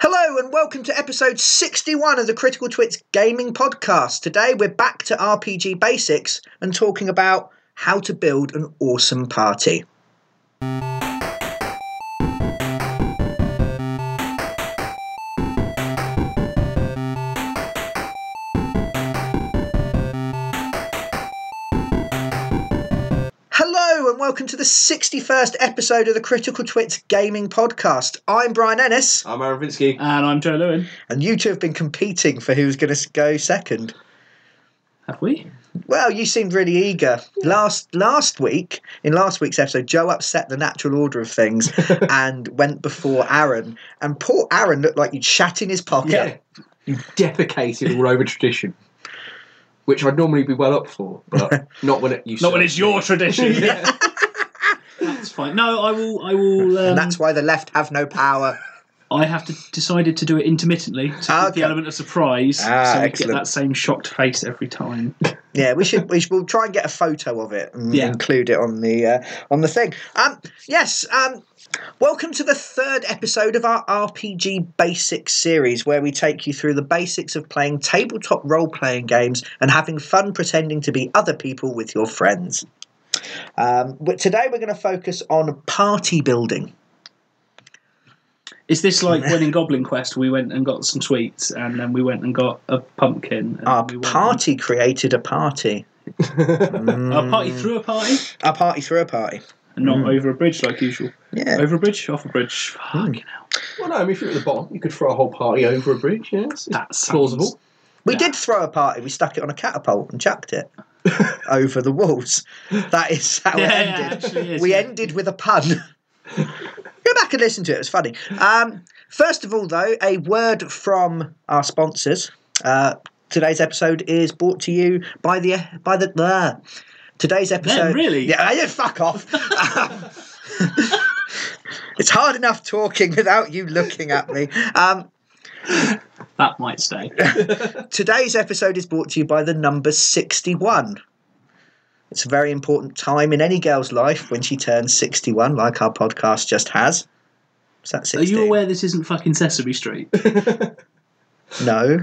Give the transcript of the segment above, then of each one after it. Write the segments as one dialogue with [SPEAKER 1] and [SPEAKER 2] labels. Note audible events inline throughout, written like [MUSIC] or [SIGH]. [SPEAKER 1] Hello and welcome to episode 61 of the Critical Twits Gaming Podcast. Today we're back to RPG basics and talking about how to build an awesome party. Hello and welcome to the 61st episode of the Critical Twits Gaming Podcast. I'm Brian Ennis.
[SPEAKER 2] I'm Aaron Vinsky.
[SPEAKER 3] And I'm Joe Lewin.
[SPEAKER 1] And you two have been competing for who's going to go second.
[SPEAKER 3] Have we?
[SPEAKER 1] Well, you seemed really eager last last week. In last week's episode, Joe upset the natural order of things and went before Aaron. And poor Aaron looked like you'd shat in his pocket.
[SPEAKER 2] You defecated all over tradition, which I'd normally be well up for,
[SPEAKER 3] [LAUGHS]
[SPEAKER 2] but not when it you
[SPEAKER 3] Not
[SPEAKER 2] [LAUGHS]
[SPEAKER 3] when it's your tradition.
[SPEAKER 2] yeah.
[SPEAKER 3] That's fine. No, I will. I will. Um,
[SPEAKER 1] And that's why the left have no power.
[SPEAKER 3] I have to, decided to do it intermittently to keep
[SPEAKER 1] Okay.
[SPEAKER 3] the element of surprise,
[SPEAKER 1] Ah,
[SPEAKER 3] so we
[SPEAKER 1] excellent.
[SPEAKER 3] get that same shocked face every time.
[SPEAKER 1] Yeah, we should. We should we'll try and get a photo of it and
[SPEAKER 3] Yeah.
[SPEAKER 1] include it on the uh, on the thing. Um, yes. Um, welcome to the third episode of our RPG Basics series, where we take you through the basics of playing tabletop role playing games and having fun pretending to be other people with your friends. Um, but today we're going to focus on party building.
[SPEAKER 3] Is this like when in Goblin Quest we went and got some sweets, and then we went and got a pumpkin? And
[SPEAKER 1] Our
[SPEAKER 3] Oh, we went
[SPEAKER 1] party created a party.
[SPEAKER 3] and- Our party through a party,
[SPEAKER 1] Our party through a party.
[SPEAKER 3] and not over a bridge like usual.
[SPEAKER 1] Yeah.
[SPEAKER 3] Over a bridge, off a bridge. Fucking hell.
[SPEAKER 2] Well, no, I mean, if you're at the bottom, you could throw a whole party over a bridge. Yes, it's
[SPEAKER 3] That sounds-
[SPEAKER 2] plausible.
[SPEAKER 1] We
[SPEAKER 3] Yeah.
[SPEAKER 1] did throw a party. We stuck it on a catapult and chucked
[SPEAKER 3] [LAUGHS]
[SPEAKER 1] it over the walls. That is how
[SPEAKER 3] Yeah,
[SPEAKER 1] it
[SPEAKER 3] it
[SPEAKER 1] ended.
[SPEAKER 3] actually is,
[SPEAKER 1] we
[SPEAKER 3] yeah.
[SPEAKER 1] ended with a pun. Go back and listen to it. It was funny. Um, first of all, though, a word from our sponsors. Uh, today's episode is brought to you by the by the. Uh, today's episode.
[SPEAKER 3] really?
[SPEAKER 1] Yeah, I yeah, fuck
[SPEAKER 3] [LAUGHS]
[SPEAKER 1] off. Um, [LAUGHS] it's hard enough talking without you looking at me. Um,
[SPEAKER 3] That might stay.
[SPEAKER 1] Today's episode is brought to you by the number 61. It's a very important time in any girl's life when she turns 61, like our podcast just has. Is that 60?
[SPEAKER 3] Are you aware this isn't fucking Sesame Street?
[SPEAKER 1] No.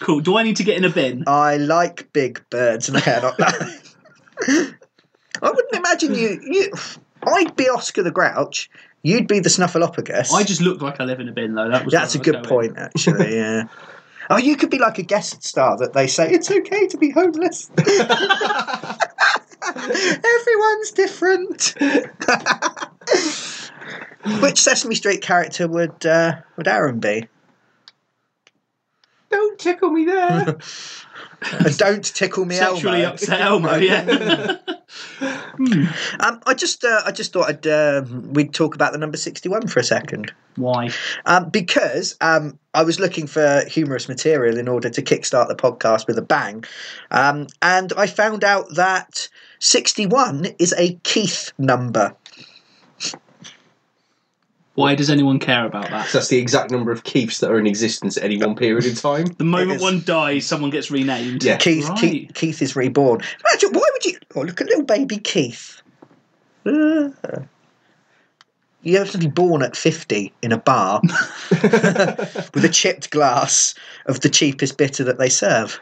[SPEAKER 3] cool. Do I need to get in a bin?
[SPEAKER 1] I like big birds. [LAUGHS] No, not that. I wouldn't imagine you, you. I'd be Oscar the Grouch. You'd be the Snuffleupagus.
[SPEAKER 3] I just look like I live in a bin, though. That was
[SPEAKER 1] That's a
[SPEAKER 3] where I
[SPEAKER 1] good
[SPEAKER 3] was going.
[SPEAKER 1] point, actually, yeah. Oh, you could be like a guest star that they say, it's okay to be homeless. Everyone's different. Which Sesame Street character would uh, would Aaron be?
[SPEAKER 2] Don't tickle me
[SPEAKER 3] [LAUGHS]
[SPEAKER 2] there.
[SPEAKER 1] And Uh, don't tickle me,
[SPEAKER 3] Sexually
[SPEAKER 1] Elmo. [LAUGHS]
[SPEAKER 3] upset Elmo, yeah.
[SPEAKER 1] Um, I just uh, I just thought I'd uh, we'd talk about the number sixty one for a second.
[SPEAKER 3] Why?
[SPEAKER 1] Um, because um, I was looking for humorous material in order to kickstart the podcast with a bang. Um, and I found out that 61 is a Keith number.
[SPEAKER 3] Why does anyone care about that?
[SPEAKER 2] So that's the exact number of keeps that are in existence at any one period in time.
[SPEAKER 3] The moment
[SPEAKER 1] is.
[SPEAKER 3] one dies, someone gets renamed.
[SPEAKER 2] Yeah.
[SPEAKER 1] Keith,
[SPEAKER 3] Right.
[SPEAKER 1] Keith, Keith is reborn. Imagine, why would you. Oh, look at little baby Keith. Uh, you have to be born at 50 in a bar with a chipped glass of the cheapest bitter that they serve.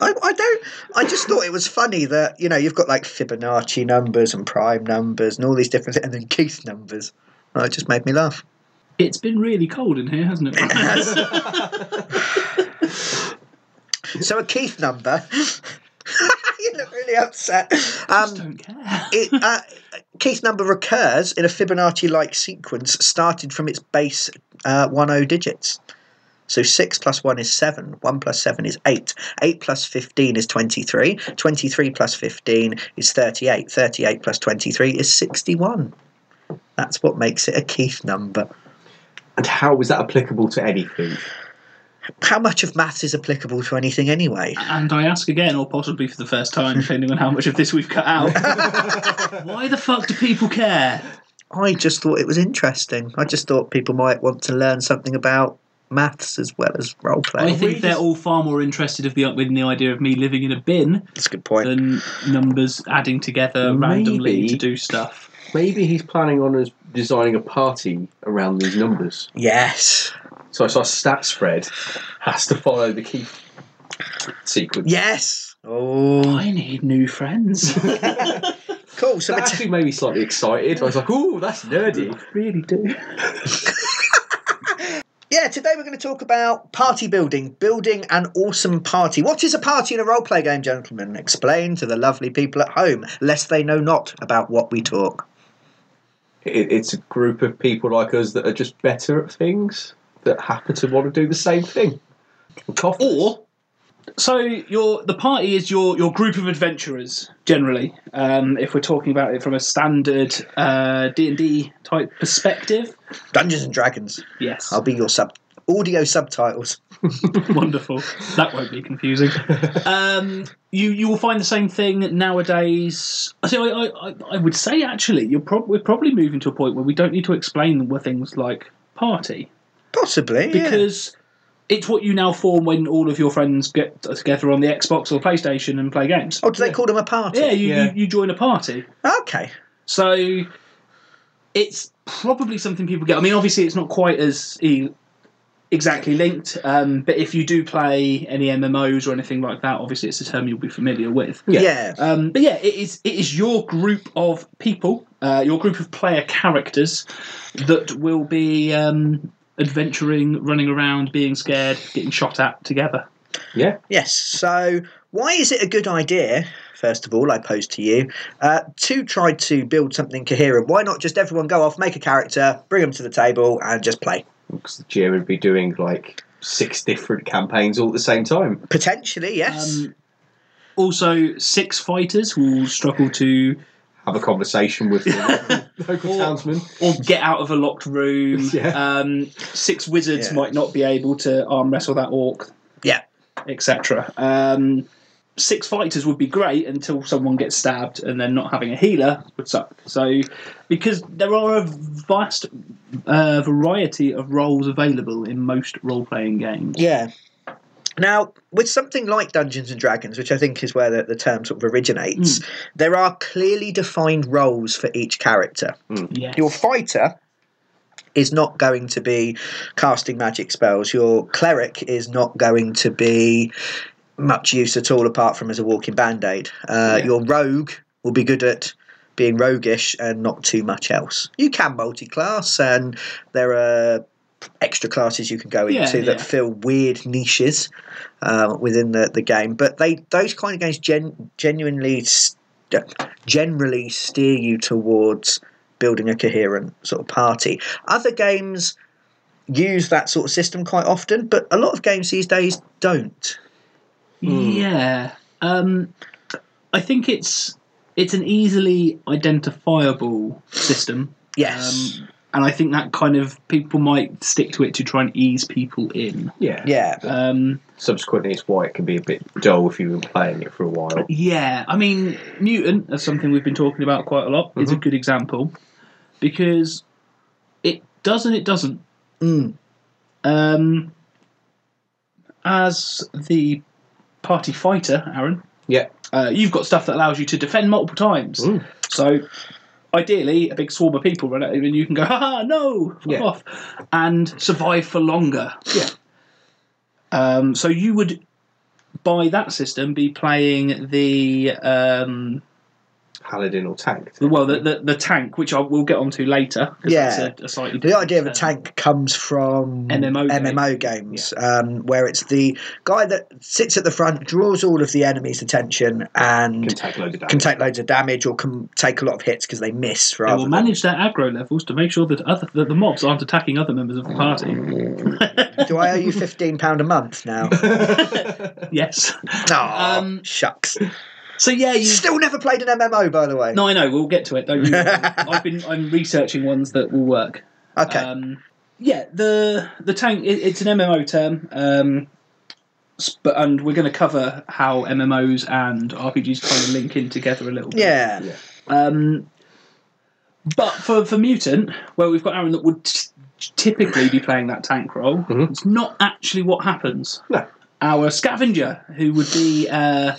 [SPEAKER 1] I, I don't. I just thought it was funny that you know you've got like Fibonacci numbers and prime numbers and all these different things, and then Keith numbers. Oh, it just made me laugh.
[SPEAKER 3] It's been really cold in
[SPEAKER 1] [LAUGHS]
[SPEAKER 3] here, hasn't it?
[SPEAKER 1] So a Keith number. [LAUGHS] you look really upset.
[SPEAKER 3] I
[SPEAKER 1] Um,
[SPEAKER 3] just don't care.
[SPEAKER 1] it, uh, Keith number recurs in a Fibonacci-like sequence started from its base uh, 10 digits. So 6 plus 1 is 7, 1 plus 7 is 8, 8 plus 15 is 23, 23 plus 15 is 38, 38 plus 23 is 61. That's what makes it a Keith number.
[SPEAKER 2] And how is that applicable to anything?
[SPEAKER 1] How much of maths is applicable to anything anyway?
[SPEAKER 3] And I ask again, or possibly for the first time, depending on how much of this we've cut
[SPEAKER 1] [LAUGHS]
[SPEAKER 3] out. Why the fuck do people care?
[SPEAKER 1] I just thought it was interesting. I just thought people might want to learn something about maths as well as role
[SPEAKER 3] I
[SPEAKER 1] playing.
[SPEAKER 3] think they're
[SPEAKER 2] just-
[SPEAKER 3] all far more interested of the in the idea of me living in a bin
[SPEAKER 1] That's a good point.
[SPEAKER 3] than numbers adding together randomly
[SPEAKER 2] Maybe.
[SPEAKER 3] to do stuff.
[SPEAKER 2] Maybe he's planning on us designing a party around these numbers.
[SPEAKER 1] Yes.
[SPEAKER 2] So it's our stat spread has to follow the key sequence.
[SPEAKER 1] Yes. Oh,
[SPEAKER 3] I need new friends. [LAUGHS]
[SPEAKER 1] cool. So
[SPEAKER 2] That
[SPEAKER 1] we're t-
[SPEAKER 2] actually made me slightly excited. I was like, "Ooh, that's nerdy."
[SPEAKER 3] really do.
[SPEAKER 1] yeah, today we're going to talk about party building, building an awesome party. What is a party in a roleplay game, gentlemen? Explain to the lovely people at home, lest they know not about what we talk.
[SPEAKER 2] It, it's a group of people like us that are just better at things that happen to want to do the same thing. Coffee.
[SPEAKER 3] Or so your the party is your your group of adventurers generally. Um, if we're talking about it from a standard uh, D and D type perspective,
[SPEAKER 1] Dungeons and Dragons.
[SPEAKER 3] yes,
[SPEAKER 1] I'll be your sub audio subtitles.
[SPEAKER 3] [LAUGHS] wonderful. That won't be confusing. [LAUGHS] Um, you you will find the same thing nowadays. I see, I, I I- I would say actually you're prob- we're probably moving to a point where we don't need to explain where things like party
[SPEAKER 1] Possibly, yeah.
[SPEAKER 3] because. It's what you now form when all of your friends get together on the Xbox or PlayStation and play games.
[SPEAKER 1] Oh, do they call them a party?
[SPEAKER 3] Yeah, you,
[SPEAKER 2] Yeah.
[SPEAKER 3] You, you join a party.
[SPEAKER 1] Okay.
[SPEAKER 3] So it's probably something people get. I mean, obviously, it's not quite as e- exactly linked, um, but if you do play any MMOs or anything like that, obviously, it's a term you'll be familiar with.
[SPEAKER 1] Yeah.
[SPEAKER 2] Yeah.
[SPEAKER 3] Um, but yeah, it is it is your group of people, uh, your group of player characters that will be um, adventuring, running around, being scared, getting shot at together.
[SPEAKER 2] Yeah.
[SPEAKER 1] Yes. So, why is it a good idea? First of all, I pose to you uh, to try to build something coherent. Why not just everyone go off, make a character, bring them to the table, and just play?
[SPEAKER 2] because the GM would be doing like six different campaigns all at the same time.
[SPEAKER 1] Potentially, yes.
[SPEAKER 3] Um, also, six fighters will struggle to
[SPEAKER 2] Have a conversation [LAUGHS] with the local townsman.
[SPEAKER 3] or get out of a locked room.
[SPEAKER 2] Yeah.
[SPEAKER 3] Um, six wizards
[SPEAKER 1] Yeah.
[SPEAKER 3] might not be able to arm wrestle that orc,
[SPEAKER 1] yeah.
[SPEAKER 3] etc. Um, six fighters would be great until someone gets stabbed, and then not having a healer would suck. So, because there are a vast uh, variety of roles available in most role-playing games.
[SPEAKER 1] Yeah. Now, with something like Dungeons and Dragons, which I think is where the, the term sort of originates, there are clearly defined roles for each character.
[SPEAKER 3] Yes.
[SPEAKER 1] Your fighter is not going to be casting magic spells. Your cleric is not going to be much use at all, apart from as a walking band aid. Uh,
[SPEAKER 2] Yeah.
[SPEAKER 1] Your rogue will be good at being roguish and not too much else. You can multi class, and there are extra classes you can go
[SPEAKER 3] Yeah,
[SPEAKER 1] into that
[SPEAKER 3] yeah.
[SPEAKER 1] fill weird niches uh, within the, the game. But they those kind of games gen, genuinely st- generally steer you towards building a coherent sort of party. Other games use that sort of system quite often, but a lot of games these days don't.
[SPEAKER 3] Hmm. Yeah. Um, I think it's it's an easily identifiable system.
[SPEAKER 1] Yes.
[SPEAKER 3] Um, and I think that kind of people might stick to it to try and ease people in.
[SPEAKER 2] Yeah.
[SPEAKER 1] yeah.
[SPEAKER 3] Um,
[SPEAKER 2] Subsequently, it's why it can be a bit dull if you've been playing it for a while.
[SPEAKER 3] yeah, I mean, Mutant, as something we've been talking about quite a lot, is
[SPEAKER 2] Mm-hmm.
[SPEAKER 3] a good example because it does and it doesn't.
[SPEAKER 1] Mm.
[SPEAKER 3] Um, as the party fighter, Aaron,
[SPEAKER 2] Yeah.
[SPEAKER 3] uh, you've got stuff that allows you to defend multiple times.
[SPEAKER 2] Mm.
[SPEAKER 3] So ideally, a big swarm of people run at you and you can go, haha, no, fuck
[SPEAKER 2] Yeah.
[SPEAKER 3] off, and survive for longer.
[SPEAKER 2] Yeah.
[SPEAKER 3] Um, so you would, by that system, be playing the um,
[SPEAKER 2] Paladin or tank.
[SPEAKER 3] the- well the, the the tank, which I will get onto later. 'cause
[SPEAKER 1] Yeah.
[SPEAKER 3] that's a, a slightly
[SPEAKER 1] The idea of a
[SPEAKER 3] um,
[SPEAKER 1] tank comes from
[SPEAKER 3] MMO game.
[SPEAKER 1] MMO games, um, where it's the guy that sits at the front, draws all of the enemy's attention, and
[SPEAKER 2] Can take loads of
[SPEAKER 1] can
[SPEAKER 2] damage.
[SPEAKER 1] take loads of damage or can take a lot of hits because they miss
[SPEAKER 3] uh, They
[SPEAKER 1] rather
[SPEAKER 3] will
[SPEAKER 1] than-
[SPEAKER 3] manage their aggro levels to make sure that other that the mobs aren't attacking other members of
[SPEAKER 1] [LAUGHS]
[SPEAKER 3] the party.
[SPEAKER 1] Do I owe you fifteen pound a month now?
[SPEAKER 3] Yes.
[SPEAKER 1] Aw,
[SPEAKER 3] [LAUGHS] Um,
[SPEAKER 1] shucks.
[SPEAKER 3] So yeah, you
[SPEAKER 1] Still never played an MMO, by the way.
[SPEAKER 3] [LAUGHS] No, I know. We'll get to it.
[SPEAKER 1] [LAUGHS]
[SPEAKER 3] Don't you? I've been I'm researching ones that will work.
[SPEAKER 1] okay.
[SPEAKER 3] Um, yeah, the the tank. It, it's an MMO term, um, s- but and we're going to cover how MMOs and RPGs kind of link in together a little. bit.
[SPEAKER 1] yeah.
[SPEAKER 2] yeah.
[SPEAKER 3] Um, but for for mutant, where we've got Aaron that would t- typically be playing that tank role,
[SPEAKER 1] Mm-hmm.
[SPEAKER 3] it's not actually what happens
[SPEAKER 2] No.
[SPEAKER 3] our scavenger, who would be uh,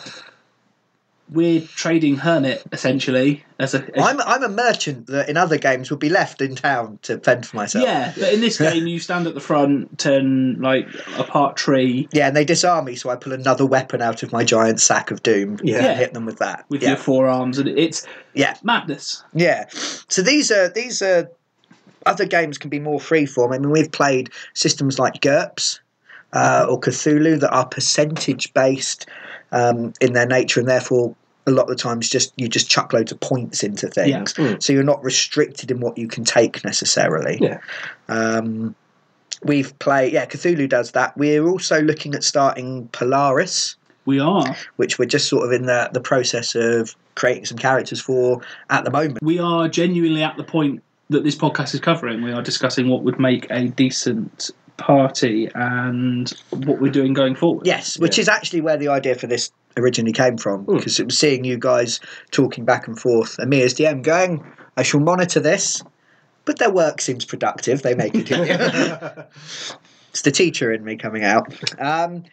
[SPEAKER 3] weird trading hermit essentially as a. as-
[SPEAKER 1] I'm I'm a merchant that in other games would be left in town to fend for myself.
[SPEAKER 3] yeah, but in this game you stand at the front, turn like a part tree
[SPEAKER 1] Yeah, and they disarm me, so I pull another weapon out of my giant sack of doom
[SPEAKER 2] Yeah.
[SPEAKER 1] and hit them with that.
[SPEAKER 3] with
[SPEAKER 1] yeah.
[SPEAKER 3] your forearms, and it's
[SPEAKER 1] yeah,
[SPEAKER 3] madness.
[SPEAKER 1] yeah. So these are these are other games can be more freeform. I mean, we've played systems like GURPS uh, or Cthulhu that are percentage based um, in their nature, and therefore a lot of the times just you just chuck loads of points into things,
[SPEAKER 2] [LAUGHS] Mm.
[SPEAKER 1] so you're not restricted in what you can take necessarily.
[SPEAKER 2] Yeah.
[SPEAKER 1] Um, we've played, yeah, Cthulhu does that. We're also looking at starting Polaris,
[SPEAKER 3] We are.
[SPEAKER 1] which we're just sort of in the, the process of creating some characters for at the moment.
[SPEAKER 3] we are genuinely at the point that this podcast is covering. We are discussing what would make a decent party and what we're doing going forward.
[SPEAKER 1] Yes, which is actually where the idea for this originally came from, because it was seeing you guys talking back and forth, and me as DM going, I shall monitor this. But their work seems productive. They make it. it's the teacher in me coming out. Um,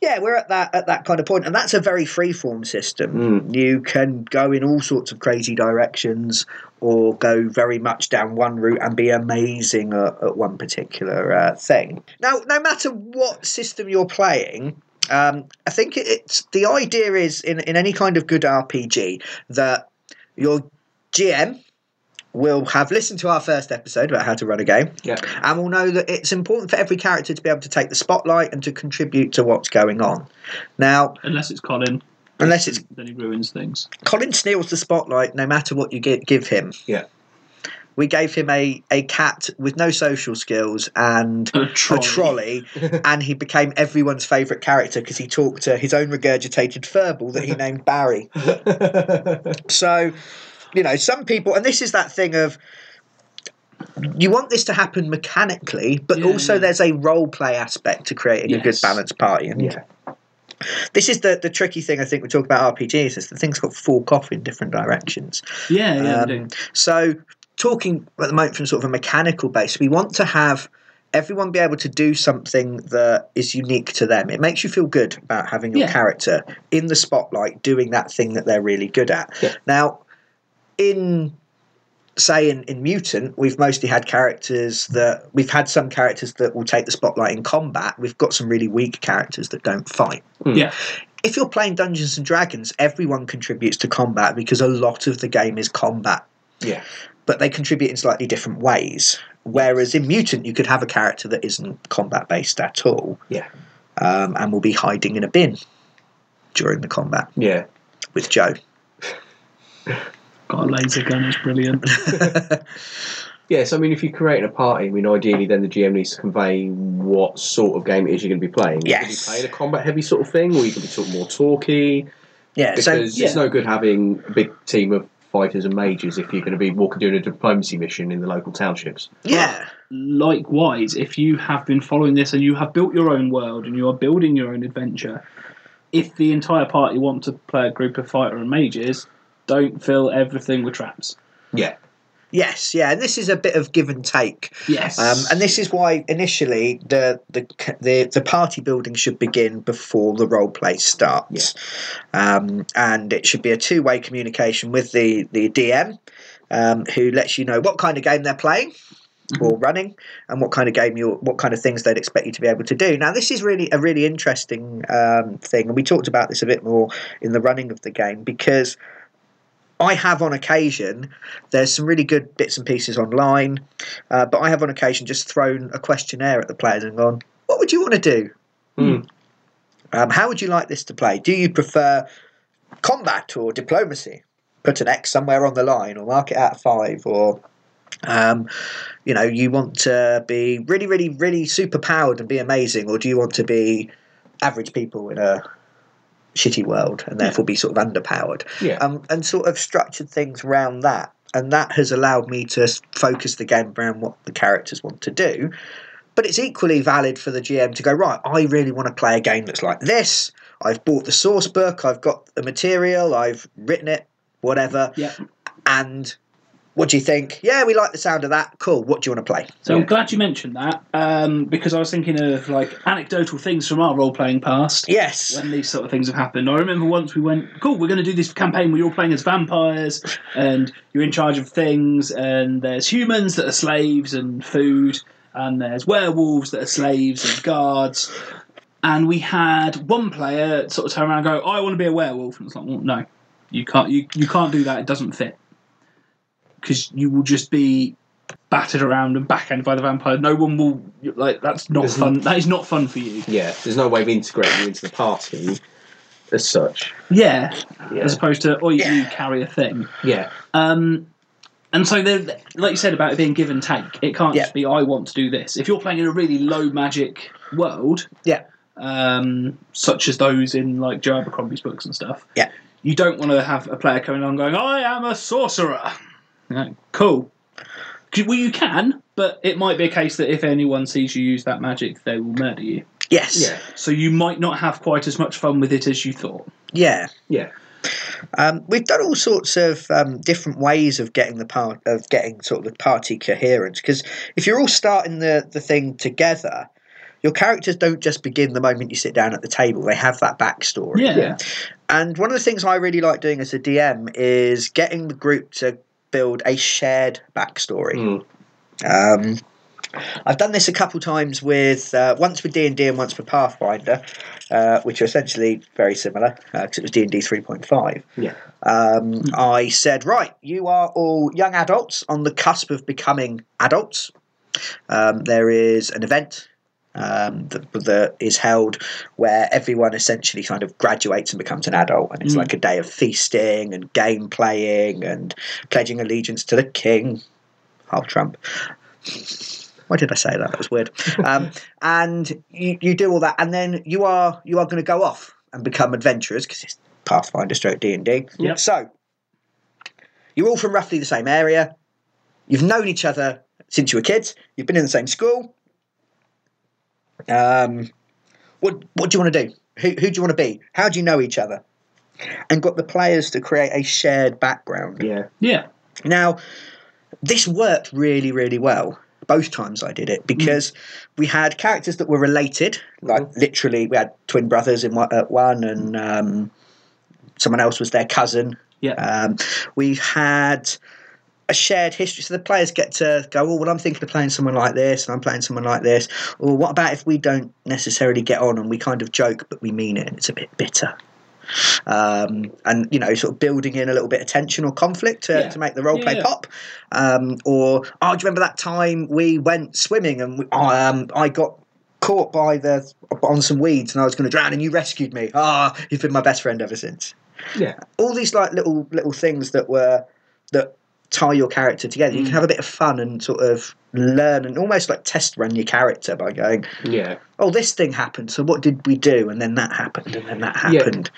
[SPEAKER 1] yeah, we're at that at that kind of point, and that's a very freeform system. You can go in all sorts of crazy directions, or go very much down one route and be amazing at, at one particular uh, thing. Now, no matter what system you're playing. Um, I think it- it's the idea is in, in any kind of good RPG that your GM will have listened to our first episode about how to run a game
[SPEAKER 2] yeah.
[SPEAKER 1] and will know that it's important for every character to be able to take the spotlight and to contribute to what's going on. Now,
[SPEAKER 3] Unless it's Colin,
[SPEAKER 1] unless it's
[SPEAKER 3] then he ruins things.
[SPEAKER 1] Colin steals the spotlight no matter what you give, give him.
[SPEAKER 2] Yeah.
[SPEAKER 1] We gave him a, a cat with no social skills and
[SPEAKER 3] A trolley.
[SPEAKER 1] a trolley, and he became everyone's favourite character because he talked to his own regurgitated furball that he named Barry. So, you know, some people, and this is that thing of you want this to happen mechanically, but
[SPEAKER 3] Yeah,
[SPEAKER 1] also
[SPEAKER 3] yeah.
[SPEAKER 1] there's a role play aspect to creating a good
[SPEAKER 3] Yes.
[SPEAKER 1] balanced party. And
[SPEAKER 2] Yeah.
[SPEAKER 1] this is the, the tricky thing I think we talk about RPGs is the thing's got fork off in different directions.
[SPEAKER 3] Yeah, yeah, they
[SPEAKER 1] Um,
[SPEAKER 3] do.
[SPEAKER 1] so, talking at the moment from sort of a mechanical base, we want to have everyone be able to do something that is unique to them. It makes you feel good about having your
[SPEAKER 3] Yeah.
[SPEAKER 1] character in the spotlight doing that thing that they're really good at. Now, in say in, in mutant we've mostly had characters that we've had some characters that will take the spotlight in combat we've got some really weak characters that don't fight
[SPEAKER 3] Yeah,
[SPEAKER 1] if you're playing dungeons and dragons everyone contributes to combat because a lot of the game is combat
[SPEAKER 2] [LAUGHS] Yeah.
[SPEAKER 1] but they contribute in slightly different ways. Whereas in Mutant, you could have a character that isn't combat based at all
[SPEAKER 2] Yeah.
[SPEAKER 1] um, and will be hiding in a bin during the combat
[SPEAKER 2] Yeah.
[SPEAKER 1] with Joe.
[SPEAKER 3] got a laser gun. It's brilliant.
[SPEAKER 2] Yeah, so I mean, if you're creating a party, I mean, ideally, then the GM needs to convey what sort of game it is you're going to be playing. You could be
[SPEAKER 1] Yes.
[SPEAKER 2] playing a combat-heavy sort of thing, or you could be sort of more talky.
[SPEAKER 1] Yeah,
[SPEAKER 2] Because
[SPEAKER 1] so
[SPEAKER 2] it's no good having a big team of fighters and mages if you're going to be walking doing a diplomacy mission in the local townships.
[SPEAKER 1] yeah,
[SPEAKER 3] Likewise, if you have been following this and you have built your own world and you are building your own adventure, if the entire party want to play a group of fighter and mages, don't fill everything with traps.
[SPEAKER 2] Yeah.
[SPEAKER 1] yes, yeah. And this is a bit of give and take.
[SPEAKER 3] Yes,
[SPEAKER 1] Um, and this is why initially the, the the the party building should begin before the role play starts, um, and it should be a two way communication with the the DM, um, who lets you know what kind of game they're playing or running, and what kind of game you what kind of things they'd expect you to be able to do. Now, this is really a really interesting um, thing, and we talked about this a bit more in the running of the game because I have on occasion, there's some really good bits and pieces online, uh, but I have on occasion just thrown a questionnaire at the players and gone, What would you want to do?
[SPEAKER 2] Hmm.
[SPEAKER 1] Um, how would you like this to play? Do you prefer combat or diplomacy? Put an X somewhere on the line or mark it at five or. Um, you know, you want to be really, really, really super powered and be amazing, or do you want to be average people in a shitty world and therefore be sort of underpowered?
[SPEAKER 2] Yeah.
[SPEAKER 1] um, and sort of structured things around that. And that has allowed me to s- focus the game around what the characters want to do. But it's equally valid for the GM to go, right, I really want to play a game that's like this. I've bought the source book, I've got the material, I've written it, whatever.
[SPEAKER 3] Yeah.
[SPEAKER 1] And What do you think? Yeah, we like the sound of that. Cool. What do you want to play?
[SPEAKER 3] So I'm glad you mentioned that um, because I was thinking of like anecdotal things from our role playing past
[SPEAKER 1] Yes.
[SPEAKER 3] when these sort of things have happened. I remember once we went, cool, we're going to do this campaign where you're all playing as vampires and you're in charge of things, and there's humans that are slaves and food, and there's werewolves that are slaves and guards. And we had one player sort of turn around and go, I want to be a werewolf. And it's like, well, no, you can't, you, you can't do that. It doesn't fit. Because you will just be battered around and backhanded by the vampire. No one will, like, that's not
[SPEAKER 2] There's
[SPEAKER 3] fun. That is not fun for you.
[SPEAKER 2] Yeah, there's no way of integrating you into the party as such.
[SPEAKER 3] Yeah,
[SPEAKER 2] Yeah.
[SPEAKER 3] as opposed to oh, you,
[SPEAKER 1] Yeah.
[SPEAKER 3] you carry a thing.
[SPEAKER 2] Yeah,
[SPEAKER 3] Um, and so, there, like you said about it being give and take, it can't
[SPEAKER 1] Yeah.
[SPEAKER 3] just be I want to do this. If you're playing in a really low magic world,
[SPEAKER 1] Yeah.
[SPEAKER 3] um, such as those in like Joe Abercrombie's books and stuff,
[SPEAKER 1] Yeah.
[SPEAKER 3] you don't want to have a player coming on going, I am a sorcerer. No, cool. 'Cause- Well, you can, but it might be a case that if anyone sees you use that magic, they will murder you.
[SPEAKER 1] Yes.
[SPEAKER 2] yeah,
[SPEAKER 3] So you might not have quite as much fun with it as you thought.
[SPEAKER 1] Yeah.
[SPEAKER 2] yeah.
[SPEAKER 1] Um, we've done all sorts of um, different ways of getting the part of getting sort of the party coherence because if you're all starting the, the thing together, your characters don't just begin the moment you sit down at the table. They have that backstory. [LAUGHS]
[SPEAKER 2] Yeah.
[SPEAKER 1] And one of the things I really like doing as a DM is getting the group to build a shared backstory.
[SPEAKER 2] Mm.
[SPEAKER 1] Um, I've done this a couple times with uh, once with D and D and once with Pathfinder, uh, which are essentially very similar because it was D and D three point five.
[SPEAKER 2] Yeah.
[SPEAKER 1] Um, I said, right, you are all young adults on the cusp of becoming adults. Um, there is an event. Um, that, that is held where everyone essentially kind of graduates and becomes an adult, and it's
[SPEAKER 3] Mm.
[SPEAKER 1] like a day of feasting and game playing and pledging allegiance to the king. Half Trump. Why did I say that? That was weird. Um, and you, you do all that, and then you are you are going to go off and become adventurers because it's Pathfinder stroke D and D.
[SPEAKER 3] Yep.
[SPEAKER 1] So you're all from roughly the same area. You've known each other since you were kids. You've been in the same school. Um, what what do you want to do? Who, who do you want to be? How do you know each other? And got the players to create a shared background.
[SPEAKER 2] yeah.
[SPEAKER 3] Yeah.
[SPEAKER 1] Now, this worked really, really well. Both times I did it because we had characters that were related, like literally, we had twin brothers in one, at one, and um, someone else was their cousin.
[SPEAKER 3] Yeah.
[SPEAKER 1] Um, we had a shared history, so the players get to go. Oh, well, I'm thinking of playing someone like this, and I'm playing someone like this. Or what about if we don't necessarily get on, and we kind of joke, but we mean it, and it's a bit bitter. Um, and you know, sort of building in a little bit of tension or conflict to,
[SPEAKER 3] Yeah.
[SPEAKER 1] to make the role
[SPEAKER 3] Yeah,
[SPEAKER 1] play
[SPEAKER 3] yeah.
[SPEAKER 1] pop. Um, or oh, do you remember that time we went swimming and we, um, I got caught by the on some weeds and I was going to drown and you rescued me. Ah, you've been my best friend ever since.
[SPEAKER 2] Yeah.
[SPEAKER 1] All these like little little things that were that tie your character together.
[SPEAKER 2] Mm.
[SPEAKER 1] You can have a bit of fun and sort of learn and almost like test run your character by going,
[SPEAKER 2] Yeah.
[SPEAKER 1] oh, this thing happened. So what did we do? And then that happened and then that
[SPEAKER 2] Yeah.
[SPEAKER 1] happened.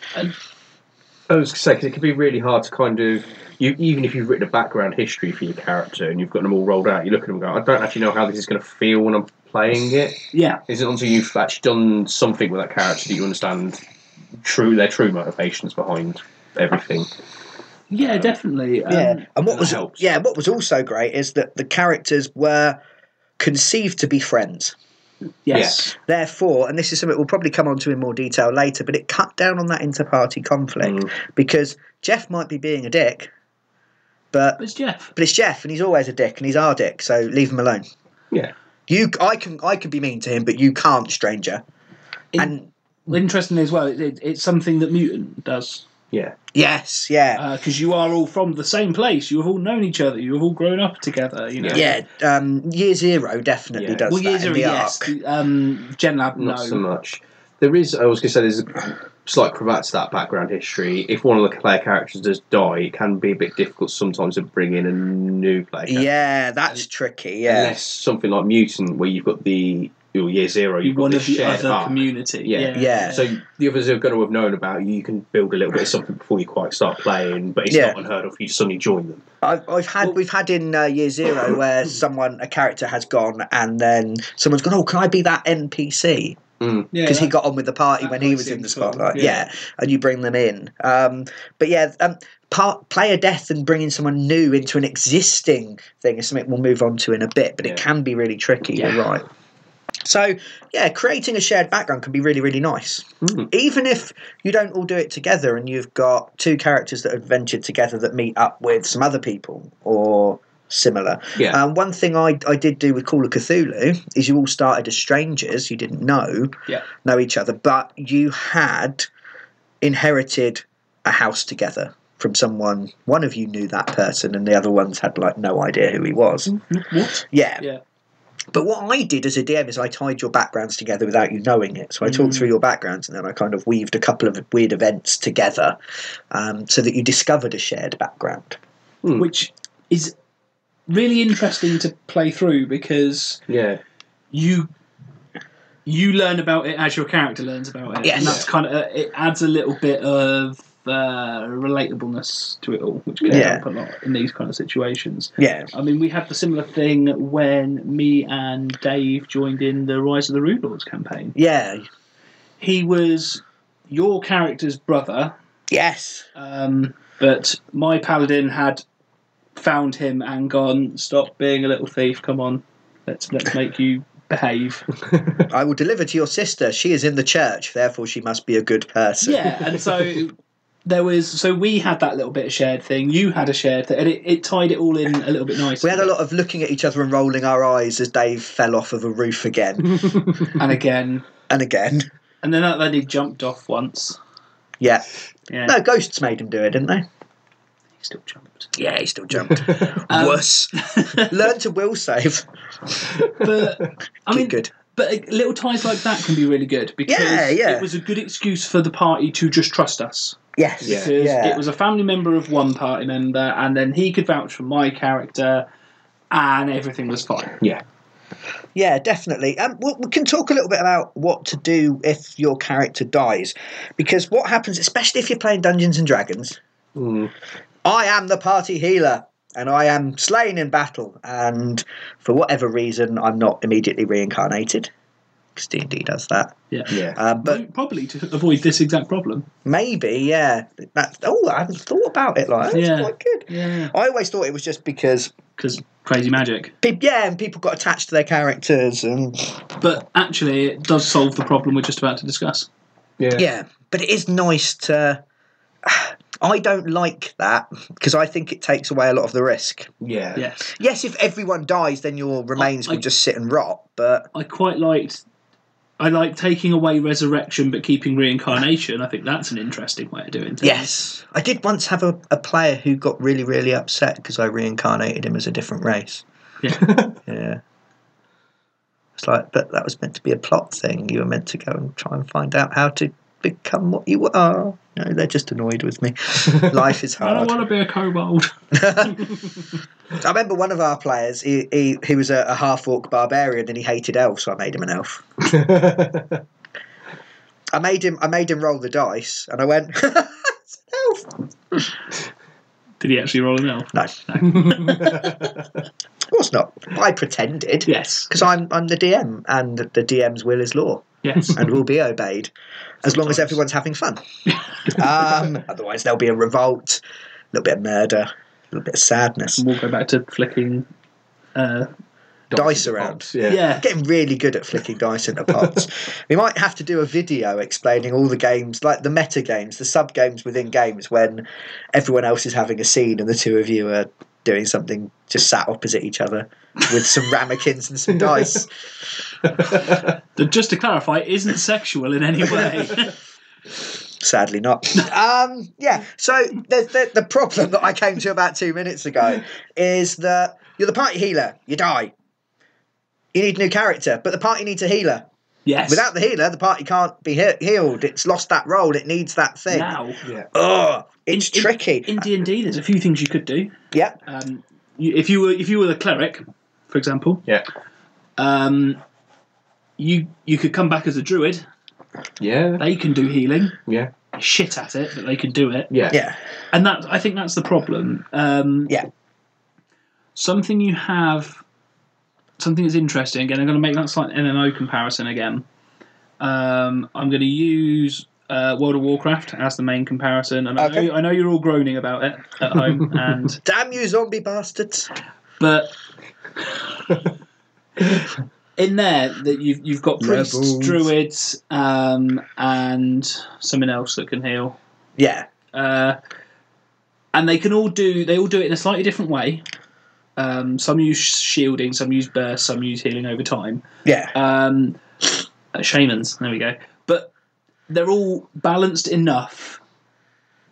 [SPEAKER 2] I was going to say, 'cause it can be really hard to kind of, you, even if you've written a background history for your character and you've got them all rolled out, you look at them and go, I don't actually know how this is going to feel when I'm playing it.
[SPEAKER 3] Yeah.
[SPEAKER 2] Is it until you've actually done something with that character that you understand true their true motivations behind everything?
[SPEAKER 3] Yeah, definitely. Um,
[SPEAKER 1] yeah, and what
[SPEAKER 2] that
[SPEAKER 1] was
[SPEAKER 2] helps.
[SPEAKER 1] yeah, what was also great is that the characters were conceived to be friends.
[SPEAKER 3] Yes.
[SPEAKER 1] Therefore, and this is something we'll probably come on to in more detail later, but it cut down on that inter-party conflict
[SPEAKER 2] Mm.
[SPEAKER 1] because Jeff might be being a dick, but
[SPEAKER 3] But it's Jeff.
[SPEAKER 1] but it's Jeff and he's always a dick and he's our dick, so leave him alone.
[SPEAKER 2] Yeah.
[SPEAKER 1] You, I can, I can be mean to him, but you can't, stranger. And
[SPEAKER 3] Interestingly, as well, it, it, it's something that Mutant does.
[SPEAKER 2] Yeah.
[SPEAKER 1] yes, yeah,
[SPEAKER 3] Because you are all from the same place. You have all known each other. You have all grown up together. You know.
[SPEAKER 1] yeah. Um, year zero definitely
[SPEAKER 2] Yeah.
[SPEAKER 1] does
[SPEAKER 3] Uh, Well,
[SPEAKER 1] that
[SPEAKER 3] years
[SPEAKER 1] in
[SPEAKER 3] are
[SPEAKER 1] the
[SPEAKER 3] yes.
[SPEAKER 1] arc.
[SPEAKER 3] the, Um, Gen Lab, no.
[SPEAKER 2] Not so much. There is, I was going to say, there's a slight cravat to that background history. If one of the player characters does die, it can be a bit difficult sometimes to bring in a new player. character.
[SPEAKER 1] Yeah, that's tricky. Yeah,
[SPEAKER 2] Unless something like Mutant, where you've got the your year zero,
[SPEAKER 3] You're
[SPEAKER 2] you've got
[SPEAKER 3] one
[SPEAKER 2] this
[SPEAKER 3] of the
[SPEAKER 2] shared
[SPEAKER 3] other
[SPEAKER 2] arc.
[SPEAKER 3] community.
[SPEAKER 2] Yeah.
[SPEAKER 3] Yeah.
[SPEAKER 1] Yeah.
[SPEAKER 2] So the others are going to have known about you. You can build a little bit of something before you quite start playing, but it's
[SPEAKER 1] Yeah.
[SPEAKER 2] not unheard of. You suddenly join them.
[SPEAKER 1] I've, I've had
[SPEAKER 3] Well-
[SPEAKER 1] we've had in uh, year
[SPEAKER 2] [COUGHS]
[SPEAKER 1] zero where someone a character has gone and then someone's gone. Oh, can I be that NPC?
[SPEAKER 3] Yeah,
[SPEAKER 1] because he got on with the party
[SPEAKER 3] that
[SPEAKER 1] when he
[SPEAKER 3] might
[SPEAKER 1] was
[SPEAKER 3] seem
[SPEAKER 1] in the
[SPEAKER 3] as well,
[SPEAKER 1] spotlight.
[SPEAKER 3] yeah.
[SPEAKER 1] Yeah. and you bring them in. Um, but yeah, um, part, player death and bringing someone new into an existing thing is something we'll move on to in a bit. But
[SPEAKER 2] Yeah.
[SPEAKER 1] it can be really tricky.
[SPEAKER 3] Yeah.
[SPEAKER 1] You're right. So yeah, creating a shared background can be really really nice. Even if you don't all do it together, and you've got two characters that have ventured together that meet up with some other people or similar.
[SPEAKER 2] Yeah.
[SPEAKER 1] Um, one thing I, I did do with Call of Cthulhu is you all started as strangers. You didn't know
[SPEAKER 3] yeah,
[SPEAKER 1] know each other, but you had inherited a house together from someone. One of you knew that person, and the other ones had like no idea who he was.
[SPEAKER 3] what?
[SPEAKER 1] Yeah.
[SPEAKER 3] Mm-hmm. Yeah.
[SPEAKER 1] But what I did as a DM is I tied your backgrounds together without you knowing it. So I talked through your backgrounds and then I kind of weaved a couple of weird events together um, so that you discovered a shared background.
[SPEAKER 3] Which is really interesting to play through because
[SPEAKER 2] Yeah.
[SPEAKER 3] you you learn about it as your character learns about it,
[SPEAKER 1] Yes.
[SPEAKER 3] and that's kind of it adds a little bit of uh, relatableness to it all, which can
[SPEAKER 1] Yeah.
[SPEAKER 3] help a lot in these kind of situations.
[SPEAKER 1] Yeah.
[SPEAKER 3] I mean, we had the similar thing when me and Dave joined in the Rise of the Rude Lords campaign.
[SPEAKER 1] Yeah.
[SPEAKER 3] He was your character's brother,
[SPEAKER 1] Yes.
[SPEAKER 3] um, but my paladin had found him and gone, "Stop being a little thief! Come on, let's let's make you behave."
[SPEAKER 1] I will deliver to your sister. She is in the church, therefore she must be a good person.
[SPEAKER 3] [LAUGHS] yeah and so there was so we had that little bit of shared thing you had a shared thing and it, it tied it all in a little bit nicely
[SPEAKER 1] We had a lot of looking at each other and rolling our eyes as Dave fell off of a roof
[SPEAKER 3] [LAUGHS]
[SPEAKER 1] again
[SPEAKER 3] and again
[SPEAKER 1] and again.
[SPEAKER 3] and then that lady jumped off once
[SPEAKER 1] Yeah.
[SPEAKER 3] yeah
[SPEAKER 1] No, ghosts made him do it, didn't they?
[SPEAKER 3] he still jumped
[SPEAKER 1] Yeah, he still jumped.
[SPEAKER 3] [LAUGHS] Um,
[SPEAKER 1] Worse. Learn to will save.
[SPEAKER 3] [LAUGHS] but [LAUGHS] i mean
[SPEAKER 1] good.
[SPEAKER 3] but uh, little ties like that can be really good because
[SPEAKER 1] Yeah, yeah.
[SPEAKER 3] it was a good excuse for the party to just trust us
[SPEAKER 1] Yes.
[SPEAKER 2] Yeah.
[SPEAKER 3] because
[SPEAKER 1] Yeah.
[SPEAKER 3] it was a family member of one party member and then he could vouch for my character and everything was fine
[SPEAKER 2] Yeah.
[SPEAKER 1] Yeah, definitely. Um, we we can talk a little bit about what to do if your character dies, because what happens, especially if you're playing Dungeons and Dragons,
[SPEAKER 2] Mm.
[SPEAKER 1] I am the party healer, and I am slain in battle, and for whatever reason, I'm not immediately reincarnated, because D and D does that.
[SPEAKER 2] Yeah.
[SPEAKER 1] Uh, but
[SPEAKER 3] probably to avoid this exact problem
[SPEAKER 1] maybe, yeah. That's oh, I hadn't thought about it. Like that's
[SPEAKER 3] Yeah.
[SPEAKER 1] quite good.
[SPEAKER 3] yeah
[SPEAKER 1] I always thought it was just because,
[SPEAKER 3] because crazy magic.
[SPEAKER 1] pe- yeah, and people got attached to their characters, and
[SPEAKER 3] But actually, it does solve the problem we're just about to discuss.
[SPEAKER 2] Yeah.
[SPEAKER 1] Yeah, but it is nice to. [SIGHS] I don't like that because I think it takes away a lot of the risk.
[SPEAKER 2] Yeah.
[SPEAKER 3] Yes,
[SPEAKER 1] Yes, if everyone dies, then your remains
[SPEAKER 3] I-
[SPEAKER 1] will just sit and rot. But
[SPEAKER 3] I quite liked. I like taking away resurrection but keeping reincarnation. I think that's an interesting way of doing things.
[SPEAKER 1] yes, I did once have a, a player who got really, really upset because I reincarnated him as a different race.
[SPEAKER 2] [LAUGHS]
[SPEAKER 3] Yeah.
[SPEAKER 1] Yeah. It's like, but that was meant to be a plot thing. You were meant to go and try and find out how to become what you are. No, they're just annoyed with
[SPEAKER 3] [LAUGHS]
[SPEAKER 1] me. Life is
[SPEAKER 3] I
[SPEAKER 1] hard. [LAUGHS]
[SPEAKER 3] don't [LAUGHS] want to be a kobold.
[SPEAKER 1] I remember one of our players. He he, he was a, a half orc barbarian, and he hated elves, so I made him an elf. I made him I made him roll the dice, and I went [LAUGHS] "It's an elf.
[SPEAKER 3] Did he actually roll an [LAUGHS] L?
[SPEAKER 1] No, of course not. I pretended
[SPEAKER 3] Yes.
[SPEAKER 1] because I'm I'm the DM, and the DM's will is law,
[SPEAKER 3] [LAUGHS] Yes.
[SPEAKER 1] and will be obeyed as long as
[SPEAKER 3] Sometimes.
[SPEAKER 1] everyone's having fun. Um, otherwise, there'll be a revolt, a little bit of murder, a little bit of sadness.
[SPEAKER 3] And we'll go back to flicking. Uh,
[SPEAKER 1] Dice around.
[SPEAKER 2] Yeah.
[SPEAKER 3] yeah.
[SPEAKER 1] getting really good at flicking dice into pots. we might have to do a video explaining all the games, like the meta games, the sub games within games, when everyone else is having a scene and the two of you are doing something just sat opposite each other with some ramekins and some dice.
[SPEAKER 3] Th- Just to clarify, it isn't sexual in any [LAUGHS] way.
[SPEAKER 1] Sadly,
[SPEAKER 3] [LAUGHS]
[SPEAKER 1] not. Um, yeah. So the, the the problem that I came to about two minutes ago is that you're the party healer. You die. You need a new character, but the party needs a healer.
[SPEAKER 3] yes.
[SPEAKER 1] Without the healer, the party can't be he- healed. It's lost that role. It needs that thing.
[SPEAKER 3] now.
[SPEAKER 2] Yeah.
[SPEAKER 1] Oh, it's tricky.
[SPEAKER 3] In D and D, there's a few things you could do.
[SPEAKER 1] yeah,
[SPEAKER 3] Um, you, if you were if you were the cleric, for example,
[SPEAKER 2] Yeah.
[SPEAKER 3] um, you you could come back as a druid.
[SPEAKER 2] Yeah.
[SPEAKER 3] They can do healing.
[SPEAKER 2] Yeah.
[SPEAKER 3] They're Shit at it, but they can do it.
[SPEAKER 2] Yeah.
[SPEAKER 1] yeah,
[SPEAKER 3] And that I think that's the problem. Um,
[SPEAKER 1] Yeah.
[SPEAKER 3] Something you have, something that's interesting. Again, I'm going to make that slight MMO comparison again. Um, I'm going to use uh, World of Warcraft as the main comparison, and I,
[SPEAKER 1] Okay.
[SPEAKER 3] know, I know you're all groaning about it
[SPEAKER 1] [LAUGHS]
[SPEAKER 3] at home, and
[SPEAKER 1] Damn you, zombie bastards!
[SPEAKER 3] but in there that you've you've got priests,
[SPEAKER 1] Rebels.
[SPEAKER 3] druids, um, and something else that can heal.
[SPEAKER 1] Yeah,
[SPEAKER 3] Uh, and they can all do they all do it in a slightly different way. Um, some use shielding, some use burst, some use healing over time.
[SPEAKER 1] yeah,
[SPEAKER 3] Um, uh, shamans, there we go. But they're all balanced enough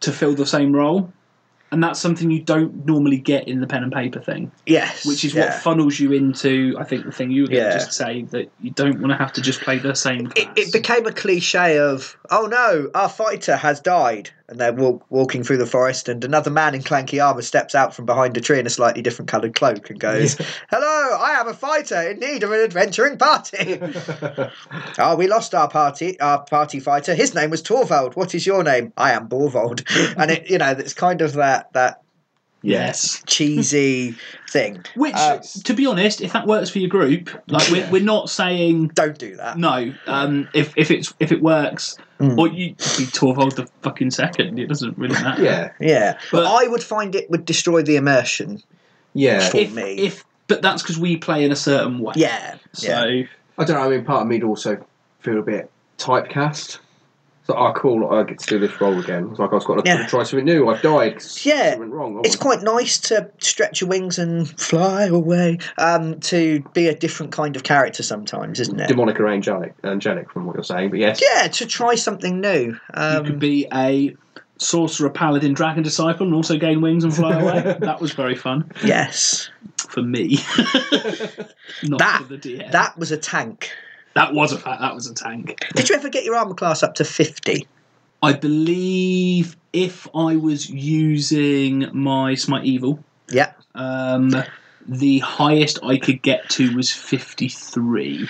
[SPEAKER 3] to fill the same role, and that's something you don't normally get in the pen and paper thing
[SPEAKER 1] yes.
[SPEAKER 3] which is
[SPEAKER 1] yeah.
[SPEAKER 3] what funnels you into I think the thing you were going to
[SPEAKER 1] Yeah.
[SPEAKER 3] just say that you don't want to have to just play the same
[SPEAKER 1] it,
[SPEAKER 3] class.
[SPEAKER 1] it became a cliche of oh no our fighter has died and they're walk, walking through the forest and another man in clanky armor steps out from behind a tree in a slightly different coloured cloak and goes hello i am a fighter in need of an adventuring
[SPEAKER 3] [LAUGHS]
[SPEAKER 1] party Ah, we lost our party our party fighter his name was torvald what is your name i am borvald [LAUGHS] and it you know it's kind of that that
[SPEAKER 3] yes. [LAUGHS]
[SPEAKER 1] cheesy thing
[SPEAKER 3] Which,
[SPEAKER 1] Uh,
[SPEAKER 3] to be honest, if that works for your group, like we're, we're not saying
[SPEAKER 1] don't do that
[SPEAKER 3] no. Um, if if it's if it works,
[SPEAKER 1] Hmm.
[SPEAKER 3] or you be Torvald the fucking second, it doesn't really matter.
[SPEAKER 2] yeah,
[SPEAKER 1] yeah
[SPEAKER 3] But-
[SPEAKER 1] i would find it would destroy the immersion
[SPEAKER 2] yeah.
[SPEAKER 1] For
[SPEAKER 3] If,
[SPEAKER 1] me.
[SPEAKER 3] if but that's because we play in a certain way.
[SPEAKER 1] yeah yeah
[SPEAKER 3] So
[SPEAKER 2] I don't know. I mean, part of me'd also feel a bit typecast. So, oh, cool! I get to do this role again. It's like I've got to
[SPEAKER 1] Yeah.
[SPEAKER 2] try something new. I've died. 'cause
[SPEAKER 1] Yeah.
[SPEAKER 2] something went wrong.
[SPEAKER 1] it's quite nice to stretch your wings and fly away um, to be a different kind of character sometimes isn't it
[SPEAKER 2] demonic or angelic, angelic from what you're saying. But yes,
[SPEAKER 1] yeah to try something new
[SPEAKER 3] you could
[SPEAKER 1] um,
[SPEAKER 3] be a sorcerer, paladin, dragon disciple, and also gain wings and fly
[SPEAKER 1] [LAUGHS]
[SPEAKER 3] away. that was very fun.
[SPEAKER 1] yes
[SPEAKER 3] for me. [LAUGHS] Not
[SPEAKER 1] That-
[SPEAKER 3] for the DM. That,
[SPEAKER 1] that was a tank
[SPEAKER 3] that was a fact. That was a tank.
[SPEAKER 1] did you ever get your armor class up to 50
[SPEAKER 3] I believe if I was using my Smite Evil,
[SPEAKER 1] yeah
[SPEAKER 3] um, the highest I could get to was 53.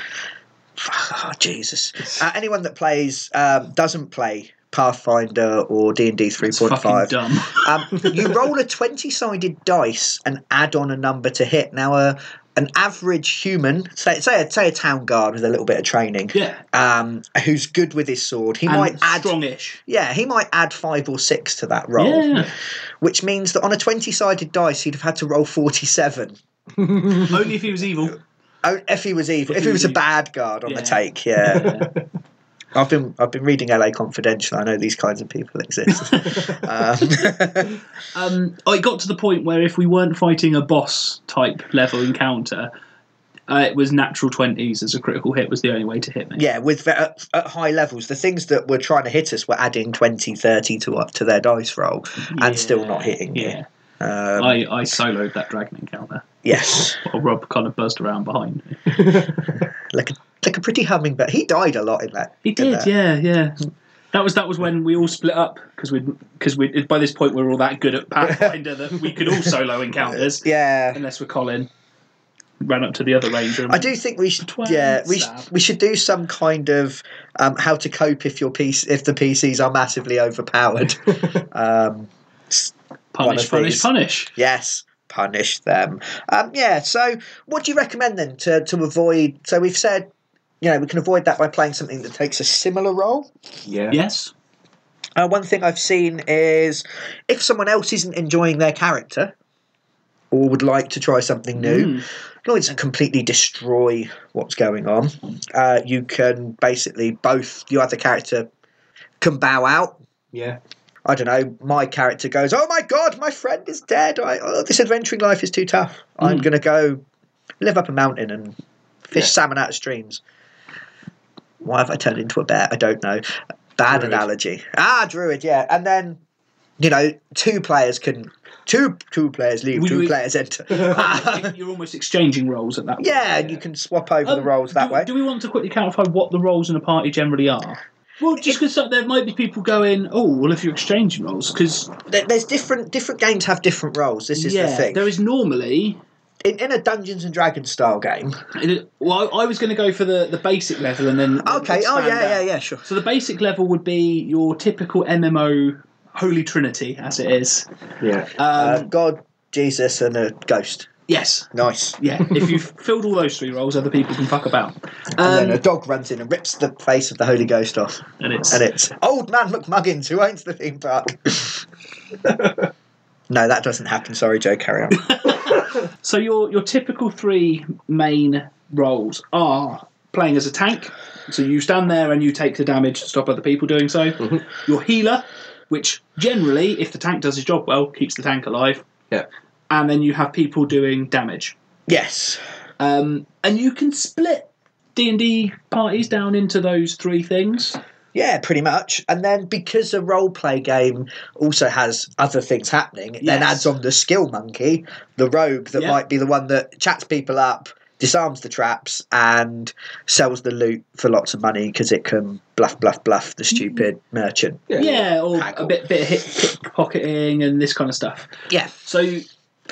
[SPEAKER 1] oh, jesus uh, anyone that plays um, doesn't play pathfinder or d&d
[SPEAKER 3] It's fucking
[SPEAKER 1] 3.5
[SPEAKER 3] dumb. [LAUGHS]
[SPEAKER 1] Um, you roll a 20 sided dice and add on a number to hit. Now, uh, an average human, say, say, a, say a town guard with a little bit of training,
[SPEAKER 3] Yeah.
[SPEAKER 1] um, who's good with his sword, he
[SPEAKER 3] And
[SPEAKER 1] might add.
[SPEAKER 3] strongish.
[SPEAKER 1] Yeah, he might add five or six to that roll,
[SPEAKER 3] Yeah.
[SPEAKER 1] which means that on a 20 sided dice, he'd have had to roll 47.
[SPEAKER 3] Only if he was evil. [LAUGHS]
[SPEAKER 1] Oh, if he was evil,
[SPEAKER 3] If
[SPEAKER 1] if
[SPEAKER 3] he
[SPEAKER 1] he was a
[SPEAKER 3] was-
[SPEAKER 1] bad guard on
[SPEAKER 3] Yeah.
[SPEAKER 1] the take,
[SPEAKER 3] [LAUGHS]
[SPEAKER 1] yeah. I've been I've been reading LA Confidential. I know these kinds of people
[SPEAKER 3] [LAUGHS]
[SPEAKER 1] exist. um, [LAUGHS]
[SPEAKER 3] um, I got to the point where if we weren't fighting a boss type level encounter, uh, it was natural 20s as a critical hit was the only way to hit me.
[SPEAKER 1] yeah with the- at, at high levels the things that were trying to hit us were adding 20 30 to up to their dice roll and still not hitting
[SPEAKER 3] Yeah.
[SPEAKER 1] you um,
[SPEAKER 3] I, I soloed that dragon encounter
[SPEAKER 1] yes
[SPEAKER 3] while Rob kind of buzzed around behind me.
[SPEAKER 1] like a, like a pretty hummingbird he died a lot in that
[SPEAKER 3] He
[SPEAKER 1] in
[SPEAKER 3] did,
[SPEAKER 1] that.
[SPEAKER 3] yeah, yeah. That was that was when we all split up because we because we by this point we were all that good at Pathfinder that we could
[SPEAKER 1] [LAUGHS]
[SPEAKER 3] all solo encounters
[SPEAKER 1] yeah
[SPEAKER 3] unless we're Colin ran up to the other ranger. And
[SPEAKER 1] I do think we should,
[SPEAKER 3] Twang
[SPEAKER 1] yeah, we, sh-
[SPEAKER 3] stab.
[SPEAKER 1] we should do some kind of um, how to cope if your PC, if the PCs are massively overpowered. um, one
[SPEAKER 3] punish,
[SPEAKER 1] of
[SPEAKER 3] punish,
[SPEAKER 1] these.
[SPEAKER 3] punish.
[SPEAKER 1] Yes, punish them. Um, yeah. So, what do you recommend then to to avoid? So we've said, you know, we can avoid that by playing something that takes a similar role.
[SPEAKER 2] [LAUGHS] yeah,
[SPEAKER 3] Yes,
[SPEAKER 1] Uh, one thing I've seen is if someone else isn't enjoying their character or would like to try something new,
[SPEAKER 3] Hmm.
[SPEAKER 1] as long as it doesn't completely destroy what's going on, uh, you can basically both your other character can bow out
[SPEAKER 2] yeah.
[SPEAKER 1] I don't know, my character goes, Oh my god, my friend is dead. I, oh, this adventuring life is too tough. I'm going to go live up a mountain and fish
[SPEAKER 2] Yeah.
[SPEAKER 1] salmon out of streams. Why have I turned into a bear? I don't know. Bad
[SPEAKER 3] Druid.
[SPEAKER 1] analogy. Ah, druid, yeah. And then, you know, two players can. Two two players leave,
[SPEAKER 3] Will
[SPEAKER 1] two
[SPEAKER 3] you-
[SPEAKER 1] players enter. [LAUGHS]
[SPEAKER 3] Mm. [LAUGHS] you're almost exchanging roles at that. point.
[SPEAKER 1] yeah, and you can swap over the
[SPEAKER 3] Um,
[SPEAKER 1] roles that
[SPEAKER 3] do,
[SPEAKER 1] way.
[SPEAKER 3] Do we want to quickly clarify what the roles in a party generally are? Well, just because there might be people going, oh, well, if you're exchanging roles, because
[SPEAKER 1] There- There's different different games have different roles. This is the
[SPEAKER 3] yeah,
[SPEAKER 1] thing.
[SPEAKER 3] there is normally
[SPEAKER 1] in, in a Dungeons and Dragons style game.
[SPEAKER 3] It- Well, I I was going to go for the, the basic level and then.
[SPEAKER 1] Okay. Oh
[SPEAKER 3] expand
[SPEAKER 1] yeah,
[SPEAKER 3] out.
[SPEAKER 1] yeah, yeah. Sure.
[SPEAKER 3] So the basic level would be your typical MMO Holy Trinity, as it is.
[SPEAKER 2] yeah.
[SPEAKER 3] Um,
[SPEAKER 1] Uh, God, Jesus, and a ghost.
[SPEAKER 3] Yes,
[SPEAKER 1] Nice.
[SPEAKER 3] yeah. if you've filled all those three roles, other people can fuck about.
[SPEAKER 1] and then
[SPEAKER 3] Um,
[SPEAKER 1] a dog runs in and rips the face of the Holy Ghost off.
[SPEAKER 3] and it's
[SPEAKER 1] And it's old man McMuggins who owns the theme [LAUGHS] park. no, that doesn't happen. Sorry, Joe, carry on. [LAUGHS]
[SPEAKER 3] So your your typical three main roles are playing as a tank. So you stand there and you take the damage to stop other people doing so.
[SPEAKER 2] Mm-hmm.
[SPEAKER 3] Your healer, which generally, if the tank does his job well, keeps the tank alive.
[SPEAKER 2] Yeah.
[SPEAKER 3] And then you have people doing damage.
[SPEAKER 1] yes.
[SPEAKER 3] Um, and you can split D and D parties down into those three things.
[SPEAKER 1] Yeah, pretty much. And then because a role play game also has other things happening, it then
[SPEAKER 3] Yes.
[SPEAKER 1] adds on the skill monkey, the rogue that
[SPEAKER 3] Yeah.
[SPEAKER 1] might be the one that chats people up, disarms the traps, and sells the loot for lots of money because it can bluff, bluff, bluff
[SPEAKER 3] Mm-hmm.
[SPEAKER 1] the stupid merchant.
[SPEAKER 2] Yeah.
[SPEAKER 3] Yeah, or a
[SPEAKER 1] Haggle.
[SPEAKER 3] bit bit of hit pickpocketing and this kind of stuff.
[SPEAKER 1] Yeah.
[SPEAKER 3] So,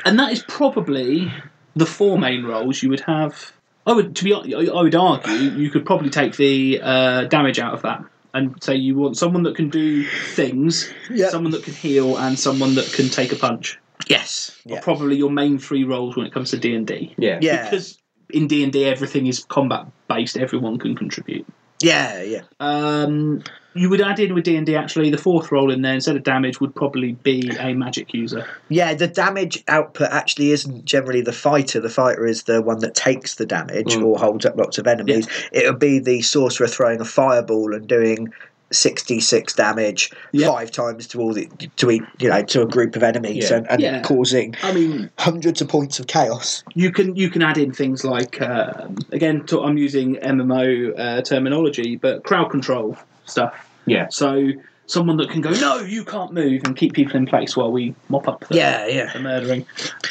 [SPEAKER 3] and that is probably the four main roles you would have. I would, to be, hon- I would argue you could probably take the uh, damage out of that and say you want someone that can do things,
[SPEAKER 1] Yeah.
[SPEAKER 3] someone that can heal, and someone that can take a punch.
[SPEAKER 1] Yes.
[SPEAKER 3] Are
[SPEAKER 1] Yeah.
[SPEAKER 3] Probably your main three roles when it comes to D and D.
[SPEAKER 2] Yeah.
[SPEAKER 1] Yeah.
[SPEAKER 3] Because in D and D, everything is combat based. Everyone can contribute.
[SPEAKER 1] Yeah. Yeah.
[SPEAKER 3] Um, you would add in with D and D actually the fourth role in there instead of damage would probably be a magic user.
[SPEAKER 1] Yeah, the damage output actually isn't generally the fighter. The fighter is the one that takes the damage
[SPEAKER 2] Mm.
[SPEAKER 1] or holds up lots of enemies. It would be the sorcerer throwing a fireball and doing sixty-six damage
[SPEAKER 3] Yeah.
[SPEAKER 1] five times to all the to eat, you know to a group of enemies
[SPEAKER 2] Yeah.
[SPEAKER 1] and, and
[SPEAKER 3] Yeah.
[SPEAKER 1] causing
[SPEAKER 3] I mean,
[SPEAKER 1] hundreds of points of chaos.
[SPEAKER 3] you can you can add in things like um again to, I'm using MMO uh, terminology, but crowd control stuff.
[SPEAKER 2] Yeah.
[SPEAKER 3] So someone that can go, no, you can't move, and keep people in place while we mop up the,
[SPEAKER 1] Yeah, yeah.
[SPEAKER 3] the murdering.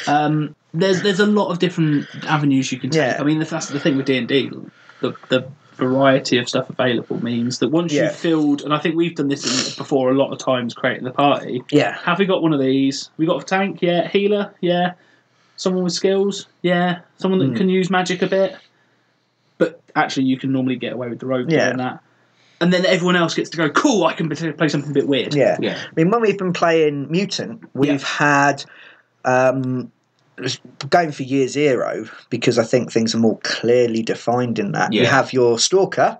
[SPEAKER 3] Um, there's there's a lot of different avenues you can take.
[SPEAKER 1] Yeah.
[SPEAKER 3] I mean, that's the thing with D and D. The the variety of stuff available means that once
[SPEAKER 1] Yeah.
[SPEAKER 3] you've filled, and I think we've done this in, before a lot of times creating the party.
[SPEAKER 1] Yeah,
[SPEAKER 3] Have we got one of these? We got a tank, yeah. Healer, yeah. Someone with skills, yeah. Someone
[SPEAKER 1] Hmm.
[SPEAKER 3] that can use magic a bit. But actually, you can normally get away with the rogue
[SPEAKER 1] Yeah.
[SPEAKER 3] doing that. And then everyone else gets to go, cool, I can bet- play something a bit weird.
[SPEAKER 1] yeah.
[SPEAKER 2] Yeah.
[SPEAKER 1] I mean, when we've been playing Mutant, we've
[SPEAKER 3] Yeah.
[SPEAKER 1] had um, it was going for year zero because I think things are more clearly defined in that. You
[SPEAKER 2] Yeah.
[SPEAKER 1] have your stalker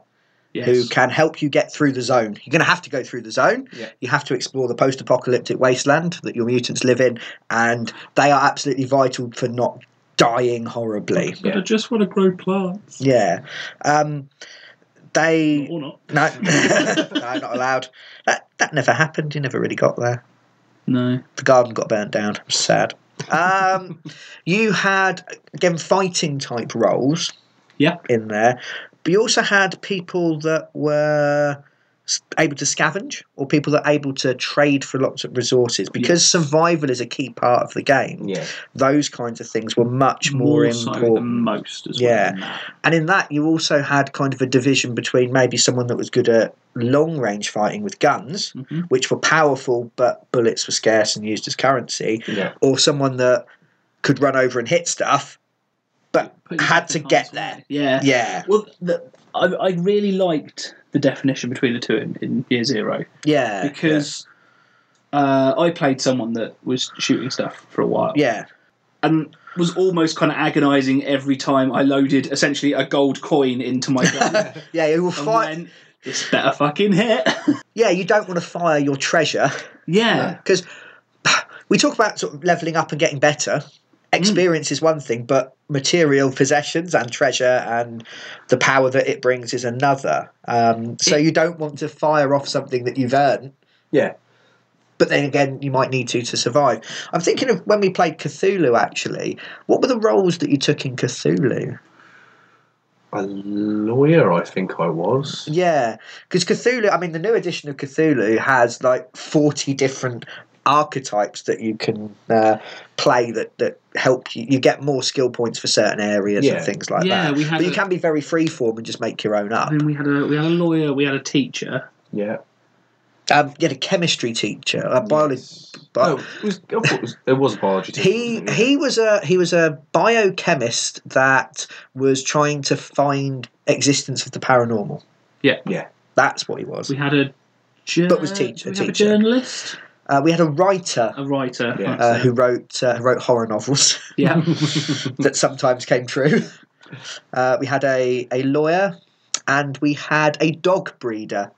[SPEAKER 3] Yes.
[SPEAKER 1] who can help you get through the zone. You're going to have to go through the zone.
[SPEAKER 2] Yeah.
[SPEAKER 1] You have to explore the post apocalyptic wasteland that your mutants live in, and they are absolutely vital for not dying horribly.
[SPEAKER 3] But I just want to grow plants.
[SPEAKER 1] Yeah. Um, they.
[SPEAKER 3] [LAUGHS] Or not.
[SPEAKER 1] No, [LAUGHS] no, not allowed. That that never happened. You never really got there.
[SPEAKER 3] No.
[SPEAKER 1] The garden got burnt down. I'm sad.
[SPEAKER 3] [LAUGHS]
[SPEAKER 1] Um, you had again fighting type roles.
[SPEAKER 3] Yeah.
[SPEAKER 1] In there, but you also had people that were s- able to scavenge or people that are able to trade for lots of resources because survival is a key part of the game.
[SPEAKER 2] Yeah.
[SPEAKER 1] Those kinds of things were much more,
[SPEAKER 3] so
[SPEAKER 1] important.
[SPEAKER 3] than most as
[SPEAKER 1] Yeah.
[SPEAKER 3] well. in that.
[SPEAKER 1] And in that, you also had kind of a division between maybe someone that was good at long range fighting with guns,
[SPEAKER 3] Mhm.
[SPEAKER 1] which were powerful, but bullets were scarce and used as currency,
[SPEAKER 2] Yeah.
[SPEAKER 1] or someone that could run over and hit stuff, but
[SPEAKER 3] Put
[SPEAKER 1] had
[SPEAKER 3] yourself
[SPEAKER 1] to
[SPEAKER 3] in
[SPEAKER 1] get
[SPEAKER 3] harm's
[SPEAKER 1] there.
[SPEAKER 3] way. Yeah.
[SPEAKER 1] Yeah,
[SPEAKER 3] Well, the, I, I really liked the definition between the two in, in year zero.
[SPEAKER 1] yeah.
[SPEAKER 3] because uh, I played someone that was shooting stuff for a while,
[SPEAKER 1] Yeah.
[SPEAKER 3] and was almost kind of agonising every time I loaded essentially a gold coin into
[SPEAKER 1] [LAUGHS]
[SPEAKER 3] my gun.
[SPEAKER 1] Yeah, yeah you will
[SPEAKER 3] and
[SPEAKER 1] fi-
[SPEAKER 3] went, this better fucking hit. [LAUGHS]
[SPEAKER 1] yeah, you don't want to fire your treasure
[SPEAKER 3] yeah,
[SPEAKER 1] because [SIGHS] we talk about sort of leveling up and getting better. Experience is one thing, but material possessions and treasure and the power that it brings is another. Um, so you don't want to fire off something that you've earned,
[SPEAKER 2] Yeah.
[SPEAKER 1] but then again, you might need to to survive. I'm thinking of when we played Cthulhu. Actually, what were the roles that you took in Cthulhu?
[SPEAKER 2] A lawyer, I think I was.
[SPEAKER 1] Yeah, because Cthulhu. I mean, the new edition of Cthulhu has like forty different archetypes that you can uh, play that that help you. You get more skill points for certain areas
[SPEAKER 2] Yeah.
[SPEAKER 1] and things like
[SPEAKER 3] yeah.
[SPEAKER 1] that.
[SPEAKER 3] We had.
[SPEAKER 1] But you
[SPEAKER 3] a- Mm.
[SPEAKER 1] can be very freeform and just make your own
[SPEAKER 3] I
[SPEAKER 1] up.
[SPEAKER 3] mean, we had a we had a lawyer, we had a teacher.
[SPEAKER 2] Yeah.
[SPEAKER 1] Um, you had a chemistry teacher, a biology.
[SPEAKER 2] Oh, it was, I thought it was, there was a biology teacher.
[SPEAKER 1] He
[SPEAKER 2] wasn't there?
[SPEAKER 1] he was a he was a biochemist that was trying to find existence of the paranormal.
[SPEAKER 3] Yeah.
[SPEAKER 2] Yeah.
[SPEAKER 1] that's what he was.
[SPEAKER 3] We had a. Jour-
[SPEAKER 1] But was teacher-
[SPEAKER 3] did we have a
[SPEAKER 1] teacher.
[SPEAKER 3] journalist.
[SPEAKER 1] Uh, we had a writer
[SPEAKER 3] A writer.
[SPEAKER 2] Yeah.
[SPEAKER 3] that's
[SPEAKER 1] uh,
[SPEAKER 3] it.
[SPEAKER 1] who wrote uh, who wrote horror novels [LAUGHS]
[SPEAKER 3] yeah.
[SPEAKER 1] that sometimes came true. Uh, we had a, a lawyer, and we had a dog breeder.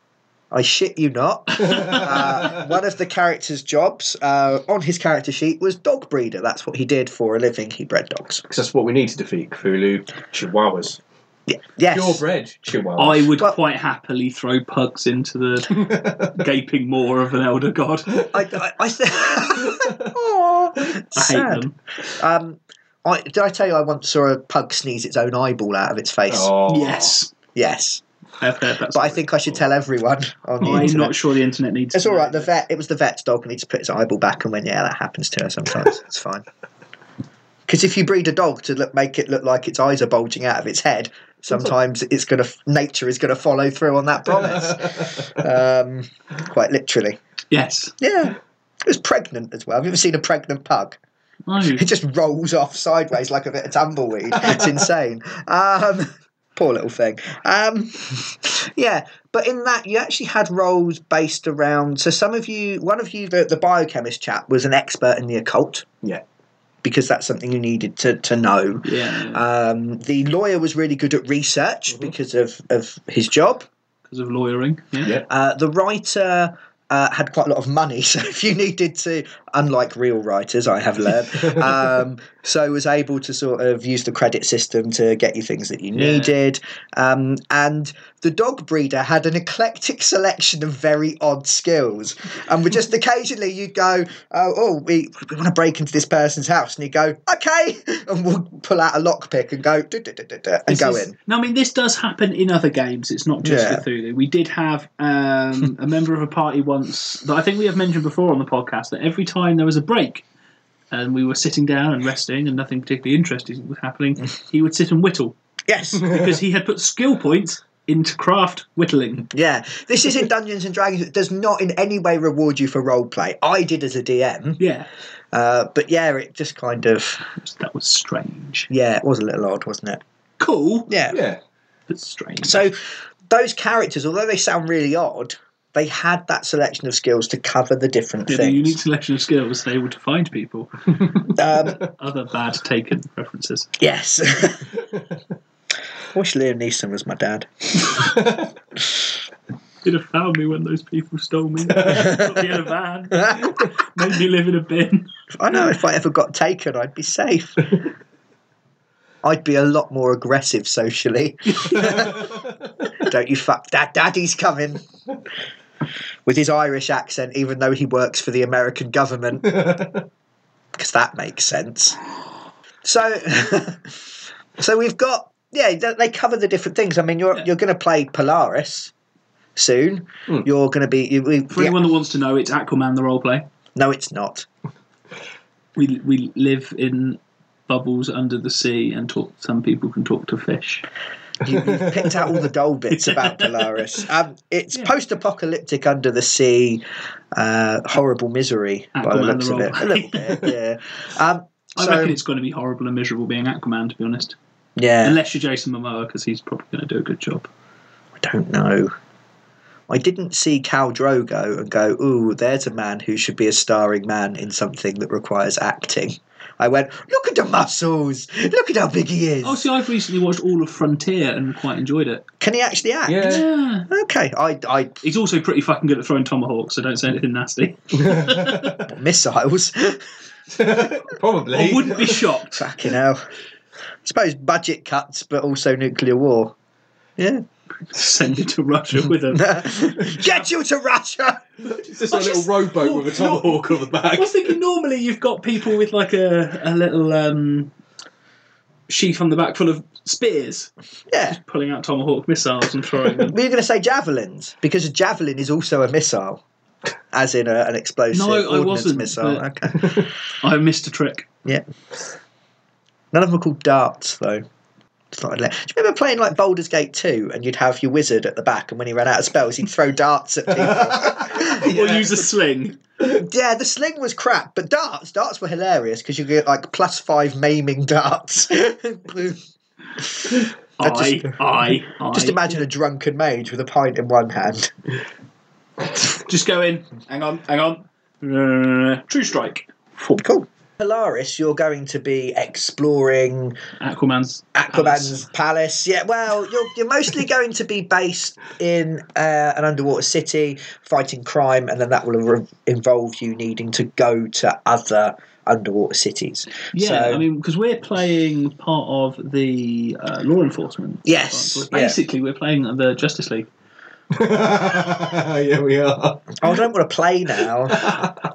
[SPEAKER 1] I shit you not. Uh, one of the characters' jobs uh, on his character sheet was dog breeder. That's what he did for a living. He bred dogs.
[SPEAKER 2] Because [LAUGHS] that's what we need to defeat Cthulhu Chihuahuas.
[SPEAKER 1] Yes.
[SPEAKER 2] Purebred Chihuahuas.
[SPEAKER 3] I would
[SPEAKER 1] Well-
[SPEAKER 3] quite happily throw pugs into the
[SPEAKER 2] [LAUGHS]
[SPEAKER 3] gaping maw of an elder god. I
[SPEAKER 1] I, I, I said. [LAUGHS] Aw,
[SPEAKER 3] hate
[SPEAKER 1] sad.
[SPEAKER 3] them.
[SPEAKER 1] Um, I, did I tell you I once saw a pug sneeze its own eyeball out of its face?
[SPEAKER 2] Oh.
[SPEAKER 3] Yes.
[SPEAKER 1] Yes,
[SPEAKER 3] I've heard that
[SPEAKER 1] but I
[SPEAKER 3] story.
[SPEAKER 1] think I should tell everyone on the
[SPEAKER 3] I'm
[SPEAKER 1] internet.
[SPEAKER 3] not sure the internet needs
[SPEAKER 1] It's
[SPEAKER 3] to
[SPEAKER 1] all
[SPEAKER 3] know
[SPEAKER 1] right. The
[SPEAKER 3] this.
[SPEAKER 1] vet. It was the vet's dog, and he just put his eyeball back and went, "Yeah, that happens to her sometimes. it's fine." [LAUGHS] Because if you breed a dog to look, make it look like its eyes are bulging out of its head, sometimes it's gonna nature is gonna follow through on that promise, um, quite literally.
[SPEAKER 3] Yes.
[SPEAKER 1] Yeah, it was pregnant as well. Have you ever seen a pregnant pug? [LAUGHS]
[SPEAKER 3] No. [LAUGHS]
[SPEAKER 1] It just rolls off sideways like a bit of tumbleweed. It's insane. Um, poor little thing. Um, yeah, but in that you actually had roles based around. So some of you, one of you, the, the biochemist chap, was an expert in the occult.
[SPEAKER 2] Yeah.
[SPEAKER 1] Because that's something you needed to, to know.
[SPEAKER 3] Yeah.
[SPEAKER 1] Um, the lawyer was really good at research because of, of his job.
[SPEAKER 3] Because of lawyering. Yeah.
[SPEAKER 2] Yeah.
[SPEAKER 1] Uh, the writer uh, had quite a lot of money, [LAUGHS] so if you needed to, unlike real writers, I have learned,
[SPEAKER 3] [LAUGHS]
[SPEAKER 1] um, so was able to sort of use the credit system to get you things that you
[SPEAKER 3] Yeah.
[SPEAKER 1] needed. Um, and the dog breeder had an eclectic selection of very odd skills, and would
[SPEAKER 3] [LAUGHS]
[SPEAKER 1] just occasionally you'd go, "Oh, oh we, we want to break into this person's house," and he'd go, "Okay," [LAUGHS] and we'll pull out a lockpick and go, "Duh, duh, duh, duh, duh," and
[SPEAKER 3] This
[SPEAKER 1] go
[SPEAKER 3] is-
[SPEAKER 1] in.
[SPEAKER 3] No, I mean this does happen in other games. It's not just
[SPEAKER 1] Yeah.
[SPEAKER 3] Cthulhu. We did have [LAUGHS] um, a member of a party once that I think we have mentioned before on the podcast that every time there was a break and we were sitting down and resting and nothing particularly interesting was happening, he would sit
[SPEAKER 1] [LAUGHS]
[SPEAKER 3] and whittle [LAUGHS]
[SPEAKER 1] Yes.
[SPEAKER 3] because he had put skill points into craft whittling.
[SPEAKER 1] Yeah, this is in Dungeons and Dragons. It does not in any way reward you for roleplay. I did as a DM,
[SPEAKER 3] Yeah,
[SPEAKER 1] uh, but yeah, it just kind of
[SPEAKER 3] that was strange.
[SPEAKER 1] yeah, it was a little odd, wasn't it?
[SPEAKER 3] Cool,
[SPEAKER 1] Yeah.
[SPEAKER 2] [LAUGHS] Yeah.
[SPEAKER 3] but strange.
[SPEAKER 1] So those characters, although they sound really odd, they had that selection of skills to cover the different
[SPEAKER 3] Yeah, the
[SPEAKER 1] things.
[SPEAKER 3] unique selection of skills they were to find [LAUGHS] people.
[SPEAKER 1] [LAUGHS] Um,
[SPEAKER 3] Other bad taken references.
[SPEAKER 1] yes. [LAUGHS] I wish Liam Neeson was my dad.
[SPEAKER 3] You'd have found me when those people
[SPEAKER 1] [LAUGHS]
[SPEAKER 3] stole me. Put me in a van.
[SPEAKER 1] I
[SPEAKER 3] Made me live in a bin.
[SPEAKER 1] know if I ever got taken, I'd be safe. I'd be a lot more aggressive socially. Don't you fuck that daddy's coming. With his Irish accent, even though he works for the American government. Because that makes sense. So [LAUGHS] So we've got yeah, they they cover the different things. I mean you're
[SPEAKER 3] Yeah.
[SPEAKER 1] you're gonna play Polaris soon. You're gonna be you, we,
[SPEAKER 3] For
[SPEAKER 1] yeah.
[SPEAKER 3] anyone that wants to know, it's Aquaman the roleplay.
[SPEAKER 1] No it's not.
[SPEAKER 3] We we live in bubbles under the sea and talk. Some people can talk to fish.
[SPEAKER 1] You, you've picked out all the
[SPEAKER 3] [LAUGHS]
[SPEAKER 1] dull bits about Polaris. Um, it's post apocalyptic under the sea, uh, horrible misery by the looks
[SPEAKER 3] Aquaman Ah,
[SPEAKER 1] of
[SPEAKER 3] the
[SPEAKER 1] it. A
[SPEAKER 3] wrong
[SPEAKER 1] little bit,
[SPEAKER 3] [LAUGHS]
[SPEAKER 1] yeah. Um,
[SPEAKER 3] I
[SPEAKER 1] so,
[SPEAKER 3] reckon it's going to be horrible and miserable being Aquaman, to be honest.
[SPEAKER 1] yeah.
[SPEAKER 3] Unless you're Jason Momoa, because he's probably going to do a good job.
[SPEAKER 1] I don't know. I didn't see Cal Drogo and go, ooh, there's a man who should be a starring man in something that requires acting. I went, look at the muscles. Look at how big he is.
[SPEAKER 3] Oh, see, I've recently watched all of Frontier and quite enjoyed it.
[SPEAKER 1] Can he actually act?
[SPEAKER 2] Yeah.
[SPEAKER 3] Yeah.
[SPEAKER 1] Okay. I, I
[SPEAKER 3] He's also pretty fucking good at throwing tomahawks, so don't say anything nasty.
[SPEAKER 1] missiles.
[SPEAKER 2] [LAUGHS]
[SPEAKER 1] [LAUGHS]
[SPEAKER 2] Probably.
[SPEAKER 3] I
[SPEAKER 2] [LAUGHS]
[SPEAKER 3] wouldn't be shocked.
[SPEAKER 1] Fucking hell. I suppose budget cuts, but also nuclear war. Yeah. [LAUGHS]
[SPEAKER 3] Send it to Russia with a
[SPEAKER 1] Get you to Russia!
[SPEAKER 2] It's just a
[SPEAKER 3] I
[SPEAKER 2] little
[SPEAKER 3] just-
[SPEAKER 2] rowboat
[SPEAKER 3] Oh,
[SPEAKER 2] with a tomahawk on the back. [LAUGHS]
[SPEAKER 3] I was thinking normally you've got people with like a, a little um, sheath on the back full of spears,
[SPEAKER 1] Yeah.
[SPEAKER 3] pulling out tomahawk missiles and throwing them.
[SPEAKER 1] We were going to say javelins, because a javelin is also a missile, as in a, an explosive
[SPEAKER 3] No, I
[SPEAKER 1] ordnance
[SPEAKER 3] wasn't,
[SPEAKER 1] missile.
[SPEAKER 3] but-
[SPEAKER 1] Okay.
[SPEAKER 3] [LAUGHS] I missed a trick.
[SPEAKER 1] Yeah. None of them are called darts, though. It's not a le- Do you remember playing like Baldur's Gate 2 and you'd have your wizard at the back, and when he ran out of spells, he'd throw darts at
[SPEAKER 3] [LAUGHS]
[SPEAKER 1] people?
[SPEAKER 3] Or use a [LAUGHS] sling.
[SPEAKER 1] yeah, the sling was crap, but darts, darts were hilarious because you get like plus five maiming darts. [LAUGHS] just
[SPEAKER 3] I,
[SPEAKER 1] just-
[SPEAKER 3] I, I. Just,
[SPEAKER 1] imagine a drunken mage with a pint in one hand.
[SPEAKER 3] go in. Hang on, hang on. Uh, True Strike.
[SPEAKER 1] Cool. Polaris, you're going to be exploring
[SPEAKER 3] Aquaman's.
[SPEAKER 1] Aquaman's palace. Yeah, well, you're, you're mostly going to be based in uh, an underwater city fighting crime, and then that will re- involve you needing to go to other underwater cities.
[SPEAKER 3] Yeah,
[SPEAKER 1] So-
[SPEAKER 3] I mean, because we're playing part of the uh, law enforcement.
[SPEAKER 1] Yes,
[SPEAKER 3] We're
[SPEAKER 1] yeah.
[SPEAKER 3] Basically, we're playing the Justice League.
[SPEAKER 2] yeah, we
[SPEAKER 1] Oh,
[SPEAKER 2] are.
[SPEAKER 1] I don't want to play
[SPEAKER 3] [LAUGHS]
[SPEAKER 1] now.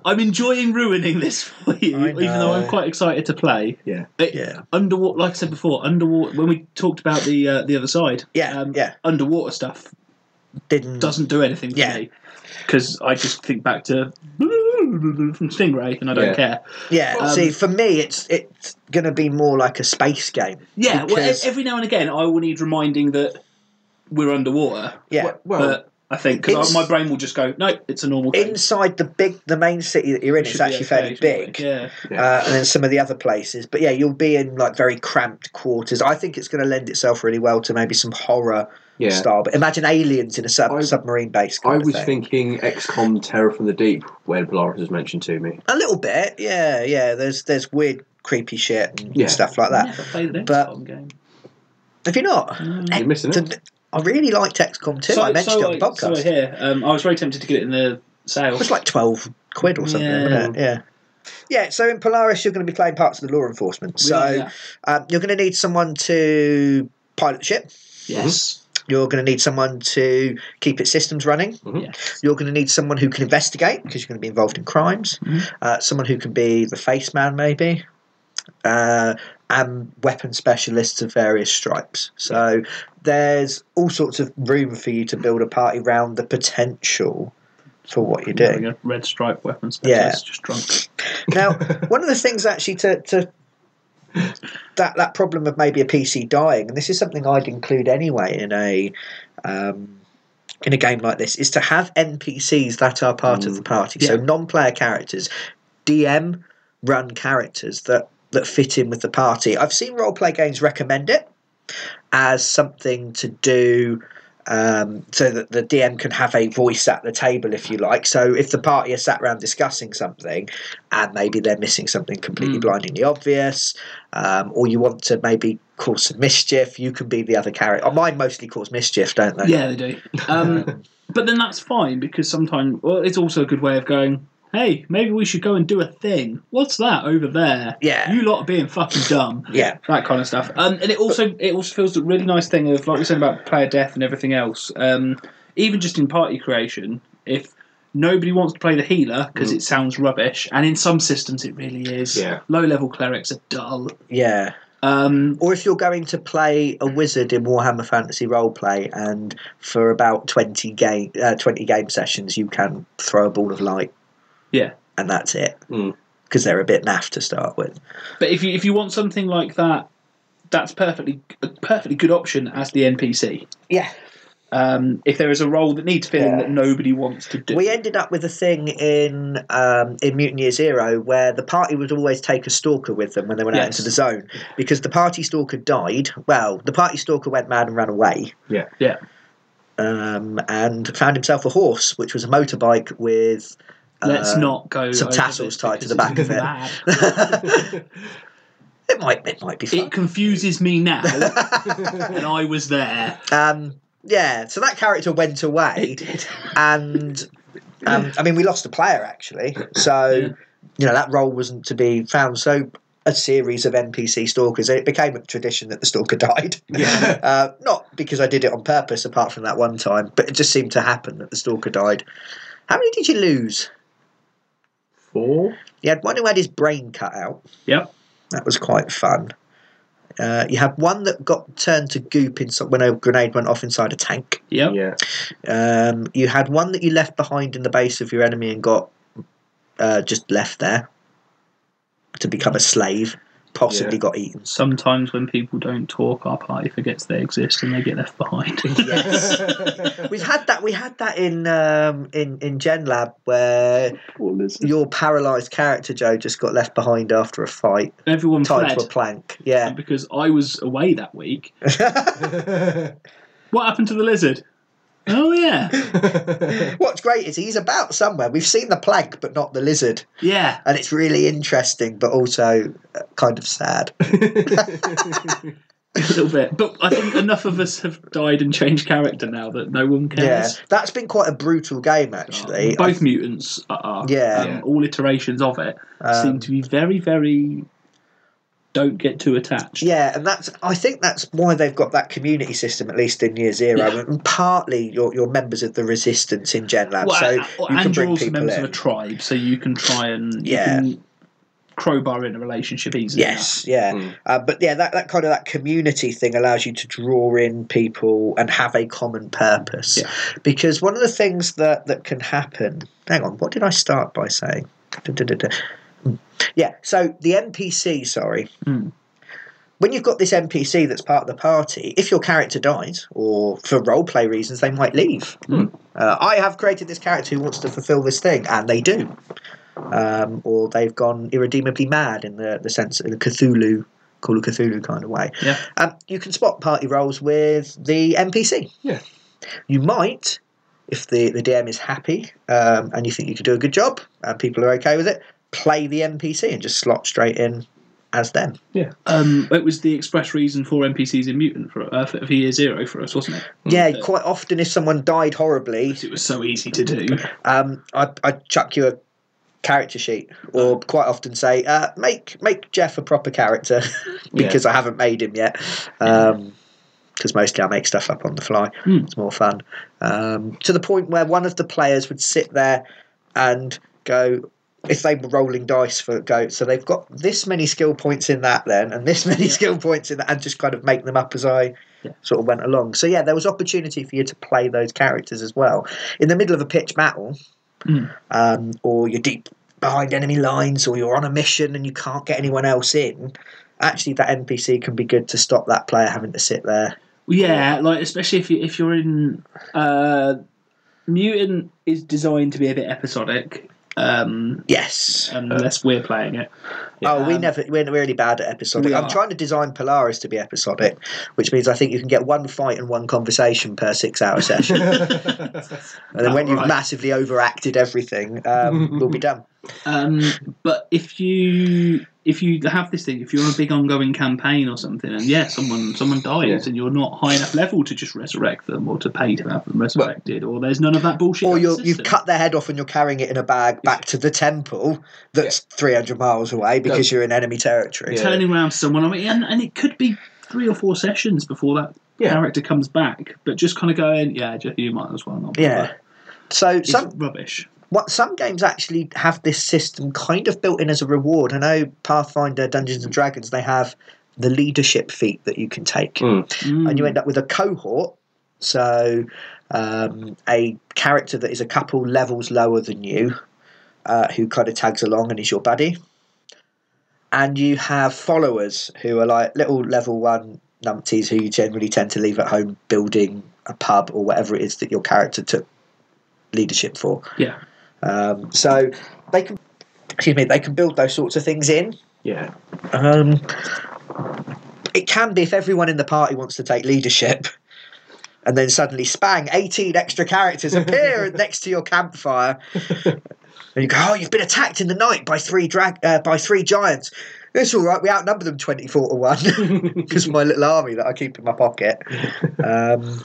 [SPEAKER 3] I'm enjoying ruining this for you,
[SPEAKER 1] I
[SPEAKER 3] even though I'm
[SPEAKER 1] know.
[SPEAKER 3] quite excited to play.
[SPEAKER 2] Yeah.
[SPEAKER 3] It-
[SPEAKER 1] Yeah.
[SPEAKER 3] Underwater, like I said before, underwater. When we talked about the uh, the other side, um,
[SPEAKER 1] Yeah, yeah.
[SPEAKER 3] underwater stuff
[SPEAKER 1] Didn't.
[SPEAKER 3] doesn't do anything for
[SPEAKER 1] Yeah.
[SPEAKER 3] me because I just think back to [LAUGHS] from Stingray and I don't
[SPEAKER 2] Yeah.
[SPEAKER 3] care.
[SPEAKER 1] Yeah,
[SPEAKER 3] Um,
[SPEAKER 1] see, for me, it's it's going to be more like a space game.
[SPEAKER 3] Yeah, well,
[SPEAKER 1] Because-
[SPEAKER 3] e- every now and again, I will need reminding that we're underwater.
[SPEAKER 1] Yeah.
[SPEAKER 2] Well,
[SPEAKER 3] but I think because
[SPEAKER 1] It's-
[SPEAKER 3] my brain will just go, no, it's a normal game.
[SPEAKER 1] Inside the big, the main city that you're in, it's
[SPEAKER 3] Should be
[SPEAKER 1] actually fairly
[SPEAKER 3] okay, shouldn't we?
[SPEAKER 1] big.
[SPEAKER 3] Yeah,
[SPEAKER 1] uh, and then some of the other places. But yeah, you'll be in like very cramped quarters. I think it's going to lend itself really well to maybe some horror
[SPEAKER 2] yeah.
[SPEAKER 1] style. But imagine aliens in a sub-
[SPEAKER 2] I-
[SPEAKER 1] submarine base. Kind
[SPEAKER 2] I
[SPEAKER 1] of
[SPEAKER 2] was
[SPEAKER 1] thing.
[SPEAKER 2] thinking XCOM Terror from the Deep when Polaris was mentioned to me.
[SPEAKER 1] a little bit. Yeah, yeah. There's there's weird, creepy shit and
[SPEAKER 2] Yeah.
[SPEAKER 1] stuff like
[SPEAKER 3] I
[SPEAKER 1] that.
[SPEAKER 3] never played an
[SPEAKER 1] But-
[SPEAKER 3] XCOM game.
[SPEAKER 1] Have you not?
[SPEAKER 2] You're missing it.
[SPEAKER 1] Th- I really liked XCOM too. I mentioned it on the
[SPEAKER 3] I- So I
[SPEAKER 1] podcast.
[SPEAKER 3] hear. Um, I was very tempted to get it in the sale.
[SPEAKER 1] It was like twelve quid or something.
[SPEAKER 3] Yeah.
[SPEAKER 1] Wasn't it? Yeah. Yeah, so in Polaris, you're going to be playing parts of the law enforcement.
[SPEAKER 3] We
[SPEAKER 1] So
[SPEAKER 3] are, yeah.
[SPEAKER 1] um, you're going to need someone to pilot the ship.
[SPEAKER 3] yes,
[SPEAKER 1] You're going to need someone to keep its systems running.
[SPEAKER 2] Mhm.
[SPEAKER 3] yes.
[SPEAKER 1] You're going to need someone who can investigate because you're going to be involved in crimes.
[SPEAKER 3] Mhm.
[SPEAKER 1] Uh, someone who can be the face man, maybe, uh, and weapon specialists of various stripes. So there's all sorts of room for you to build a party round the potential for what you're doing.
[SPEAKER 3] Having a red stripe weapon
[SPEAKER 1] Yeah.
[SPEAKER 3] specialist, just drunk.
[SPEAKER 1] [LAUGHS] Now, one of the things actually to, to that that problem of maybe a PC dying, and this is something I'd include anyway in a um, in a game like this, is to have NPCs that are part of the party, so
[SPEAKER 3] Yeah.
[SPEAKER 1] non-player characters, DM run characters that that fit in with the party. I've seen role play games recommend it as something to do um, so that the DM can have a voice at the table, if you like. So if the party are sat around discussing something, and maybe they're missing something completely
[SPEAKER 3] Mm.
[SPEAKER 1] blindingly obvious, um, or you want to maybe cause some mischief, you can be the other character. Oh, mine mostly cause mischief, don't they?
[SPEAKER 3] Yeah, they do.
[SPEAKER 1] [LAUGHS]
[SPEAKER 3] Um, but then that's fine because sometimes, well, it's also a good way of going. Hey, maybe we should go and do a thing. What's that over there?
[SPEAKER 1] Yeah.
[SPEAKER 3] you lot are being fucking dumb.
[SPEAKER 1] [LAUGHS] Yeah.
[SPEAKER 3] that kind of stuff. Um, and it also it also feels a really nice thing of like we said about player death and everything else. Um, even just in party creation, if nobody wants to play the healer because
[SPEAKER 1] Mm.
[SPEAKER 3] it sounds rubbish, and in some systems it really is.
[SPEAKER 2] Yeah.
[SPEAKER 3] Low level clerics are dull.
[SPEAKER 1] Yeah.
[SPEAKER 3] Um,
[SPEAKER 1] Or if you're going to play a wizard in Warhammer Fantasy Roleplay, and for about 20 game, uh, 20 game sessions, you can throw a ball of light.
[SPEAKER 3] Yeah.
[SPEAKER 1] And that's it.
[SPEAKER 2] Mm.
[SPEAKER 1] Because they're a bit naff to start with.
[SPEAKER 3] but if you if you want something like that, that's perfectly a perfectly good option as the NPC.
[SPEAKER 1] Yeah.
[SPEAKER 3] Um, if there is a role that needs filling
[SPEAKER 1] Yeah.
[SPEAKER 3] that nobody wants to do,
[SPEAKER 1] We ended up with a thing in um, in Mutineer Zero where the party would always take a stalker with them when they went out
[SPEAKER 3] Yes.
[SPEAKER 1] into the zone because the party stalker died. Well, the party stalker went mad and ran away
[SPEAKER 2] Yeah.
[SPEAKER 3] yeah,
[SPEAKER 1] um, and found himself a horse, which was a motorbike with.
[SPEAKER 3] let's
[SPEAKER 1] uh,
[SPEAKER 3] not go
[SPEAKER 1] some
[SPEAKER 3] over
[SPEAKER 1] tassels
[SPEAKER 3] this
[SPEAKER 1] tied to the
[SPEAKER 3] because
[SPEAKER 1] back of
[SPEAKER 3] it's
[SPEAKER 1] it.
[SPEAKER 3] bad.
[SPEAKER 1] [LAUGHS] It might it might be fun.
[SPEAKER 3] It confuses me now,
[SPEAKER 1] [LAUGHS]
[SPEAKER 3] and I was there.
[SPEAKER 1] Um, yeah, so that character went away,
[SPEAKER 3] did.
[SPEAKER 1] and um, I mean, we lost a player actually. So
[SPEAKER 3] Yeah.
[SPEAKER 1] you know that role wasn't to be found. So a series of NPC stalkers. It became a tradition that the stalker [LAUGHS] died. [LAUGHS]
[SPEAKER 2] Yeah.
[SPEAKER 1] Uh, not because I did it on purpose, apart from that one time, but it just seemed to happen that the stalker died. How many did you lose?
[SPEAKER 2] Four?
[SPEAKER 1] You had one who had his brain cut out.
[SPEAKER 3] Yep.
[SPEAKER 1] That was quite fun. Uh, you had one that got turned to goop inside when a grenade went off inside a tank.
[SPEAKER 3] Yep.
[SPEAKER 2] Yeah.
[SPEAKER 1] Um, you had one that you left behind in the base of your enemy and got uh, just left there to become a slave. Possibly
[SPEAKER 2] Yeah.
[SPEAKER 1] got eaten.
[SPEAKER 3] Sometimes when people don't talk, our party forgets they exist and they get
[SPEAKER 1] [LAUGHS]
[SPEAKER 3] left behind.
[SPEAKER 1] We've had that. We had that in um, in in Gen Lab where your paralysed character Joe just got left behind after a fight,
[SPEAKER 3] Everyone
[SPEAKER 1] tied
[SPEAKER 3] fled
[SPEAKER 1] to a plank. Yeah.
[SPEAKER 2] [LAUGHS]
[SPEAKER 3] because I was away that week. What happened to the lizard? Oh yeah,
[SPEAKER 1] What's great is he's about somewhere. We've seen the plague, but not the lizard,
[SPEAKER 3] yeah.
[SPEAKER 1] and it's really interesting, but also uh, kind of sad. [LAUGHS]
[SPEAKER 3] A little bit, but I think enough of us have died and changed character now that no one
[SPEAKER 1] Yeah,
[SPEAKER 3] cares.
[SPEAKER 1] that's been quite a brutal game, actually.
[SPEAKER 3] Both mutants are- are.
[SPEAKER 1] Yeah.
[SPEAKER 3] Um, All iterations of it seem
[SPEAKER 1] Um,
[SPEAKER 3] to be very, very. Don't get too attached.
[SPEAKER 1] Yeah, and that's I think that's why they've got that community system at least in year zero,
[SPEAKER 3] Yeah.
[SPEAKER 1] and partly you're, you're members of the resistance in Gen Lab,
[SPEAKER 3] Well,
[SPEAKER 1] so
[SPEAKER 3] and-
[SPEAKER 1] you can
[SPEAKER 3] and you're
[SPEAKER 1] bring
[SPEAKER 3] also
[SPEAKER 1] people
[SPEAKER 3] members
[SPEAKER 1] in.
[SPEAKER 3] of a tribe, so you can try and you
[SPEAKER 1] Yeah.
[SPEAKER 3] can crowbar in a relationship easily.
[SPEAKER 1] Yes,
[SPEAKER 2] Mm.
[SPEAKER 1] yeah,
[SPEAKER 2] Hmm.
[SPEAKER 1] uh, but yeah, that, that kind of that community thing allows you to draw in people and have a common purpose.
[SPEAKER 3] Yeah.
[SPEAKER 1] Because one of the things that that can happen. Hang on, what did I start by saying? Du-du-du-du. Hmm. Yeah, so the NPC, sorry.
[SPEAKER 3] Hmm.
[SPEAKER 1] When you've got this NPC that's part of the party, if your character dies, or for roleplay reasons, they might leave.
[SPEAKER 3] Hmm.
[SPEAKER 1] Uh, I have created this character who wants to fulfill this thing, and they do um, or they've gone irredeemably mad in the, the sense in the Cthulhu Call of Cthulhu kind of way.
[SPEAKER 3] Yeah.
[SPEAKER 1] Um, you can spot party roles with the NPC.
[SPEAKER 2] Yeah.
[SPEAKER 1] You might, if the, the DM is happy um, and you think you could do a good job and people are okay with it, play the NPC and just slot straight in as them.
[SPEAKER 3] Um, it was the express reason for NPCs in Mutant for, uh, for for Year Zero for us, wasn't it?
[SPEAKER 1] Yeah,
[SPEAKER 3] Yeah.
[SPEAKER 1] quite often if someone died horribly,
[SPEAKER 3] Because it was so easy to do.
[SPEAKER 1] um, I, I chuck you a character sheet, or quite often say, uh, make make Jeff a proper character [LAUGHS] because I haven't made him yet. Because mostly I make stuff up on the fly.
[SPEAKER 3] Hmm.
[SPEAKER 1] It's more fun. Um, to the point where one of the players would sit there and go. If they were rolling dice for go, so they've got this many skill points in that then, and this [LAUGHS] many skill points in that, and just kind of make them up as I sort of went along. So yeah, there was opportunity for you to play those characters as well in the middle of a pitch battle,
[SPEAKER 3] Mm.
[SPEAKER 1] um, or you're deep behind enemy lines, or you're on a mission and you can't get anyone else in. Actually, that NPC can be good to stop that player having to sit there.
[SPEAKER 3] Yeah, like especially if you if you're in uh, Mutant is designed to be a bit episodic, um,
[SPEAKER 1] Yes.
[SPEAKER 3] unless we're playing it.
[SPEAKER 1] oh, we
[SPEAKER 3] Um,
[SPEAKER 1] never. We're really bad at episodic.
[SPEAKER 3] we
[SPEAKER 1] I'm
[SPEAKER 3] are.
[SPEAKER 1] trying to design Polaris to be episodic, which means I think you can get one fight and one conversation per
[SPEAKER 3] [LAUGHS]
[SPEAKER 1] six-hour session, and then when you've
[SPEAKER 3] Alright.
[SPEAKER 1] massively overacted everything, um, we'll be
[SPEAKER 3] [LAUGHS]
[SPEAKER 1] done.
[SPEAKER 3] Um, but if you if you have this thing, if you're on a big ongoing campaign or something, and yeah, someone someone dies,
[SPEAKER 2] Yeah.
[SPEAKER 3] and you're not high enough level to just resurrect them or to pay to have them resurrected, or there's none of that bullshit.
[SPEAKER 1] Or
[SPEAKER 3] on the
[SPEAKER 1] you're, you've
[SPEAKER 3] system.
[SPEAKER 1] cut their head off and you're carrying it in a bag back to the temple that's 300 miles away because you're in enemy territory.
[SPEAKER 2] Yeah.
[SPEAKER 3] turning around to someone. I mean, and, and it could be three or four sessions before that
[SPEAKER 2] Yeah.
[SPEAKER 3] character comes back, but just kind of going, yeah, Jeff, you might as well not.
[SPEAKER 1] Yeah.
[SPEAKER 3] bother."
[SPEAKER 1] So
[SPEAKER 3] It's
[SPEAKER 1] some
[SPEAKER 3] rubbish.
[SPEAKER 1] what some games actually have this system kind of built in as a reward. I know Pathfinder Dungeons and Dragons they have the leadership feat that you can take,
[SPEAKER 3] Mm.
[SPEAKER 1] and you end up with a cohort. So um, a character that is a couple levels lower than you, uh, who kind of tags along and is your buddy, and you have followers who are like little level one numpties who you generally tend to leave at home building a pub or whatever it is that your character took leadership for.
[SPEAKER 3] yeah,
[SPEAKER 1] Um, so they can, excuse me, they can build those sorts of things in.
[SPEAKER 2] yeah.
[SPEAKER 1] Um, it can be if everyone in the party wants to take leadership, and then suddenly, spang, eighteen extra characters appear next to your campfire, and you go, "Oh, you've been attacked in the night by three drag uh, by three giants." It's all right. We outnumber them twenty-four to one [LAUGHS] because my little army that I keep in my pocket. Um,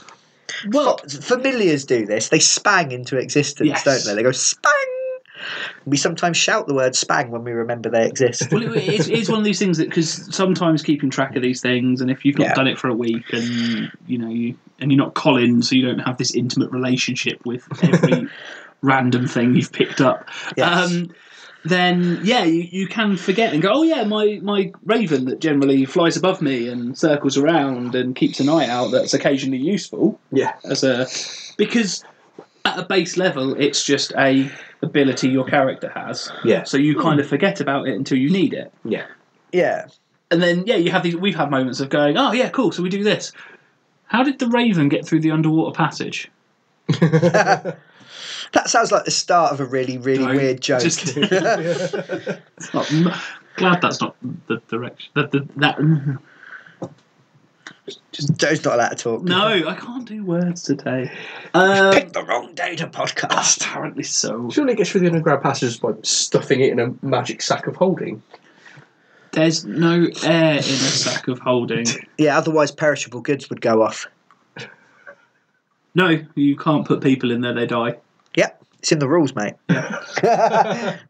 [SPEAKER 3] well,
[SPEAKER 1] familiars do this. They spang into existence,
[SPEAKER 3] Yes.
[SPEAKER 1] don't they? They go spang. We sometimes shout the word spang when we remember they exist.
[SPEAKER 3] well, it, it's, it's one of these things that because sometimes keeping track of these things, and if you've not
[SPEAKER 1] Yeah.
[SPEAKER 3] done it for a week, and you know, you, and you're not Colin, so you don't have this intimate relationship with
[SPEAKER 1] [LAUGHS]
[SPEAKER 3] every random thing you've picked up.
[SPEAKER 1] Yes.
[SPEAKER 3] Um, then yeah, you, you can forget and go, oh yeah, my, my raven that generally flies above me and circles around and keeps an eye out that's occasionally useful
[SPEAKER 2] Yeah.
[SPEAKER 3] as a because at a base level it's just a ability your character has.
[SPEAKER 2] Yeah.
[SPEAKER 3] So you kind of forget about it until you need it
[SPEAKER 2] Yeah.
[SPEAKER 1] yeah,
[SPEAKER 3] and then yeah, you have these. We've had moments of going, oh yeah, cool. So we do this. How did the Raven get through the underwater passage?
[SPEAKER 1] that sounds like the start of a really, really
[SPEAKER 3] Don't.
[SPEAKER 1] weird joke.
[SPEAKER 3] Just kidding. [LAUGHS] It's not- glad that's not the direction. That, that, that
[SPEAKER 1] [LAUGHS] Joe's not allowed to talk.
[SPEAKER 3] No, I can't do words today. Um,
[SPEAKER 1] Pick the wrong day to podcast.
[SPEAKER 3] [LAUGHS] apparently so.
[SPEAKER 2] Surely it gets through the underground passages by stuffing it in a magic sack of holding.
[SPEAKER 3] There's no air in a sack of holding.
[SPEAKER 1] Yeah, otherwise perishable goods would go off.
[SPEAKER 3] No, you can't put people in there, they die.
[SPEAKER 1] Yep, it's in the rules,
[SPEAKER 3] [LAUGHS]
[SPEAKER 1] mate.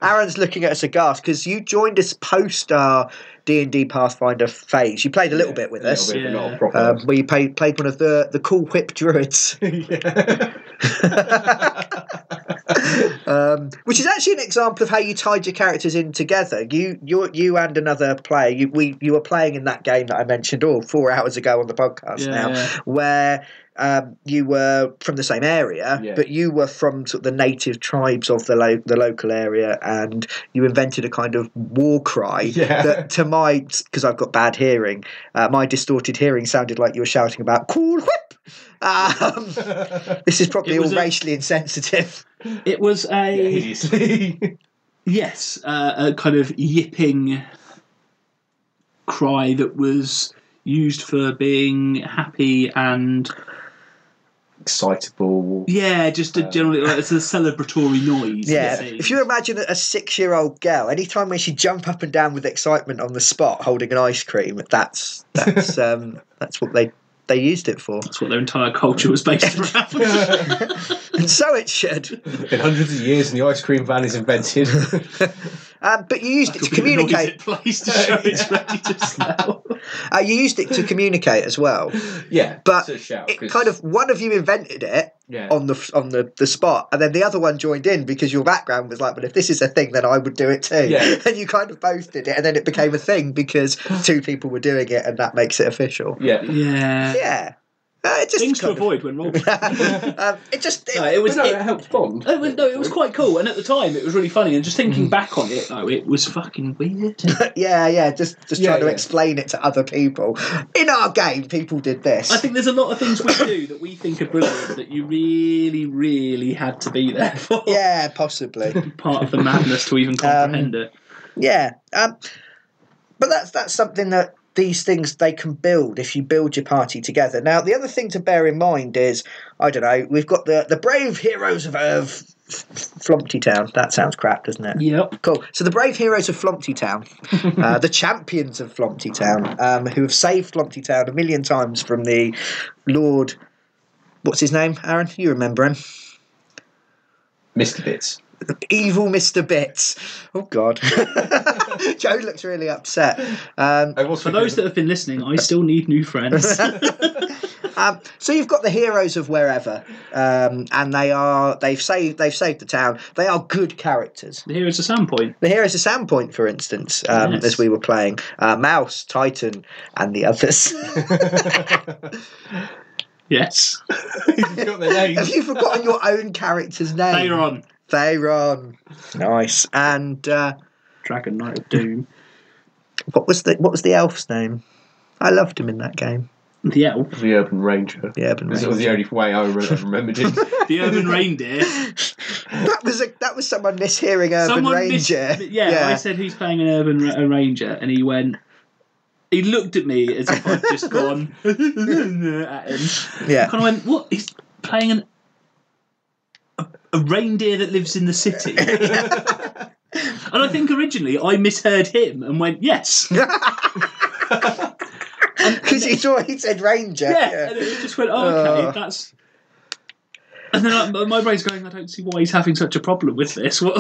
[SPEAKER 1] Aaron's looking at us aghast because you joined us post our D and D Pathfinder phase. You played a little bit with
[SPEAKER 2] A
[SPEAKER 1] us,
[SPEAKER 2] little bit, but not
[SPEAKER 3] Yeah.
[SPEAKER 2] a proper.
[SPEAKER 1] um, where you played played one of the the cool whip druids,
[SPEAKER 2] yeah.
[SPEAKER 1] um, which is actually an example of how you tied your characters in together. You you you and another player. You we you were playing in that game that I mentioned all four hours ago on the podcast
[SPEAKER 3] Yeah,
[SPEAKER 1] now,
[SPEAKER 3] yeah.
[SPEAKER 1] where. Um, you were from the same area,
[SPEAKER 2] Yeah.
[SPEAKER 1] but you were from sort of the native tribes of the lo- the local area, and you invented a kind of war cry
[SPEAKER 2] Yeah.
[SPEAKER 1] that, to my because I've got bad hearing, uh, my distorted hearing sounded like you were shouting about "cool whip." Um, [LAUGHS]
[SPEAKER 2] [LAUGHS]
[SPEAKER 1] this is probably
[SPEAKER 3] It
[SPEAKER 1] all
[SPEAKER 3] was a-
[SPEAKER 1] racially insensitive.
[SPEAKER 3] It was a.
[SPEAKER 2] Hideously.
[SPEAKER 3] Yes, uh, a kind of yipping cry that was used for being happy and
[SPEAKER 2] Excitable. [LAUGHS]
[SPEAKER 3] yeah, just
[SPEAKER 2] Uh,
[SPEAKER 3] a generally like, it's a celebratory noise.
[SPEAKER 1] Yeah,
[SPEAKER 3] it
[SPEAKER 1] if you imagine a six-year-old girl, anytime when she jump up and down with excitement on the spot holding an ice cream, that's that's um, that's what they they used it for,
[SPEAKER 3] that's what their entire culture was based
[SPEAKER 1] [LAUGHS]
[SPEAKER 3] [LAUGHS] around.
[SPEAKER 1] and so it should.
[SPEAKER 2] In hundreds of years, and the ice cream van
[SPEAKER 1] [LAUGHS]
[SPEAKER 2] is invented.
[SPEAKER 1] Um, but you used it to communicate.
[SPEAKER 3] it plays to show it's ready
[SPEAKER 1] [LAUGHS]
[SPEAKER 3] to sell.
[SPEAKER 1] Uh, you used it to communicate as well.
[SPEAKER 2] yeah,
[SPEAKER 1] But
[SPEAKER 2] it's a shout,
[SPEAKER 1] It
[SPEAKER 2] 'cause-
[SPEAKER 1] kind of one of you invented it,
[SPEAKER 2] yeah.
[SPEAKER 1] on the on the, the spot, and then the other one joined in because your background was like, "But if this is a thing, then I would do it too."
[SPEAKER 2] Yeah.
[SPEAKER 1] [LAUGHS] And you kind of both did it, and then it became a thing because two people were doing it, and that makes it official.
[SPEAKER 2] yeah.
[SPEAKER 3] Yeah,
[SPEAKER 1] Yeah, uh, it just
[SPEAKER 3] things to
[SPEAKER 1] kind of-
[SPEAKER 3] avoid
[SPEAKER 1] [LAUGHS]
[SPEAKER 3] when role.
[SPEAKER 1] um, it just it,
[SPEAKER 3] No, it was
[SPEAKER 2] But no, uh,
[SPEAKER 3] it-
[SPEAKER 2] it, helps bond.
[SPEAKER 3] It was, no, it was quite cool, and at the time it was really funny. And just thinking
[SPEAKER 1] Mm.
[SPEAKER 3] back on it, though, it was fucking weird.
[SPEAKER 1] yeah, yeah, just just
[SPEAKER 2] Yeah,
[SPEAKER 1] trying to
[SPEAKER 2] yeah.
[SPEAKER 1] explain it to other people. In our game, people did this.
[SPEAKER 3] I think there's a lot of things we do that we think are brilliant that you really, really had to be there [LAUGHS] for.
[SPEAKER 1] yeah, Um, possibly.
[SPEAKER 3] Part of the madness to
[SPEAKER 1] [LAUGHS]
[SPEAKER 3] even comprehend it.
[SPEAKER 1] Yeah, um, but that's that's something that these things they can build if you build your party together. Now, the other thing to bear in mind is, I don't know, we've got the the brave heroes of Irv, Flompty Town. That sounds crap, doesn't it?
[SPEAKER 3] Yep.
[SPEAKER 1] Cool. So the brave heroes of Flompty Town, uh, the champions of Flompty Town, um, who have saved Flompty Town a million times from the Lord. What's his name, Aaron? You remember him?
[SPEAKER 2] Mr. Bits.
[SPEAKER 1] Evil Mr. Bits. Oh God. [LAUGHS] Joe looks really upset. Um, [LAUGHS]
[SPEAKER 2] I was
[SPEAKER 3] Oh, For
[SPEAKER 2] [LAUGHS]
[SPEAKER 3] those that have been listening, I still need new friends.
[SPEAKER 1] Um, so you've got the heroes of wherever, um, and they are they've saved they've saved the town. They are good characters.
[SPEAKER 3] Here is a sandpoint.
[SPEAKER 1] The heroes of Sandpoint, for instance, um,
[SPEAKER 3] Yes.
[SPEAKER 1] as we were playing, uh, Mouse, Titan, and the
[SPEAKER 3] [LAUGHS]
[SPEAKER 1] others. [LAUGHS]
[SPEAKER 3] Yes.
[SPEAKER 2] You've got their
[SPEAKER 1] Have
[SPEAKER 2] names.
[SPEAKER 1] you forgotten your own character's name?
[SPEAKER 3] Later on,
[SPEAKER 1] Theron. Nice. And uh,
[SPEAKER 3] Dragon Knight of Doom,
[SPEAKER 1] what was the what was the elf's name? I loved him in that game.
[SPEAKER 3] the elf,
[SPEAKER 2] The Urban Ranger.
[SPEAKER 1] The Urban
[SPEAKER 2] This was
[SPEAKER 1] Ranger.
[SPEAKER 2] the only way I re- remembered it.
[SPEAKER 3] the urban reindeer.
[SPEAKER 1] [LAUGHS] That was a, that was someone mishearing [LAUGHS] Urban
[SPEAKER 3] mis-
[SPEAKER 1] Ranger.
[SPEAKER 3] yeah, I said who's playing an urban ra- a ranger, and he went. He looked at me as if I'd
[SPEAKER 1] [LAUGHS]
[SPEAKER 3] just gone [LAUGHS] at him. I
[SPEAKER 1] yeah.
[SPEAKER 3] kind of went, "What? He's playing an a, a reindeer that lives in
[SPEAKER 1] [LAUGHS]
[SPEAKER 3] the city." and I think originally I misheard him and went, "Yes."
[SPEAKER 1] Because he thought he said Ranger.
[SPEAKER 3] Yeah, and it just went, oh, okay,
[SPEAKER 1] Uh.
[SPEAKER 3] that's. And then I, my brain's going, I don't see why he's having such a problem with this. [LAUGHS] What?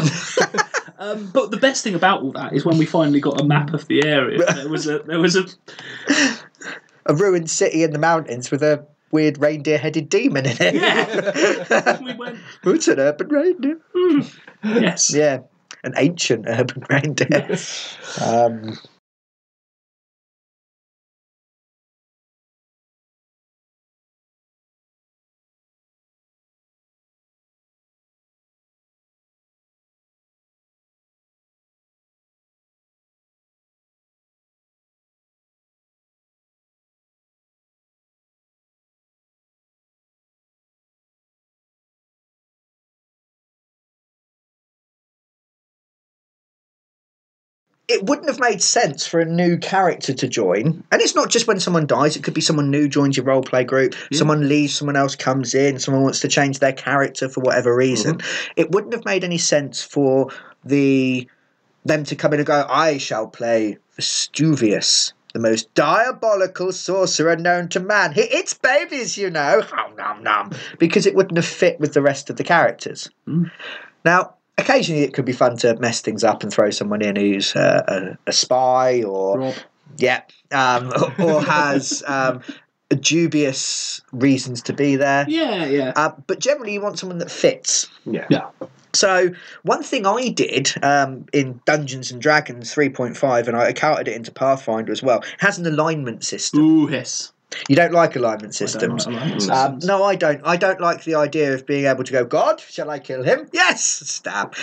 [SPEAKER 3] um, but the best thing about all that is when we finally got a map of the area. There was a there was a
[SPEAKER 1] a ruined city in the mountains with a weird reindeer-headed demon in it.
[SPEAKER 3] yeah. we went
[SPEAKER 1] [LAUGHS] it's an urban reindeer.
[SPEAKER 3] yes.
[SPEAKER 1] Yeah, an ancient urban [LAUGHS] reindeer. um, it wouldn't have made sense for a new character to join. And it's not just when someone dies, it could be someone new joins your role play group, someone leaves, someone else comes in, someone wants to change their character for whatever reason. It wouldn't have made any sense for the them to come in and go, I shall play Vestuvius, the most diabolical sorcerer known to man. He eats babies, you know. Nom, nom, nom. Because it wouldn't have fit with the rest of the characters. Now, occasionally it could be fun to mess things up and throw someone in who's uh, a, a spy or
[SPEAKER 3] [LAUGHS] Rob.
[SPEAKER 1] yeah, um, [LAUGHS] or has um, dubious reasons to be there.
[SPEAKER 3] Yeah, yeah.
[SPEAKER 1] Uh, but generally, you want someone that fits.
[SPEAKER 2] Yeah.
[SPEAKER 3] Yeah.
[SPEAKER 1] So one thing I did um, in Dungeons and Dragons 3.5, and I accounted it into Pathfinder as well, has an alignment system.
[SPEAKER 3] Ooh, hiss.
[SPEAKER 1] You don't like alignment
[SPEAKER 3] I don't
[SPEAKER 1] systems.
[SPEAKER 3] like alignment
[SPEAKER 1] Um,
[SPEAKER 3] systems.
[SPEAKER 1] no, I don't. I don't like the idea of being able to go. God, shall I kill him? Yes, stab.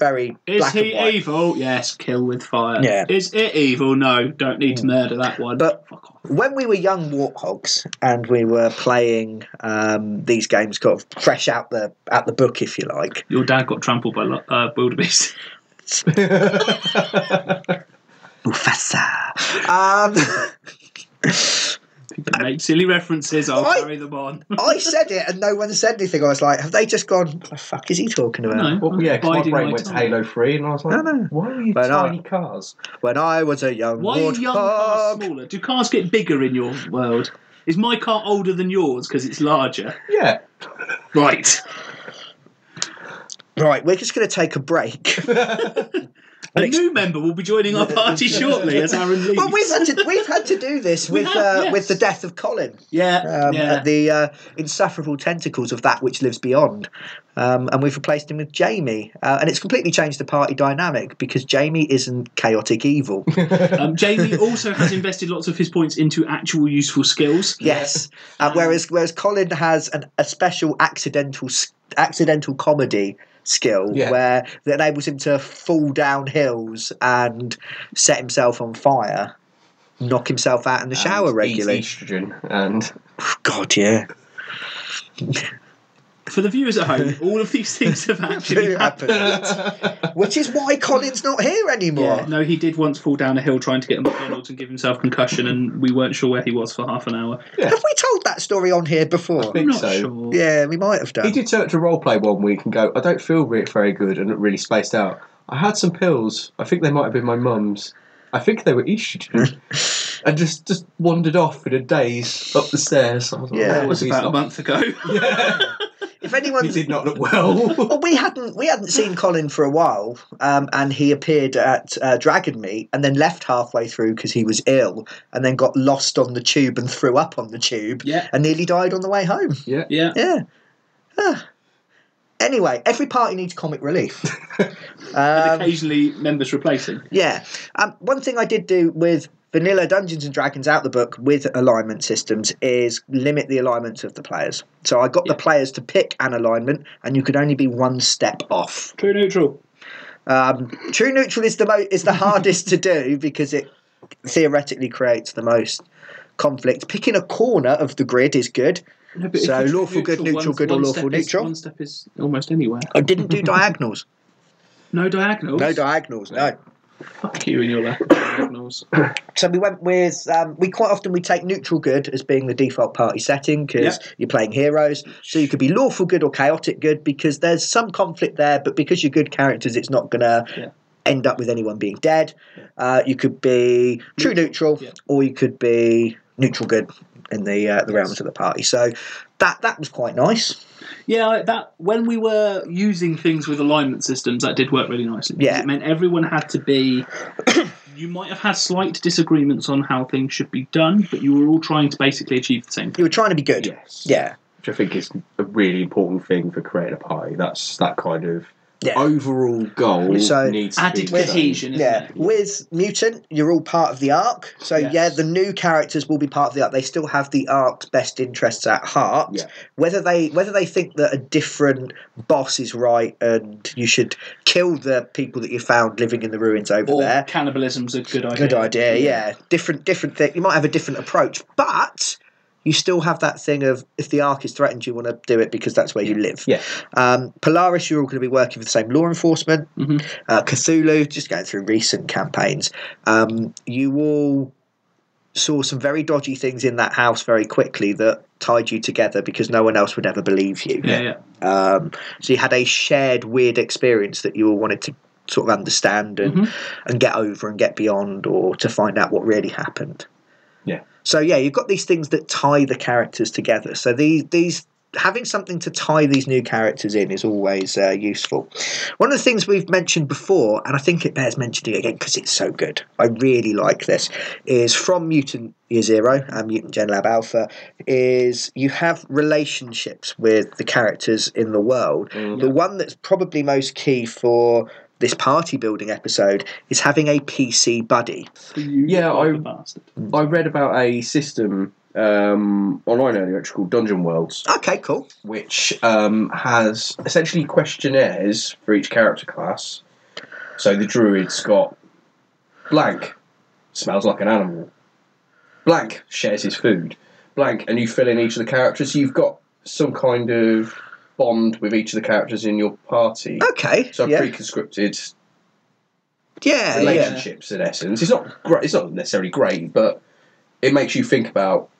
[SPEAKER 1] Very
[SPEAKER 3] Is
[SPEAKER 1] black and
[SPEAKER 3] he
[SPEAKER 1] white.
[SPEAKER 3] evil? Yes, kill with fire.
[SPEAKER 1] Yeah.
[SPEAKER 3] Is it evil? No, don't need to
[SPEAKER 2] Hmm.
[SPEAKER 3] murder that one.
[SPEAKER 1] But-
[SPEAKER 3] Fuck off.
[SPEAKER 1] when we were young warthogs and we were playing um, these games, kind of fresh out the out the book, if you like.
[SPEAKER 3] Your dad got trampled by lo- uh, wildebeest. [LAUGHS]
[SPEAKER 2] [LAUGHS]
[SPEAKER 1] Mufasa. Um, [LAUGHS]
[SPEAKER 3] People make silly references. I'll
[SPEAKER 1] I-
[SPEAKER 3] carry them
[SPEAKER 1] [LAUGHS]
[SPEAKER 3] on. [LAUGHS]
[SPEAKER 1] I said it, and no one said anything. I was like, "Have they just gone? What the fuck is he talking about?"
[SPEAKER 3] No.
[SPEAKER 2] Well, yeah, 'cause my
[SPEAKER 3] Biding
[SPEAKER 2] brain
[SPEAKER 3] my
[SPEAKER 2] went to
[SPEAKER 3] time.
[SPEAKER 2] Halo 3, and I was like,
[SPEAKER 1] No, no.
[SPEAKER 2] why are you
[SPEAKER 1] But, uh,
[SPEAKER 2] tiny cars?
[SPEAKER 1] When I was a young
[SPEAKER 3] Why are young cars
[SPEAKER 1] warthog,
[SPEAKER 3] smaller? Do cars get bigger in your world? Is my car older than yours because it's larger?
[SPEAKER 2] Yeah.
[SPEAKER 3] Right.
[SPEAKER 1] right, we're just going to take a
[SPEAKER 3] [LAUGHS]
[SPEAKER 1] break.
[SPEAKER 3] A new member will be joining
[SPEAKER 2] [LAUGHS]
[SPEAKER 3] our party shortly as Aaron leaves.
[SPEAKER 1] well, we've had to we've had to do this
[SPEAKER 3] We
[SPEAKER 1] with
[SPEAKER 3] have,
[SPEAKER 1] uh,
[SPEAKER 3] yes.
[SPEAKER 1] with the death of Colin.
[SPEAKER 3] yeah,
[SPEAKER 1] um,
[SPEAKER 3] yeah.
[SPEAKER 1] at the uh, insufferable tentacles of that which lives beyond. Um, and we've replaced him with Jamie. Uh, and it's completely changed the party dynamic because Jamie isn't chaotic evil.
[SPEAKER 3] Um, Jamie also has invested lots of his points into actual useful skills.
[SPEAKER 2] [LAUGHS]
[SPEAKER 1] yes. Uh, whereas, whereas Colin has an, a special accidental, s- accidental comedy skill
[SPEAKER 2] Yeah.
[SPEAKER 1] where that enables him to fall down hills and set himself on fire. Knock himself out in the shower
[SPEAKER 2] And
[SPEAKER 1] regularly. [LAUGHS]
[SPEAKER 2] eat estrogen, and
[SPEAKER 1] God,
[SPEAKER 2] [LAUGHS]
[SPEAKER 1] yeah,
[SPEAKER 3] For the viewers
[SPEAKER 1] [LAUGHS]
[SPEAKER 3] at home, all of these things have actually
[SPEAKER 1] it
[SPEAKER 3] happened.
[SPEAKER 1] happened. Which is why Colin's not here anymore.
[SPEAKER 3] Yeah, no, he did once fall down a hill trying to get a McDonald's and give himself concussion, and we weren't sure where he was for half an hour.
[SPEAKER 1] Have we told that story on here before?
[SPEAKER 3] I'm
[SPEAKER 2] think
[SPEAKER 3] not
[SPEAKER 2] so.
[SPEAKER 3] sure.
[SPEAKER 1] Yeah, we might have
[SPEAKER 2] He
[SPEAKER 1] done.
[SPEAKER 2] did turn up to roleplay one week and go, I don't feel re- very good and look really spaced out. I had some pills. I think they might have been my mum's. I think they were estrogen. and just, just wandered off in a daze up the stairs. I was like,
[SPEAKER 1] Yeah.
[SPEAKER 2] "Oh,
[SPEAKER 1] That
[SPEAKER 3] was
[SPEAKER 2] he's
[SPEAKER 3] about a
[SPEAKER 2] not-
[SPEAKER 3] month ago.
[SPEAKER 2] [LAUGHS] Yeah.
[SPEAKER 1] If anyone,
[SPEAKER 2] he did not look
[SPEAKER 1] [LAUGHS]
[SPEAKER 2] well.
[SPEAKER 1] well, we hadn't we hadn't seen Colin for a while, um, and he appeared at uh, Dragon Meet and then left halfway through because he was ill, and then got lost on the tube and threw up on the tube,
[SPEAKER 3] Yeah.
[SPEAKER 1] and nearly died on the way home.
[SPEAKER 2] yeah.
[SPEAKER 3] Yeah.
[SPEAKER 1] Yeah. Ah. Anyway, every party needs comic relief.
[SPEAKER 3] And
[SPEAKER 1] um,
[SPEAKER 3] occasionally members replacing.
[SPEAKER 1] Yeah. Um, one thing I did do with vanilla Dungeons and Dragons out the book with alignment systems is limit the alignments of the players. So I got the players to pick an alignment, and you could only be one step off.
[SPEAKER 3] True neutral.
[SPEAKER 1] Um, true neutral is the mo- is the hardest to do because it theoretically creates the most conflict. Picking a corner of the grid is good.
[SPEAKER 3] No, but if
[SPEAKER 1] So
[SPEAKER 3] you're true
[SPEAKER 1] lawful good, neutral
[SPEAKER 3] one-
[SPEAKER 1] good, or
[SPEAKER 3] one
[SPEAKER 1] lawful
[SPEAKER 3] step is-
[SPEAKER 1] neutral?
[SPEAKER 3] One step is almost anywhere.
[SPEAKER 1] I didn't do diagonals.
[SPEAKER 3] No diagonals.
[SPEAKER 1] No diagonals. No.
[SPEAKER 3] Fuck you and your
[SPEAKER 1] [LAUGHS]
[SPEAKER 3] lack of diagonals.
[SPEAKER 1] so we went with um, we quite often we take neutral good as being the default party setting because you're playing heroes so you could be lawful good or chaotic good because there's some conflict there but because you're good characters it's not gonna
[SPEAKER 3] Yeah.
[SPEAKER 1] end up with anyone being dead uh, you could be true neutral
[SPEAKER 3] Yeah.
[SPEAKER 1] or you could be neutral good in the uh, the realms of the party so that that was quite nice
[SPEAKER 3] Yeah, like that when we were using things with alignment systems, that did work really nicely. because
[SPEAKER 1] Yeah.
[SPEAKER 3] it meant everyone had to be. [COUGHS] you might have had slight disagreements on how things should be done, but you were all trying to basically achieve the same. thing.
[SPEAKER 1] you were trying to be good
[SPEAKER 2] Yes.
[SPEAKER 1] yeah
[SPEAKER 2] Which I think is a really important thing for creating a party. That's that kind of
[SPEAKER 1] Yeah.
[SPEAKER 2] overall goal
[SPEAKER 1] So,
[SPEAKER 2] needs to be
[SPEAKER 3] Added
[SPEAKER 2] the same.
[SPEAKER 3] cohesion. isn't
[SPEAKER 1] Yeah,
[SPEAKER 3] it?
[SPEAKER 1] with Mutant, you're all part of the arc. So,
[SPEAKER 3] Yes.
[SPEAKER 1] yeah, the new characters will be part of the arc. They still have the arc's best interests at heart.
[SPEAKER 2] Yeah.
[SPEAKER 1] Whether they whether they think that a different boss is right and you should kill the people that you found living in the ruins over
[SPEAKER 3] Or
[SPEAKER 1] there.
[SPEAKER 3] cannibalism's a good idea.
[SPEAKER 1] Good idea, yeah. Different different thing. You might have a different approach, but you still have that thing of if the arc is threatened, you want to do it because that's where you live.
[SPEAKER 2] Yeah.
[SPEAKER 1] Um, Polaris, you're all going to be working with the same law enforcement.
[SPEAKER 3] Mm-hmm.
[SPEAKER 1] Uh, Cthulhu, just going through recent campaigns. Um, you all saw some very dodgy things in that house very quickly that tied you together because no one else would ever believe you.
[SPEAKER 3] Yeah, yeah.
[SPEAKER 1] Um, so you had a shared weird experience that you all wanted to sort of understand and,
[SPEAKER 3] Mm-hmm.
[SPEAKER 1] and get over and get beyond or to find out what really happened.
[SPEAKER 2] Yeah.
[SPEAKER 1] So yeah, you've got these things that tie the characters together. So these these having something to tie these new characters in is always uh, useful. One of the things we've mentioned before, and I think it bears mentioning again because it's so good. I really like this. Is from Mutant Year Zero and Mutant Gen Lab Alpha is you have relationships with the characters in the world. The one that's probably most key for this party building episode is having a PC buddy.
[SPEAKER 3] You
[SPEAKER 2] Yeah,
[SPEAKER 3] fucking
[SPEAKER 2] I-
[SPEAKER 3] bastard.
[SPEAKER 2] I read about a system um, online earlier, it's called Dungeon Worlds,
[SPEAKER 1] Okay, cool.
[SPEAKER 2] which um, has essentially questionnaires for each character class. So the druid's got blank, smells like an animal. Blank shares his food. Blank, and you fill in each of the characters. You've got some kind of bond with each of the characters in your party.
[SPEAKER 1] Okay.
[SPEAKER 2] So
[SPEAKER 1] yeah. Uh,
[SPEAKER 2] pre-conscripted
[SPEAKER 1] yeah, yeah.
[SPEAKER 2] relationships in essence. It's not great. It's not necessarily great, but it makes you think about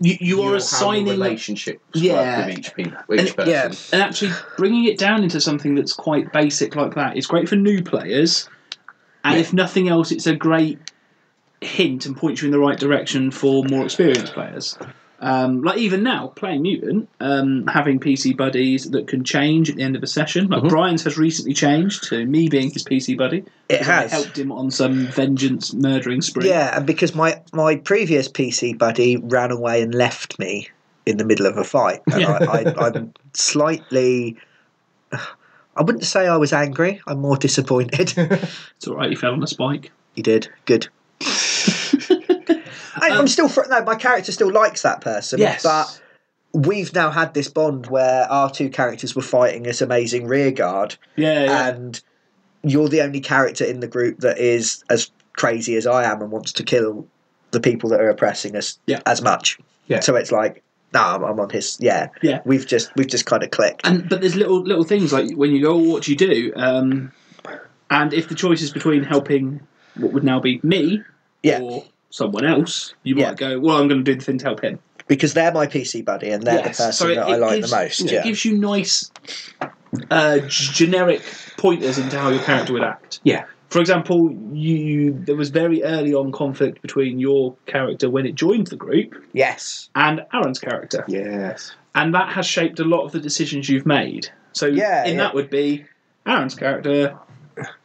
[SPEAKER 3] You, you
[SPEAKER 2] your- how
[SPEAKER 3] are
[SPEAKER 2] your
[SPEAKER 3] assigning
[SPEAKER 2] relationships
[SPEAKER 3] Yeah.
[SPEAKER 2] work with each people, each
[SPEAKER 3] And-
[SPEAKER 2] person.
[SPEAKER 1] yeah.
[SPEAKER 3] and actually bringing it down into something that's quite basic like that is great for new players and if nothing else it's a great hint and points you in the right direction for more experienced players um, like even now playing mutant um, having pc buddies that can change at the end of a session
[SPEAKER 1] Mm-hmm.
[SPEAKER 3] like brian's has recently changed to me being his pc buddy
[SPEAKER 1] It
[SPEAKER 3] because I
[SPEAKER 1] has.
[SPEAKER 3] helped him on some vengeance murdering spree
[SPEAKER 1] Yeah, and because my my previous PC buddy ran away and left me in the middle of a fight, and
[SPEAKER 3] Yeah.
[SPEAKER 1] I, I, I'm slightly. I wouldn't say I was angry. I'm more disappointed. [LAUGHS]
[SPEAKER 3] it's alright he fell on a spike
[SPEAKER 1] you did good. I, I'm still fr- no. My character still likes that person,
[SPEAKER 2] Yes.
[SPEAKER 1] but we've now had this bond where our two characters were fighting this amazing rearguard,
[SPEAKER 3] yeah, yeah.
[SPEAKER 1] and you're the only character in the group that is as crazy as I am and wants to kill the people that are oppressing us
[SPEAKER 3] Yeah.
[SPEAKER 1] as much.
[SPEAKER 2] Yeah.
[SPEAKER 1] So it's like, no, I'm, I'm on his. Yeah,
[SPEAKER 3] Yeah.
[SPEAKER 1] We've just we've just kind of clicked.
[SPEAKER 3] and but there's little little things like when you go, oh, what do you do? Um, and if the choice is between helping what would now be me
[SPEAKER 1] Yeah,
[SPEAKER 3] or someone else, you
[SPEAKER 1] Yeah.
[SPEAKER 3] might go, well, I'm going to do the thing to help him.
[SPEAKER 1] because they're my PC buddy and they're
[SPEAKER 3] Yes.
[SPEAKER 1] the person
[SPEAKER 3] So it-
[SPEAKER 1] that
[SPEAKER 3] it
[SPEAKER 1] I like
[SPEAKER 3] gives-
[SPEAKER 1] the most.
[SPEAKER 3] It
[SPEAKER 1] Yeah.
[SPEAKER 3] gives you nice uh, g- generic pointers into how your character would act.
[SPEAKER 2] Yeah.
[SPEAKER 3] For example, you there was very early on conflict between your character when it joined the group
[SPEAKER 1] yes.
[SPEAKER 3] and Aaron's character.
[SPEAKER 2] Yes.
[SPEAKER 3] and that has shaped a lot of the decisions you've made. So
[SPEAKER 1] Yeah,
[SPEAKER 3] in
[SPEAKER 1] yeah.
[SPEAKER 3] that would be Aaron's character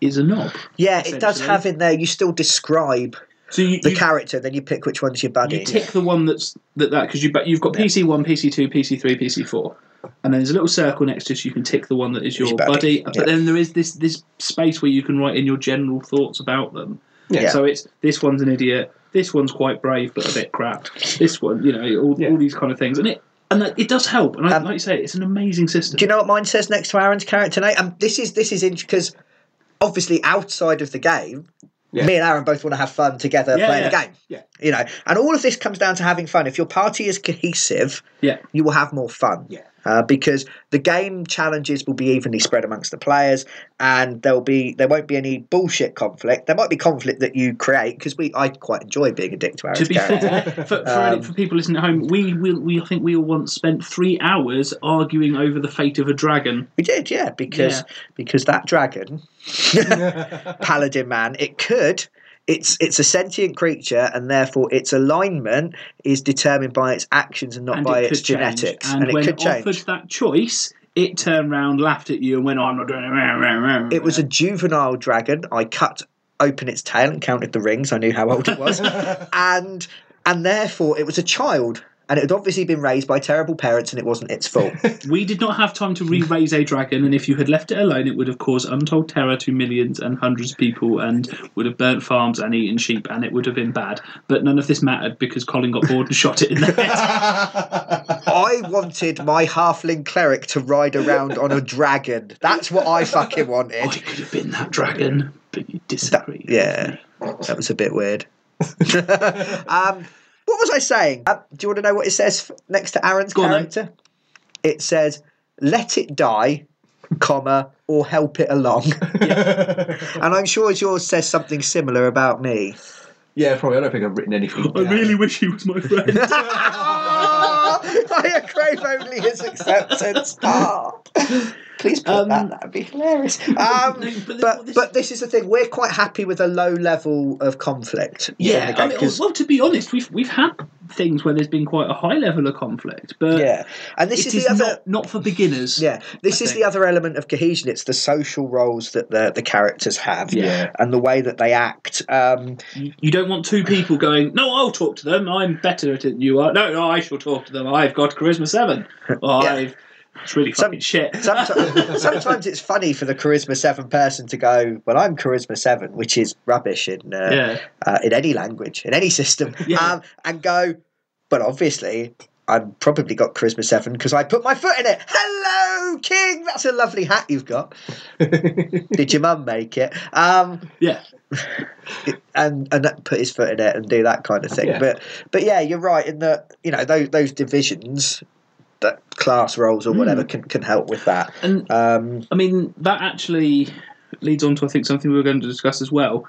[SPEAKER 3] is a knob.
[SPEAKER 1] Yeah, it does
[SPEAKER 3] Essentially.
[SPEAKER 1] have in there. You still describe
[SPEAKER 3] So you,
[SPEAKER 1] the
[SPEAKER 3] you,
[SPEAKER 1] character, then you pick which one's your buddy.
[SPEAKER 3] you tick the one that's that that because you but you've got PC one, PC two, PC three, PC four, and then there's a little circle next to it. So you can tick the one that is your
[SPEAKER 1] Your buddy,
[SPEAKER 3] buddy, but
[SPEAKER 1] yeah.
[SPEAKER 3] then there is this this space where you can write in your general thoughts about them.
[SPEAKER 2] Yeah.
[SPEAKER 3] So it's this one's an idiot. This one's quite brave but a bit crap. This one, you know, all,
[SPEAKER 2] Yeah.
[SPEAKER 3] all these kind of things, and it and that, it does help. And I,
[SPEAKER 1] Um,
[SPEAKER 3] like you say, it's an amazing system.
[SPEAKER 1] Do you know what mine says next to Aaron's character name? Um, this is this is because obviously outside of the game,
[SPEAKER 2] Yeah.
[SPEAKER 1] me and Aaron both want to have fun together
[SPEAKER 3] Yeah,
[SPEAKER 1] playing
[SPEAKER 3] yeah.
[SPEAKER 1] the game.
[SPEAKER 2] Yeah.
[SPEAKER 1] You know, and all of this comes down to having fun. If your party is cohesive,
[SPEAKER 3] yeah.
[SPEAKER 1] you will have more fun.
[SPEAKER 2] Yeah.
[SPEAKER 1] Uh, because the game challenges will be evenly spread amongst the players, and there'll be there won't be any bullshit conflict. There might be conflict that you create because we I quite enjoy being a dick to Aaron's
[SPEAKER 3] to be
[SPEAKER 1] character.
[SPEAKER 3] fair, for, for,
[SPEAKER 1] Um,
[SPEAKER 3] any- for people listening at home, we will. We I think we all once spent three hours arguing over the fate of a dragon.
[SPEAKER 1] We did, yeah, because because that dragon, paladin man, it could. It's it's a sentient creature, and therefore its alignment is determined by its actions and not
[SPEAKER 3] And
[SPEAKER 1] by
[SPEAKER 3] it
[SPEAKER 1] its
[SPEAKER 3] could change.
[SPEAKER 1] genetics,
[SPEAKER 3] And,
[SPEAKER 1] and, it
[SPEAKER 3] when
[SPEAKER 1] could change.
[SPEAKER 3] offered that choice, it turned round, laughed at you, and went, oh, "I'm not doing it."
[SPEAKER 1] It was a juvenile dragon. I cut open its tail and counted the rings. I knew how old it was, and and therefore it was a child, and it had obviously been raised by terrible parents, and it wasn't its fault.
[SPEAKER 3] We did not have time to re-raise a dragon, and if you had left it alone, it would have caused untold terror to millions and hundreds of people, and would have burnt farms and eaten sheep, and it would have been bad. But none of this mattered because Colin got bored and shot it in
[SPEAKER 1] [LAUGHS]
[SPEAKER 3] the head.
[SPEAKER 1] I wanted my halfling cleric to ride around on a dragon. That's what I fucking wanted.
[SPEAKER 3] I could have been that dragon, but you disagreed.
[SPEAKER 1] Yeah, that was a bit weird. [LAUGHS] um, What was I saying? Uh, do you want to know what it says f- next to Aaron's
[SPEAKER 3] Go on, then.
[SPEAKER 1] character? it says, "Let it die, comma, or help it along." [LAUGHS] and I'm sure yours says something similar about me.
[SPEAKER 2] [LAUGHS] Yeah, probably. I don't think I've written anything.
[SPEAKER 3] I really wish
[SPEAKER 1] [LAUGHS]
[SPEAKER 3] he was my friend.
[SPEAKER 1] I crave only his acceptance. Ah. Please put
[SPEAKER 3] Um,
[SPEAKER 1] that. That'd be hilarious.
[SPEAKER 3] [LAUGHS]
[SPEAKER 1] Um,
[SPEAKER 3] but-
[SPEAKER 1] but
[SPEAKER 3] this-
[SPEAKER 1] but this is the thing. We're quite happy with a low level of conflict. in
[SPEAKER 3] yeah,
[SPEAKER 1] the
[SPEAKER 3] I
[SPEAKER 1] game,
[SPEAKER 3] mean,
[SPEAKER 1] 'cause-
[SPEAKER 3] well, to be honest, we've we've had things where there's been quite a high level of conflict, but
[SPEAKER 1] yeah. And this
[SPEAKER 3] it
[SPEAKER 1] is
[SPEAKER 3] is,
[SPEAKER 1] the other.
[SPEAKER 3] not not for beginners.
[SPEAKER 1] Yeah, this is
[SPEAKER 3] think.
[SPEAKER 1] the other element of cohesion. It's the social roles that the, the characters have
[SPEAKER 2] Yeah.
[SPEAKER 1] and the way that they act. Um,
[SPEAKER 3] You you don't want two people going, no, I'll talk to them. I'm better at it than you are. No, no, I shall talk to them. I've got
[SPEAKER 1] [LAUGHS]
[SPEAKER 3] charisma seven. Well,
[SPEAKER 1] Yeah.
[SPEAKER 3] I've. It's really
[SPEAKER 1] Some-
[SPEAKER 3] fucking shit. [LAUGHS]
[SPEAKER 1] sometimes, sometimes it's funny for the charisma seven person to go, "Well, I'm charisma seven, which is rubbish in uh,
[SPEAKER 3] yeah.
[SPEAKER 1] uh, in any language, in any system,
[SPEAKER 3] Yeah.
[SPEAKER 1] um, and go, but obviously, I've probably got charisma seven because I put my foot in it. Hello, King. That's a lovely hat you've got. Did your mum make it? Um,
[SPEAKER 3] Yeah.
[SPEAKER 1] and and that put his foot in it and do that kind of thing.
[SPEAKER 2] Yeah.
[SPEAKER 1] But but yeah, you're right in that you know those those divisions, that class roles or whatever can can help with that.
[SPEAKER 3] And
[SPEAKER 1] Um,
[SPEAKER 3] I mean, that actually leads on to, I think, something we were going to discuss as well.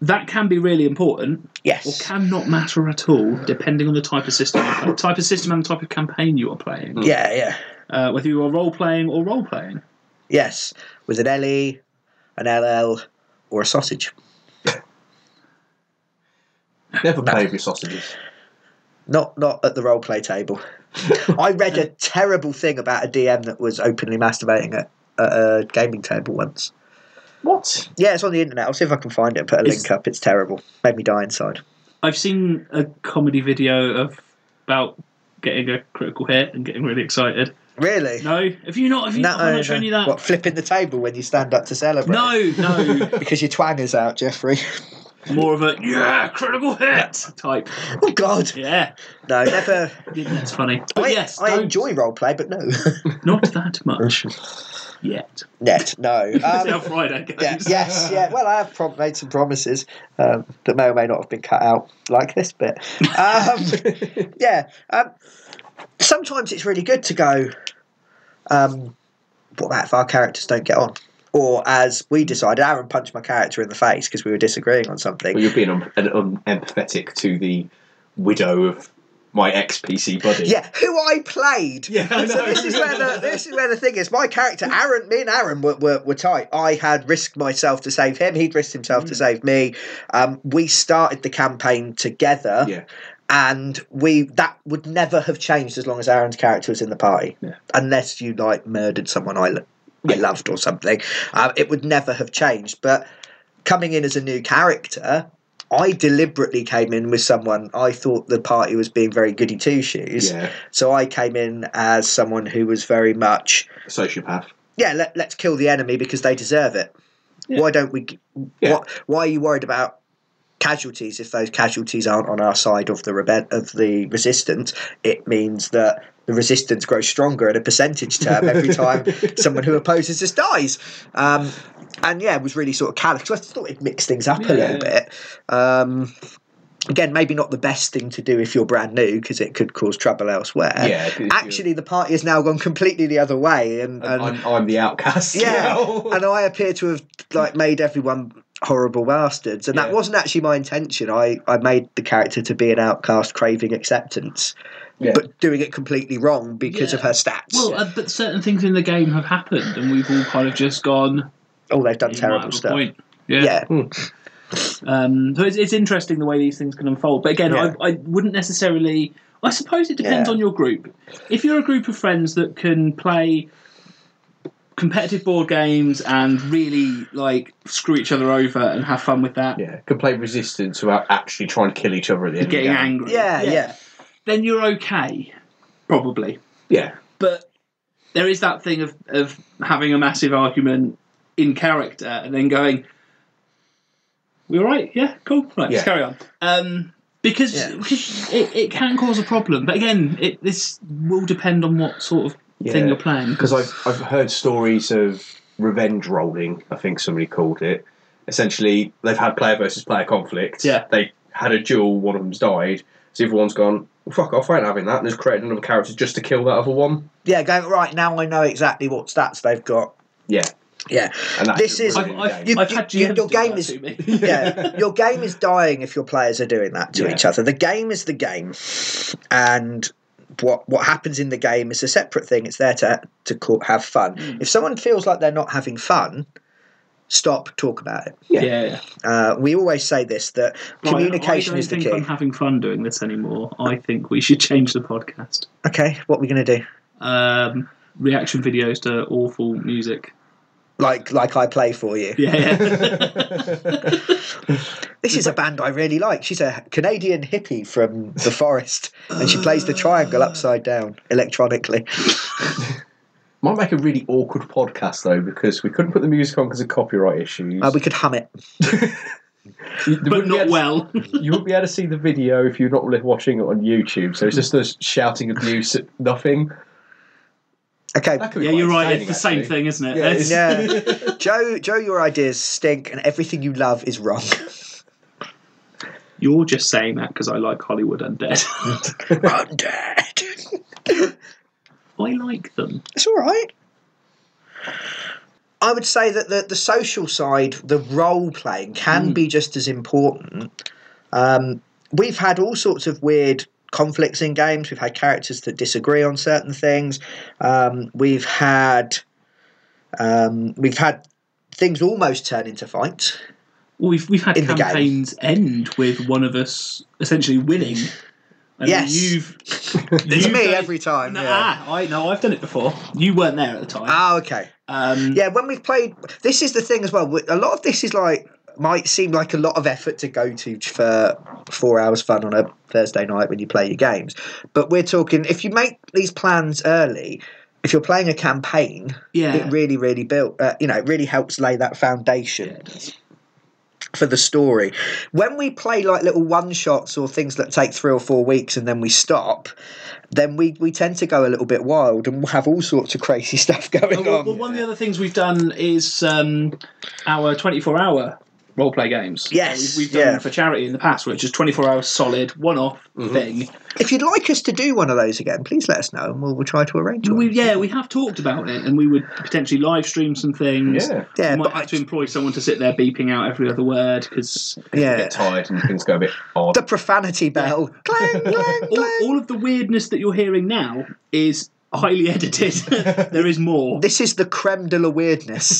[SPEAKER 3] That can be really important, or
[SPEAKER 1] yes.
[SPEAKER 3] can not matter at all, depending on the type of system, you play- type of system, and type of campaign you are playing.
[SPEAKER 1] Yeah, yeah.
[SPEAKER 3] Uh, whether you are role playing or role playing.
[SPEAKER 1] Yes, with an LE, an LL, or a sausage.
[SPEAKER 2] [LAUGHS] Never play with your sausages.
[SPEAKER 1] Not not at the role play
[SPEAKER 3] [LAUGHS]
[SPEAKER 1] table. I read a terrible thing about a DM that was openly masturbating at, at a gaming table once.
[SPEAKER 2] What?
[SPEAKER 1] Yeah, it's on the internet. I'll see if I can find it and put a
[SPEAKER 3] It's-
[SPEAKER 1] link up. It's terrible. Made me die inside.
[SPEAKER 3] I've seen a comedy video of about getting a critical hit and getting really excited.
[SPEAKER 1] Really? uh,
[SPEAKER 3] No, have you not? Have you not? I'm not showing you that.
[SPEAKER 1] What, flipping the table when you stand up to celebrate?
[SPEAKER 3] No, no.
[SPEAKER 1] Because your twang is out, Jeffrey. [LAUGHS]
[SPEAKER 3] More of a yeah, critical hit type.
[SPEAKER 1] oh, God.
[SPEAKER 3] Yeah,
[SPEAKER 1] No, never.
[SPEAKER 3] Yeah, that's funny. But
[SPEAKER 1] I,
[SPEAKER 3] yes,
[SPEAKER 1] I
[SPEAKER 3] don't-
[SPEAKER 1] enjoy role play, but no. [LAUGHS]
[SPEAKER 3] Not that much yet.
[SPEAKER 1] Net,
[SPEAKER 3] [LAUGHS]
[SPEAKER 1] no.
[SPEAKER 3] That's how
[SPEAKER 1] Um,
[SPEAKER 3] Friday goes.
[SPEAKER 1] [LAUGHS] yeah, yes, yeah. Well, I have prom- made some promises um, that may or may not have been cut out, like this bit. Um, yeah. Um, sometimes it's really good to go. Um, what about if our characters don't get on? Or as we decided, Aaron punched my character in the face because we were disagreeing on something.
[SPEAKER 2] Well, you're being un- un- un- empathetic to the widow of my ex PC buddy.
[SPEAKER 1] Yeah, who I played.
[SPEAKER 2] Yeah, I
[SPEAKER 1] so
[SPEAKER 2] know.
[SPEAKER 1] this is where the this is where the thing is. My
[SPEAKER 2] [LAUGHS]
[SPEAKER 1] character, Aaron, me and Aaron were, were, were tight. I had risked myself to save him. He'd risked himself
[SPEAKER 2] Hmm.
[SPEAKER 1] to save me. Um, we started the campaign together,
[SPEAKER 2] Yeah.
[SPEAKER 1] and we that would never have changed as long as Aaron's character was in the party,
[SPEAKER 2] Yeah.
[SPEAKER 1] unless you like murdered someone I, lo- I
[SPEAKER 2] Yeah.
[SPEAKER 1] loved or something. Um, it would never have changed. But coming in as a new character. I deliberately came in with someone I thought the party was being very goody two shoes.
[SPEAKER 2] Yeah.
[SPEAKER 1] So I came in as someone who was very much,
[SPEAKER 2] Sociopath.
[SPEAKER 1] yeah, let, let's kill the enemy because they deserve it.
[SPEAKER 3] Yeah.
[SPEAKER 1] Why don't we?
[SPEAKER 2] Yeah.
[SPEAKER 1] What, why are you worried about casualties if those casualties aren't on our side of the rebe- of the resistance? It means that the resistance grows stronger in a percentage term
[SPEAKER 3] [LAUGHS]
[SPEAKER 1] every time someone who opposes us dies. Um, and yeah, it was really sort of callous. 'cause I thought it mixed things up a little
[SPEAKER 3] Yeah.
[SPEAKER 1] bit. Um, again, maybe not the best thing to do if you're brand new because it could cause trouble elsewhere
[SPEAKER 2] Yeah, 'cause you're-
[SPEAKER 1] Uh, actually the party has now gone completely the other way and, and
[SPEAKER 2] I'm, I'm the outcast. [LAUGHS]
[SPEAKER 3] [LAUGHS]
[SPEAKER 1] yeah
[SPEAKER 2] now.
[SPEAKER 1] and i appear to have like made everyone horrible bastards and that
[SPEAKER 2] Yeah.
[SPEAKER 1] wasn't actually my intention i i made the character to be an outcast craving acceptance
[SPEAKER 2] Yeah.
[SPEAKER 1] but doing it completely wrong because of
[SPEAKER 3] Yeah.
[SPEAKER 1] her stats
[SPEAKER 3] Well, uh, but certain things in the game have happened, and we've all kind of just gone.
[SPEAKER 1] oh they've done
[SPEAKER 3] "You might
[SPEAKER 1] terrible
[SPEAKER 3] have a
[SPEAKER 1] stuff
[SPEAKER 3] point." Yeah.
[SPEAKER 1] yeah
[SPEAKER 3] Um, so it's, it's interesting the way these things can unfold. But again,
[SPEAKER 1] Yeah.
[SPEAKER 3] I, I wouldn't necessarily. I suppose it depends
[SPEAKER 1] Yeah.
[SPEAKER 3] on your group. If you're a group of friends that can play competitive board games and really like screw each other over and have fun with that,
[SPEAKER 2] Yeah, can play resistance without actually trying to kill each other at the end.
[SPEAKER 3] getting
[SPEAKER 2] of the game.
[SPEAKER 3] angry,
[SPEAKER 1] yeah yeah
[SPEAKER 3] then you're okay, probably.
[SPEAKER 2] Yeah,
[SPEAKER 3] but there is that thing of, of having a massive argument in character and then going, "We all right? Yeah, cool. Right,
[SPEAKER 2] Yeah.
[SPEAKER 3] let's carry on." Um, because
[SPEAKER 1] Yeah.
[SPEAKER 3] because it, it can cause a problem, but again, it, this will depend on what sort of thing
[SPEAKER 2] Yeah.
[SPEAKER 3] you're playing.
[SPEAKER 2] because I've I've heard stories of revenge rolling. I think somebody called it. Essentially, they've had player versus player conflict.
[SPEAKER 3] Yeah.
[SPEAKER 2] they had a duel. One of them's died. So the other one's gone, well, fuck off, I ain't having that, and has created another character just to kill that other one.
[SPEAKER 1] Yeah, going right now. I know exactly what stats they've got.
[SPEAKER 2] Yeah.
[SPEAKER 1] Yeah,
[SPEAKER 2] And that
[SPEAKER 1] This is-
[SPEAKER 2] really
[SPEAKER 3] I've, I've,
[SPEAKER 2] gay.
[SPEAKER 1] You-
[SPEAKER 3] I've
[SPEAKER 1] you-
[SPEAKER 3] had
[SPEAKER 1] you-
[SPEAKER 3] GMs
[SPEAKER 1] your
[SPEAKER 3] do that
[SPEAKER 1] game is-
[SPEAKER 3] to me.
[SPEAKER 1] [LAUGHS]
[SPEAKER 3] [LAUGHS]
[SPEAKER 1] yeah. Your game is dying if your players are doing that to
[SPEAKER 2] Yeah.
[SPEAKER 1] each other. The game is the game, and what what happens in the game is a separate thing. It's there to to co- have fun.
[SPEAKER 3] Hmm.
[SPEAKER 1] If someone feels like they're not having fun, stop. Talk about it.
[SPEAKER 2] Yeah.
[SPEAKER 3] yeah. yeah.
[SPEAKER 1] Uh, we always say this that
[SPEAKER 3] Right,
[SPEAKER 1] communication
[SPEAKER 3] I don't
[SPEAKER 1] is the
[SPEAKER 3] think
[SPEAKER 1] key.
[SPEAKER 3] I'm having fun doing this anymore. I think we should change the podcast.
[SPEAKER 1] Okay, what are we going to do?
[SPEAKER 3] Um, reaction videos to awful music.
[SPEAKER 1] Like like I play for you.
[SPEAKER 3] Yeah,
[SPEAKER 1] [LAUGHS]
[SPEAKER 3] yeah.
[SPEAKER 1] This is a band I really like. She's a Canadian hippie from the forest, and she plays the triangle upside down electronically.
[SPEAKER 2] [LAUGHS] Might make a really awkward podcast though because we couldn't put the music on because of copyright issues.
[SPEAKER 1] Uh, we could hum it.
[SPEAKER 2] You- you wouldn't
[SPEAKER 3] but
[SPEAKER 2] be
[SPEAKER 3] not
[SPEAKER 2] able to-
[SPEAKER 3] well.
[SPEAKER 2] You wouldn't be able to see the video if you're not li- watching it on YouTube. So it's just us shouting abuse at nothing.
[SPEAKER 1] Okay,
[SPEAKER 2] That could be
[SPEAKER 3] yeah,
[SPEAKER 2] quite
[SPEAKER 3] you're right. It's
[SPEAKER 2] entertaining,
[SPEAKER 3] the same
[SPEAKER 2] actually.
[SPEAKER 3] thing, isn't it?
[SPEAKER 2] Yeah,
[SPEAKER 3] It's-
[SPEAKER 1] [LAUGHS] Yeah. Joe, Joe, your ideas stink, and everything you love is wrong.
[SPEAKER 3] You're just saying that because I like Hollywood Undead.
[SPEAKER 1] [LAUGHS] I'm dead.
[SPEAKER 3] [LAUGHS] I like them.
[SPEAKER 1] It's all right. I would say that the, the social side, the role playing, can be just as important. Um, we've had all sorts of weird conflicts in games. We've had characters that disagree on certain things. Um, we've had um, we've had things almost turn into fights.
[SPEAKER 3] Well, we've we've had
[SPEAKER 1] In the game.
[SPEAKER 3] campaigns end with one of us essentially winning. And
[SPEAKER 1] Yes.
[SPEAKER 3] you've.
[SPEAKER 1] [LAUGHS] It's
[SPEAKER 3] you
[SPEAKER 1] me
[SPEAKER 3] guys-
[SPEAKER 1] every time.
[SPEAKER 3] Nah,
[SPEAKER 1] yeah.
[SPEAKER 3] I know. I've done it before. You weren't there at the time.
[SPEAKER 1] Ah, okay.
[SPEAKER 3] um,
[SPEAKER 1] Yeah, when we've played, this is the thing as well. A lot of this is like might seem like a lot of effort to go to for four hours fun on a Thursday night when you play your games, but we're talking if you make these plans early. If you're playing a campaign,
[SPEAKER 3] Yeah.
[SPEAKER 1] it really, really built. Uh, you know, it really helps lay that foundation for the story. When we play like little one shots or things that take three or four weeks and then we stop, then we, we tend to go a little bit wild and we'll have all sorts of crazy [LAUGHS] stuff going
[SPEAKER 3] Oh, well,
[SPEAKER 1] on.
[SPEAKER 3] well, one of the other things we've done is um, our 24 hour roleplay games.
[SPEAKER 1] Yes,
[SPEAKER 3] Uh, we've, we've done
[SPEAKER 1] yeah. Mm-hmm.
[SPEAKER 3] them for charity in the past, which is 24 hour solid, one off thing.
[SPEAKER 1] If you'd like us to do one of those again, please let us know and we'll, we'll try to arrange one.
[SPEAKER 3] We, yeah, we have talked about it, and we would potentially live stream some things.
[SPEAKER 2] Yeah.
[SPEAKER 1] Yeah,
[SPEAKER 3] we might
[SPEAKER 1] but
[SPEAKER 3] have
[SPEAKER 1] I-
[SPEAKER 3] to employ someone to sit there beeping out every other word because
[SPEAKER 1] yeah.
[SPEAKER 2] Tired and things go a bit odd.
[SPEAKER 1] The profanity bell.
[SPEAKER 3] [LAUGHS]
[SPEAKER 1] clang, clang,
[SPEAKER 3] all,
[SPEAKER 1] clang.
[SPEAKER 3] all of the weirdness that you're hearing now is
[SPEAKER 1] [LAUGHS]
[SPEAKER 3] highly edited. there is more.
[SPEAKER 1] This is the creme de la
[SPEAKER 3] [LAUGHS]
[SPEAKER 1] weirdness.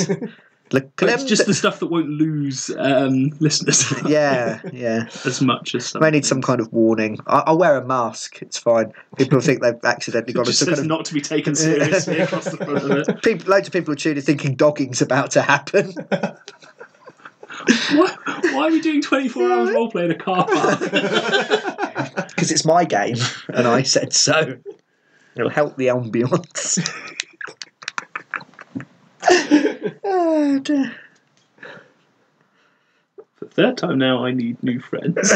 [SPEAKER 1] the
[SPEAKER 3] But
[SPEAKER 1] creme
[SPEAKER 3] it's just
[SPEAKER 1] de-
[SPEAKER 3] the stuff that won't lose um, listeners [LAUGHS]
[SPEAKER 1] yeah, yeah.
[SPEAKER 3] as much as some.
[SPEAKER 1] I need some kind of warning. I- I'll wear a mask. It's fine. People think they've accidentally
[SPEAKER 3] [LAUGHS] It
[SPEAKER 1] gone
[SPEAKER 3] just
[SPEAKER 1] into
[SPEAKER 3] says
[SPEAKER 1] kind of.
[SPEAKER 3] not to be
[SPEAKER 1] [LAUGHS]
[SPEAKER 3] taken seriously across the front of it.
[SPEAKER 1] People, loads of people are tuning thinking dogging's about to happen.
[SPEAKER 3] [LAUGHS] Why, why are we doing 24 hours roleplay in a
[SPEAKER 1] [LAUGHS]
[SPEAKER 3] car park?
[SPEAKER 1] because it's my game and I said so. It'll help the [LAUGHS]
[SPEAKER 3] [LAUGHS]
[SPEAKER 1] ambience. oh, dear.
[SPEAKER 3] For the third time now, I need
[SPEAKER 1] [LAUGHS]
[SPEAKER 3] new friends.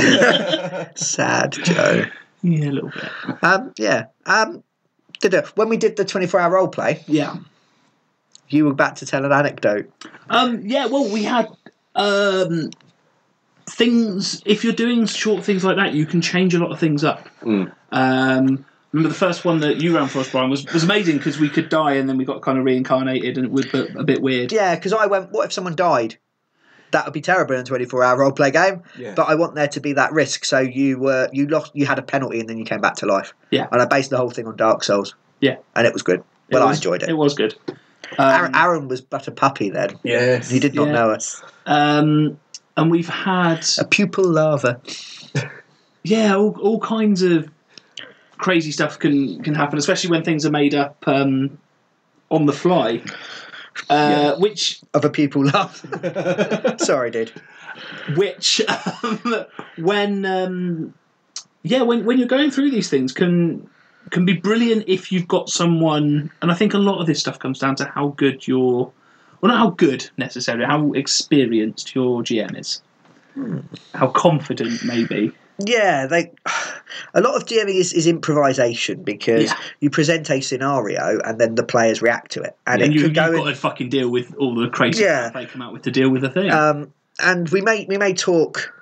[SPEAKER 1] Sad Joe.
[SPEAKER 3] yeah, a little bit.
[SPEAKER 1] Um, yeah. Um, did- when we did the 24 hour role play,
[SPEAKER 3] Yeah.
[SPEAKER 1] you were about to tell an anecdote.
[SPEAKER 3] Um, yeah, well, we had um, things. If you're doing short things like that, you can change a lot of things up.
[SPEAKER 1] Hmm.
[SPEAKER 3] Um, remember the first one that you ran for us, Brian, was, was amazing because we could die and then we got kind of reincarnated and it was a, a bit weird.
[SPEAKER 1] Yeah, because I went, what if someone died? That would be terrible in a 24 hour role play game.
[SPEAKER 2] Yeah.
[SPEAKER 1] But I want there to be that risk. So you were you lost you had a penalty and then you came back to life.
[SPEAKER 3] Yeah.
[SPEAKER 1] And I based the whole thing on Dark Souls
[SPEAKER 3] Yeah.
[SPEAKER 1] and it was good. Well, I
[SPEAKER 3] was-
[SPEAKER 1] enjoyed it.
[SPEAKER 3] It was good. Um,
[SPEAKER 1] Aaron, Aaron was but a puppy then.
[SPEAKER 2] Yes.
[SPEAKER 1] [LAUGHS] He did not
[SPEAKER 3] Yeah.
[SPEAKER 1] know us.
[SPEAKER 3] Um, and we've had
[SPEAKER 1] A pupil lava.
[SPEAKER 3] yeah, all, all kinds of crazy stuff can can happen, especially when things are made up um, on the fly. Uh, Which
[SPEAKER 1] Of a pupil lava. [LAUGHS] Sorry, dude.
[SPEAKER 3] which [LAUGHS] um, when um, yeah when when you're going through these things can can be brilliant if you've got someone, and I think a lot of this stuff comes down to how good your well, not how good necessarily, how experienced your GM is,
[SPEAKER 1] Hmm.
[SPEAKER 3] how confident maybe.
[SPEAKER 1] Yeah, they [SIGHS] a lot of GMing is, is improvisation because
[SPEAKER 3] Yeah.
[SPEAKER 1] you present a scenario and then the players react to it, and
[SPEAKER 3] and
[SPEAKER 1] it
[SPEAKER 3] you,
[SPEAKER 1] could
[SPEAKER 3] you've
[SPEAKER 1] go.
[SPEAKER 3] got
[SPEAKER 1] In,
[SPEAKER 3] to fucking deal with all the crazy
[SPEAKER 1] Yeah.
[SPEAKER 3] stuff they come out with to deal with the thing.
[SPEAKER 1] um, and we may we may talk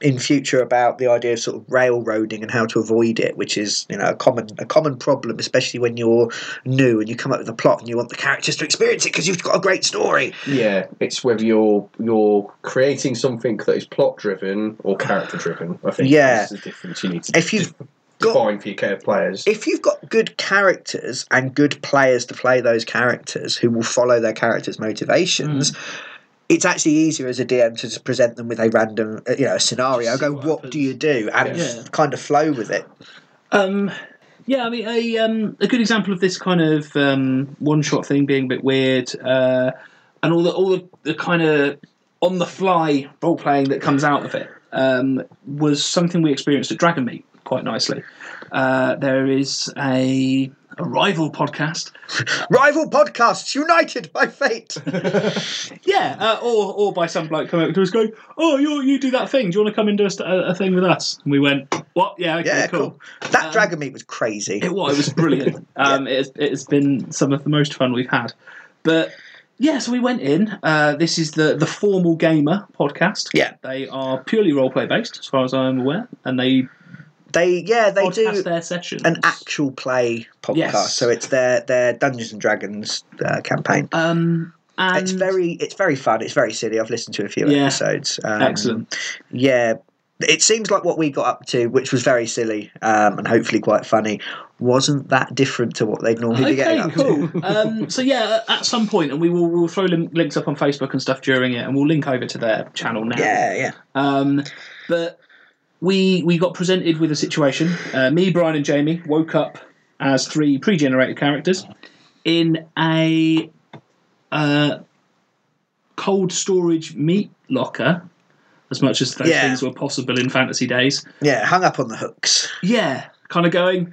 [SPEAKER 1] in future about the idea of sort of railroading and how to avoid it, which is you know a common a common problem, especially when you're new and you come up with a plot and you want the characters to experience it because you've got a great story.
[SPEAKER 2] Yeah, it's whether you're you're creating something that is plot driven or character driven. I think
[SPEAKER 1] Yeah.
[SPEAKER 2] that's the difference you need to
[SPEAKER 1] If you've got-
[SPEAKER 2] define for your care players.
[SPEAKER 1] If you've got good characters and good players to play those characters who will follow their characters' motivations.
[SPEAKER 3] Mm.
[SPEAKER 1] It's actually easier as a DM to just present them with a random, uh, you know, a scenario.
[SPEAKER 3] See
[SPEAKER 1] Go,
[SPEAKER 3] what
[SPEAKER 1] what
[SPEAKER 3] happens."
[SPEAKER 1] do you do, and
[SPEAKER 3] Yeah.
[SPEAKER 1] kind of flow with it.
[SPEAKER 3] Um, yeah, I mean, a, um, a good example of this kind of um, one shot thing being a bit weird, uh, and all the all the, the kind of on the fly role playing that comes out of it um, was something we experienced at Dragon Meet quite nicely. Uh, there is a, a rival podcast
[SPEAKER 1] Rival podcasts united by
[SPEAKER 3] [LAUGHS]
[SPEAKER 1] fate.
[SPEAKER 3] Yeah, uh, or or by some bloke coming up to us going, "Oh, you you do that thing? Do you want to come and do a, st- a, a thing with us?" And we went, "What? Yeah, okay,
[SPEAKER 1] Yeah,
[SPEAKER 3] cool.
[SPEAKER 1] cool. That
[SPEAKER 3] Um,
[SPEAKER 1] dragon meat was crazy.
[SPEAKER 3] It was it was
[SPEAKER 1] [LAUGHS]
[SPEAKER 3] brilliant. um, it has, it has been some of the most fun we've had. But yeah, so we went in. Uh, this is the the formal gamer podcast.
[SPEAKER 1] Yeah.
[SPEAKER 3] they are purely roleplay based, as far as I am aware, and they,
[SPEAKER 1] They yeah they
[SPEAKER 3] podcast
[SPEAKER 1] do
[SPEAKER 3] their sessions.
[SPEAKER 1] an actual play podcast,
[SPEAKER 3] Yes.
[SPEAKER 1] so it's their their Dungeons and Dragons uh, campaign.
[SPEAKER 3] Um, and
[SPEAKER 1] it's very it's very fun. It's very silly. I've listened to a few
[SPEAKER 3] Yeah.
[SPEAKER 1] episodes. Um,
[SPEAKER 3] excellent.
[SPEAKER 1] Yeah, it seems like what we got up to, which was very silly um, and hopefully quite funny, wasn't that different to what they'd normally be getting
[SPEAKER 3] Okay,
[SPEAKER 1] up to.
[SPEAKER 3] cool. Um, so yeah, at some point, and we will we'll throw lin- links up on Facebook and stuff during it, and we'll link over to their channel now.
[SPEAKER 1] Yeah, yeah.
[SPEAKER 3] Um, but we we got presented with a situation. Uh, me, Brian, and Jamie woke up as three pre-generated characters in a uh, cold storage meat locker. As much as those
[SPEAKER 1] Yeah.
[SPEAKER 3] things were possible in fantasy days.
[SPEAKER 1] Yeah, hung up on the hooks.
[SPEAKER 3] Yeah, kind of going.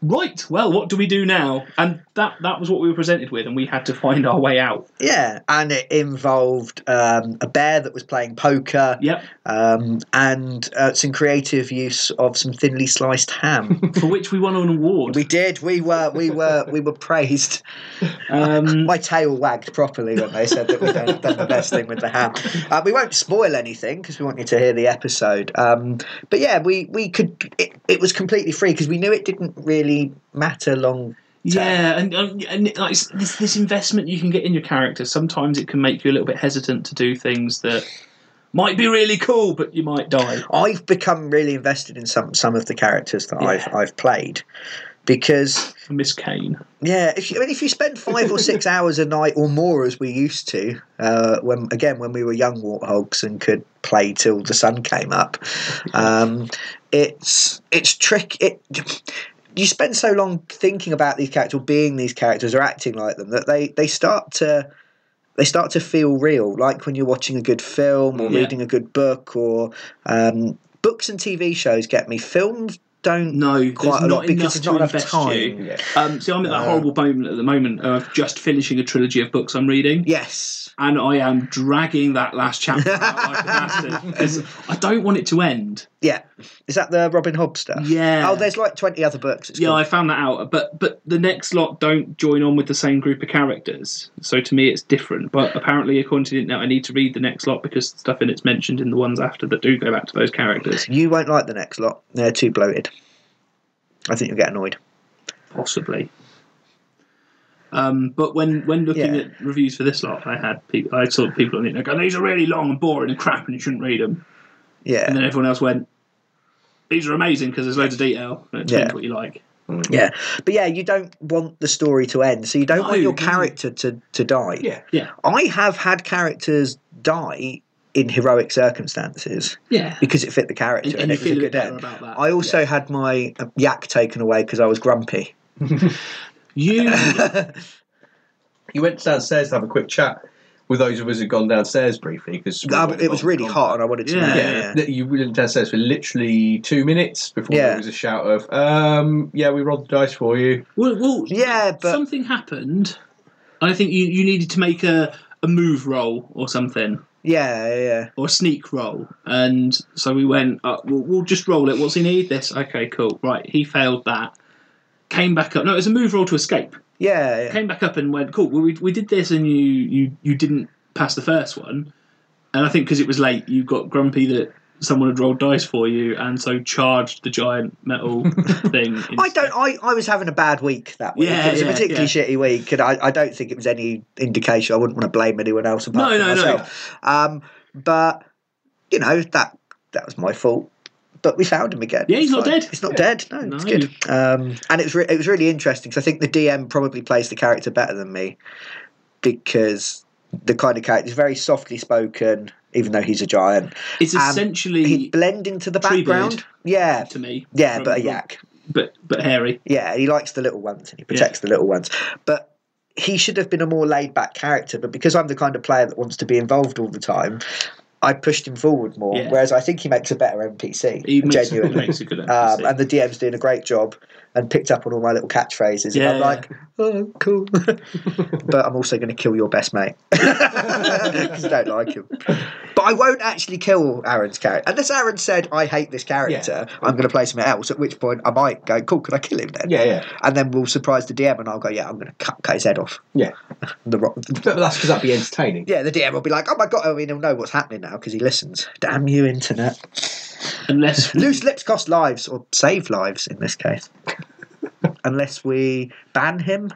[SPEAKER 3] Right. Well, what do we do now? And that that was what we were presented with, and we had to find our way out.
[SPEAKER 1] Yeah, and it involved um, a bear that was playing poker.
[SPEAKER 3] Yep.
[SPEAKER 1] um, and uh, some creative use of some thinly sliced
[SPEAKER 3] [LAUGHS]
[SPEAKER 1] ham.
[SPEAKER 3] For which we won an award.
[SPEAKER 1] we did. We were. We were. We were praised.
[SPEAKER 3] um,
[SPEAKER 1] My tail wagged properly when they said that we'd done, done the best thing with the ham. Uh, we won't spoil anything because we want you to hear the episode. Um, but yeah, we we could. It, it was completely free because we knew it didn't really matter long.
[SPEAKER 3] Yeah, and, and, and like, s- this, this investment you can get in your character, sometimes it can make you a little bit hesitant to do things that might be really cool, but you might die.
[SPEAKER 1] I've become really invested in some some of the characters that I've I've played because
[SPEAKER 3] Miss Kane.
[SPEAKER 1] Yeah, if you, I mean, if you spend five or
[SPEAKER 3] [LAUGHS]
[SPEAKER 1] six hours a night or more, as we used to, uh, when again when we were young warthogs and could play till the sun came up, um, it's it's trick. It you spend so long thinking about these characters, or being these characters, or acting like them that they they start to they start to feel real, like when you're watching a good film or
[SPEAKER 3] Yeah.
[SPEAKER 1] reading a good book or um, books and TV shows get me. Films don't
[SPEAKER 3] No, there's
[SPEAKER 1] quite a
[SPEAKER 3] not
[SPEAKER 1] lot
[SPEAKER 3] enough
[SPEAKER 1] because there's not
[SPEAKER 3] to
[SPEAKER 1] enough
[SPEAKER 3] invest
[SPEAKER 1] time.
[SPEAKER 3] you.
[SPEAKER 2] Yeah.
[SPEAKER 3] Um, see, I'm at that horrible moment at the moment of just finishing a trilogy of books I'm reading.
[SPEAKER 1] Yes.
[SPEAKER 3] And I am dragging that last chapter out like a bastard
[SPEAKER 1] [LAUGHS]
[SPEAKER 3] 'cause I don't want it to end.
[SPEAKER 1] Yeah. Is that the Robin Hood stuff?
[SPEAKER 3] Yeah.
[SPEAKER 1] Oh, there's like 20 other books. It's
[SPEAKER 3] Yeah,
[SPEAKER 1] called.
[SPEAKER 3] I found that out. But but the next lot don't join on with the same group of characters. So to me, it's different. But apparently, according to the internet, I need to read the next lot because stuff in it's mentioned in the ones after that do go back to
[SPEAKER 1] [LAUGHS]
[SPEAKER 3] those characters.
[SPEAKER 1] You won't like the next lot. They're too bloated. I think you'll get annoyed.
[SPEAKER 3] Possibly. Um, but when, when looking
[SPEAKER 1] Yeah.
[SPEAKER 3] at reviews for this lot, I had people, I saw people on the internet go, "These are really long and boring and crap, and you shouldn't read them."
[SPEAKER 1] Yeah.
[SPEAKER 3] And then everyone else went, "These are amazing because there's loads of detail. And it depends
[SPEAKER 1] Yeah.
[SPEAKER 3] what you like."
[SPEAKER 1] Yeah. But yeah, you don't want the story to end. So you don't
[SPEAKER 3] No,
[SPEAKER 1] want your
[SPEAKER 3] no.
[SPEAKER 1] character to, to die.
[SPEAKER 2] Yeah.
[SPEAKER 3] Yeah,
[SPEAKER 1] I have had characters die in heroic circumstances
[SPEAKER 3] yeah.
[SPEAKER 1] because it fit the character and,
[SPEAKER 3] And, and you
[SPEAKER 1] it was a
[SPEAKER 3] feel a bit
[SPEAKER 1] good
[SPEAKER 3] better
[SPEAKER 1] end.
[SPEAKER 3] about that.
[SPEAKER 1] I also had my uh, yak taken away because I was
[SPEAKER 3] [LAUGHS]
[SPEAKER 1] grumpy. [LAUGHS] Um,
[SPEAKER 3] you
[SPEAKER 2] You went downstairs to have a quick chat with those of us who'd gone downstairs briefly because
[SPEAKER 1] Uh, it was really hot and I wanted to
[SPEAKER 3] Yeah.
[SPEAKER 1] know.
[SPEAKER 2] Yeah, that you went downstairs for literally two minutes before
[SPEAKER 1] Yeah.
[SPEAKER 2] there was a shout of, um, "Yeah, we rolled the dice for you."
[SPEAKER 3] Well, well
[SPEAKER 1] Yeah, but-
[SPEAKER 3] something happened. I think you, you needed to make a, a move roll or something,
[SPEAKER 1] Yeah, yeah.
[SPEAKER 3] or a sneak roll. And so we went, uh, we'll, we'll just roll it. What's he need? This. Okay, cool. Right, he failed that. Came back up. No, it was a move roll to escape.
[SPEAKER 1] Yeah, yeah.
[SPEAKER 3] Came back up and went, cool. Well, we, we did this and you, you, you didn't pass the first one. And I think because it was late, you got grumpy that someone had rolled dice for you and so charged the giant
[SPEAKER 1] [LAUGHS]
[SPEAKER 3] metal thing.
[SPEAKER 1] I don't. I, I was having a bad week that week.
[SPEAKER 3] Yeah,
[SPEAKER 1] it was
[SPEAKER 3] yeah,
[SPEAKER 1] a particularly shitty week, and I, I don't think it was any indication. I wouldn't want to blame anyone else apart
[SPEAKER 3] No,
[SPEAKER 1] from
[SPEAKER 3] no, no.
[SPEAKER 1] myself. Um, but you know that that was my fault. But we found him again.
[SPEAKER 3] Yeah, he's
[SPEAKER 1] It's
[SPEAKER 3] not
[SPEAKER 1] fine.
[SPEAKER 3] dead.
[SPEAKER 1] He's not
[SPEAKER 2] Yeah.
[SPEAKER 1] dead. No, it's
[SPEAKER 3] No.
[SPEAKER 1] good. Um, and it was re- it was really interesting because I think the DM probably plays the character better than me because the kind of character is very softly spoken, even though he's a giant.
[SPEAKER 3] It's
[SPEAKER 1] Um,
[SPEAKER 3] essentially
[SPEAKER 1] He'd blend into the
[SPEAKER 3] Tree beard.
[SPEAKER 1] background. Yeah,
[SPEAKER 3] to me.
[SPEAKER 1] yeah,
[SPEAKER 3] from-
[SPEAKER 1] but a yak.
[SPEAKER 3] But but hairy.
[SPEAKER 1] Yeah, he likes the little ones and he protects the little ones. But he should have been a more laid back character. But because I'm the kind of player that wants to be involved all the time, I pushed him forward more.
[SPEAKER 3] Yeah.
[SPEAKER 1] Whereas I think he makes a better NPC,
[SPEAKER 3] He makes, he
[SPEAKER 1] genuinely.
[SPEAKER 3] makes a good
[SPEAKER 1] Um,
[SPEAKER 3] NPC.
[SPEAKER 1] and the DM's doing a great job and picked up on all my little catchphrases. And I'm
[SPEAKER 3] Yeah.
[SPEAKER 1] like, oh, cool. [LAUGHS] but I'm also going to kill your best mate. [LAUGHS] 'Cause I don't like him. But I won't actually kill Aaron's character. Unless Aaron said, I hate this character, I'm going to play something else, at which point I might go, cool, can I kill him then?
[SPEAKER 2] Yeah, yeah.
[SPEAKER 1] And then we'll surprise the DM and I'll go, yeah, I'm going to cut, cut his head off.
[SPEAKER 2] Yeah.
[SPEAKER 1] [LAUGHS] The rock.
[SPEAKER 2] But that's because that'd be entertaining.
[SPEAKER 1] Yeah, the DM will be like, oh my god, I mean, he'll know what's happening now because he listens. Damn you, internet. [LAUGHS]
[SPEAKER 3] Unless
[SPEAKER 1] Loose lips cost lives, or save lives in this case. Unless we ban him,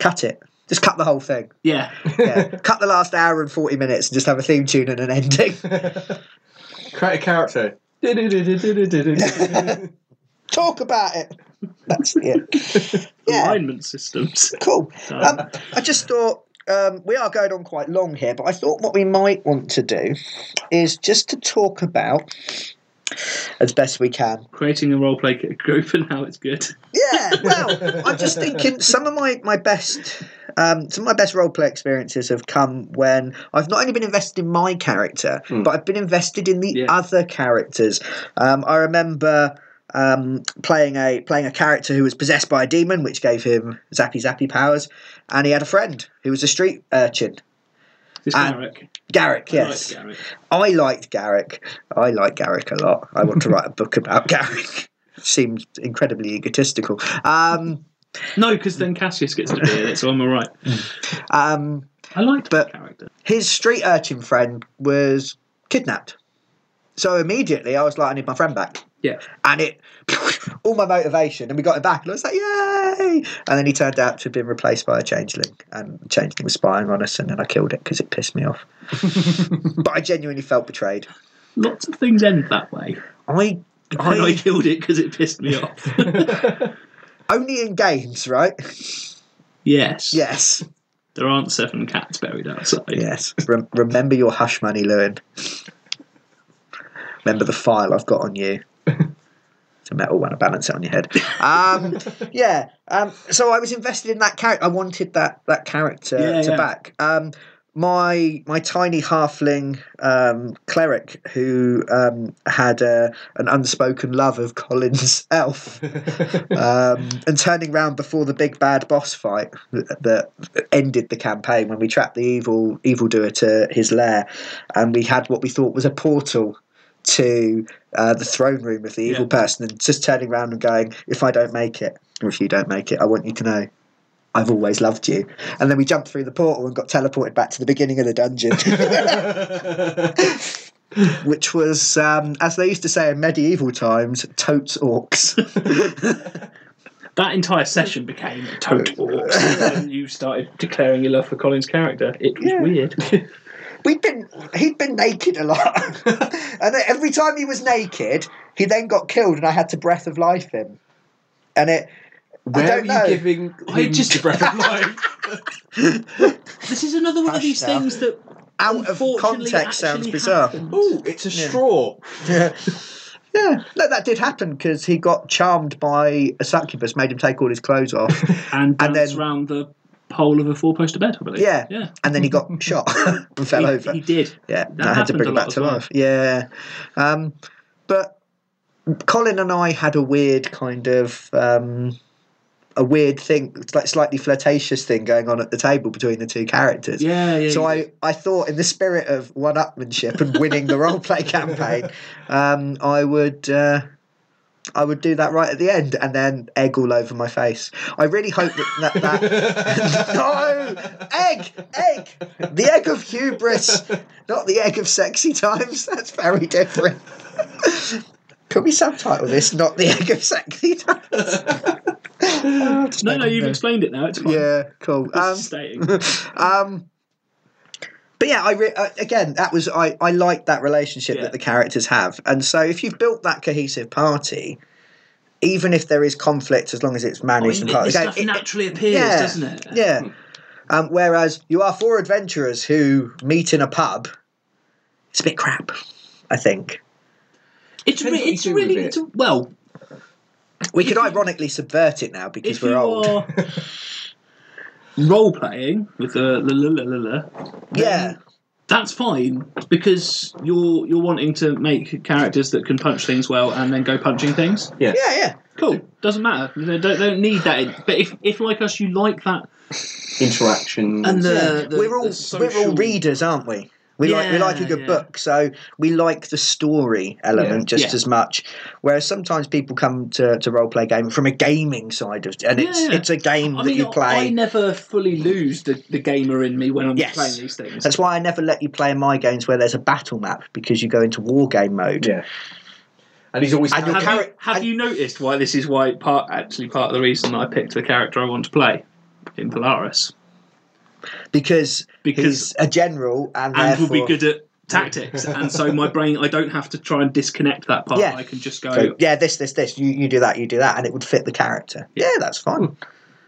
[SPEAKER 1] cut it. Just cut the whole thing. [LAUGHS]
[SPEAKER 3] yeah,
[SPEAKER 2] [LAUGHS]
[SPEAKER 1] Yeah. cut the last hour and 40 minutes and just have a theme tune and an ending.
[SPEAKER 2] Create a character. yeah,
[SPEAKER 1] Talk about it. That's it. Yeah.
[SPEAKER 3] alignment systems.
[SPEAKER 1] Cool.
[SPEAKER 3] No.
[SPEAKER 1] Um, I just thought um, we are going on quite long here, but I thought what we might want to do is just to talk about, as best we can,
[SPEAKER 3] Creating a roleplay group and how it's good. [LAUGHS]
[SPEAKER 1] Yeah, well, I'm just thinking some of my my best um, some of my best roleplay experiences have come when I've not only been invested in my character, but I've been invested in the
[SPEAKER 3] Hmm. Yeah.
[SPEAKER 1] other characters. Um, I remember um, playing a playing a character who was possessed by a demon, which gave him zappy zappy powers, and he had a friend who was a street urchin,
[SPEAKER 3] This
[SPEAKER 1] And-
[SPEAKER 3] Garrick.
[SPEAKER 1] Garrick.
[SPEAKER 3] I like
[SPEAKER 1] Yes,
[SPEAKER 3] Garrick.
[SPEAKER 1] I liked Garrick. I like Garrick a lot. I want to write a book about [LAUGHS] Garrick. Seems incredibly egotistical. Um,
[SPEAKER 3] No, because then Cassius gets to be in it, so I'm all right.
[SPEAKER 1] um,
[SPEAKER 3] I liked
[SPEAKER 1] But-
[SPEAKER 3] that character.
[SPEAKER 1] his street urchin friend was kidnapped. So immediately I was like, I need my friend back.
[SPEAKER 3] Yeah,
[SPEAKER 1] And it, [LAUGHS] all my motivation, and we got him back, and I was like, yay! And then he turned out to have been replaced by a changeling, and the changeling was spying on us, and then I killed it because it pissed me off. but I genuinely felt betrayed.
[SPEAKER 3] lots of things end that way.
[SPEAKER 1] I,
[SPEAKER 3] And I
[SPEAKER 1] I
[SPEAKER 3] killed it because it pissed me off.
[SPEAKER 1] only in games, right?
[SPEAKER 3] yes.
[SPEAKER 1] Yes,
[SPEAKER 3] There aren't seven cats buried outside.
[SPEAKER 1] yes. Rem remember your hush money, Lewin. Remember the file I've got on
[SPEAKER 3] [LAUGHS]
[SPEAKER 1] you. It's a metal one. I balance it on your head. Um, yeah. Um, so I was invested in that character. I wanted that that character
[SPEAKER 3] Yeah,
[SPEAKER 1] to
[SPEAKER 3] yeah.
[SPEAKER 1] back. Um, my my tiny halfling um, cleric who um, had uh, an unspoken love of Colin's [LAUGHS] elf um, and turning round before the big bad boss fight that, that ended the campaign when we trapped the evil evildoer to his lair and we had what we thought was a portal to uh, the throne room of the evil
[SPEAKER 3] Yeah.
[SPEAKER 1] person and just turning round and going if i don't make it or if you don't make it i want you to know I've always loved you. And then we jumped through the portal and got teleported back to the beginning of the dungeon, which was, um, as they used to say in medieval times, totes orcs. [LAUGHS]
[SPEAKER 3] That entire session became
[SPEAKER 1] [LAUGHS]
[SPEAKER 3] total orcs. and you started declaring your love for Colin's character. It was
[SPEAKER 1] Yeah.
[SPEAKER 3] weird. [LAUGHS]
[SPEAKER 1] we'd been he'd been naked a lot, [LAUGHS] and every time he was naked, he then got killed, and I had to breath of life him, and it.
[SPEAKER 2] Where
[SPEAKER 1] don't
[SPEAKER 2] are you
[SPEAKER 1] know.
[SPEAKER 2] giving him
[SPEAKER 3] I just-
[SPEAKER 2] the breath of life?
[SPEAKER 3] this is another one of
[SPEAKER 1] Hush
[SPEAKER 3] these
[SPEAKER 1] now.
[SPEAKER 3] things that
[SPEAKER 1] Out of
[SPEAKER 3] unfortunately
[SPEAKER 1] context, sounds
[SPEAKER 3] actually
[SPEAKER 1] bizarre.
[SPEAKER 3] happened.
[SPEAKER 2] Oh, it's a straw.
[SPEAKER 1] Yeah, yeah. No, that did happen because he got charmed by a succubus, made him take all his clothes off,
[SPEAKER 3] [LAUGHS] and
[SPEAKER 1] And
[SPEAKER 3] dance
[SPEAKER 1] then-
[SPEAKER 3] round the pole of a four-poster bed, I believe.
[SPEAKER 1] Yeah.
[SPEAKER 3] yeah.
[SPEAKER 1] and then he got
[SPEAKER 3] [LAUGHS]
[SPEAKER 1] shot and fell
[SPEAKER 3] he,
[SPEAKER 1] over.
[SPEAKER 3] he did.
[SPEAKER 1] Yeah,
[SPEAKER 3] That
[SPEAKER 1] I had to
[SPEAKER 3] happened
[SPEAKER 1] bring
[SPEAKER 3] a
[SPEAKER 1] it
[SPEAKER 3] lot
[SPEAKER 1] back
[SPEAKER 3] as
[SPEAKER 1] to
[SPEAKER 3] well.
[SPEAKER 1] life. Yeah, um, but Colin and I had a weird kind of um, a weird thing, like slightly flirtatious thing going on at the table between the two characters.
[SPEAKER 3] Yeah, yeah.
[SPEAKER 1] So
[SPEAKER 3] yeah.
[SPEAKER 1] I, I thought, in the spirit of [LAUGHS] one-upmanship and winning the roleplay campaign, um, I would uh, I would do that right at the end and then egg all over my face. I really hope that that. [LAUGHS] that no! Egg! Egg! The egg of hubris, not the egg of sexy times. That's very different. [LAUGHS] Could we subtitle this? Not the egg of sexy times. Oh,
[SPEAKER 3] [GASPS] No, no, you've explained it now. It's fine.
[SPEAKER 1] Yeah, cool.
[SPEAKER 3] It's
[SPEAKER 1] Um, [LAUGHS]
[SPEAKER 3] stating.
[SPEAKER 1] um, but yeah, I re- uh, again that was I I liked that relationship
[SPEAKER 3] Yeah.
[SPEAKER 1] that the characters have, and so if you've built that cohesive party, even if there is conflict, as long as it's
[SPEAKER 3] Oh,
[SPEAKER 1] managed
[SPEAKER 3] it-
[SPEAKER 1] and part-
[SPEAKER 3] this
[SPEAKER 1] again,
[SPEAKER 3] stuff
[SPEAKER 1] it-
[SPEAKER 3] naturally appears,
[SPEAKER 1] yeah,
[SPEAKER 3] doesn't it? Hmm.
[SPEAKER 1] yeah. Um, whereas you are four adventurers who meet in a pub. It's a bit crap, I think.
[SPEAKER 3] It's,
[SPEAKER 2] Depends
[SPEAKER 3] re-
[SPEAKER 2] what you
[SPEAKER 3] it's
[SPEAKER 2] do with
[SPEAKER 3] really
[SPEAKER 2] it.
[SPEAKER 3] it's, well.
[SPEAKER 1] We could ironically subvert it now because
[SPEAKER 3] If
[SPEAKER 1] we're
[SPEAKER 3] you
[SPEAKER 1] old.
[SPEAKER 3] are [LAUGHS] role playing with the la, la, la, la, la,
[SPEAKER 1] yeah,
[SPEAKER 3] that's fine because you're you're wanting to make characters that can punch things well and then go punching things.
[SPEAKER 2] [LAUGHS] yeah.
[SPEAKER 1] yeah, yeah.
[SPEAKER 3] Cool, doesn't matter. They don't, don't need that. But if, if like us, you like that
[SPEAKER 2] Interaction.
[SPEAKER 3] and the,
[SPEAKER 1] Yeah.
[SPEAKER 3] the-
[SPEAKER 1] we're all
[SPEAKER 3] the social-
[SPEAKER 1] we're all readers, aren't we? We like we like a
[SPEAKER 3] Yeah,
[SPEAKER 1] good
[SPEAKER 3] yeah.
[SPEAKER 1] book, so we like the story element
[SPEAKER 2] Yeah.
[SPEAKER 1] just
[SPEAKER 3] Yeah.
[SPEAKER 1] as much. Whereas sometimes people come to to role play game from a gaming side of, and it's
[SPEAKER 3] Yeah.
[SPEAKER 1] it's a game
[SPEAKER 3] I
[SPEAKER 1] that
[SPEAKER 3] mean,
[SPEAKER 1] you
[SPEAKER 3] I-
[SPEAKER 1] play.
[SPEAKER 3] I never fully lose the, the gamer in me when I'm
[SPEAKER 1] Yes.
[SPEAKER 3] playing these things.
[SPEAKER 1] That's why I never let you play in my games where there's a battle map because you go into war game mode.
[SPEAKER 2] yeah. And he's always.
[SPEAKER 1] And your
[SPEAKER 3] have you-
[SPEAKER 1] character-
[SPEAKER 3] have
[SPEAKER 1] and-
[SPEAKER 3] you noticed why this is why part actually part of the reason I picked the character I want to play in Polaris
[SPEAKER 1] Because
[SPEAKER 3] because
[SPEAKER 1] he's a general and,
[SPEAKER 3] and will
[SPEAKER 1] therefore
[SPEAKER 3] be good at tactics, and so my brain I don't have to try and disconnect that part.
[SPEAKER 1] Yeah.
[SPEAKER 3] I can just go.
[SPEAKER 1] So, yeah, this, this, this. You, you do that, you do that, and it would fit the character. Yeah, that's fine.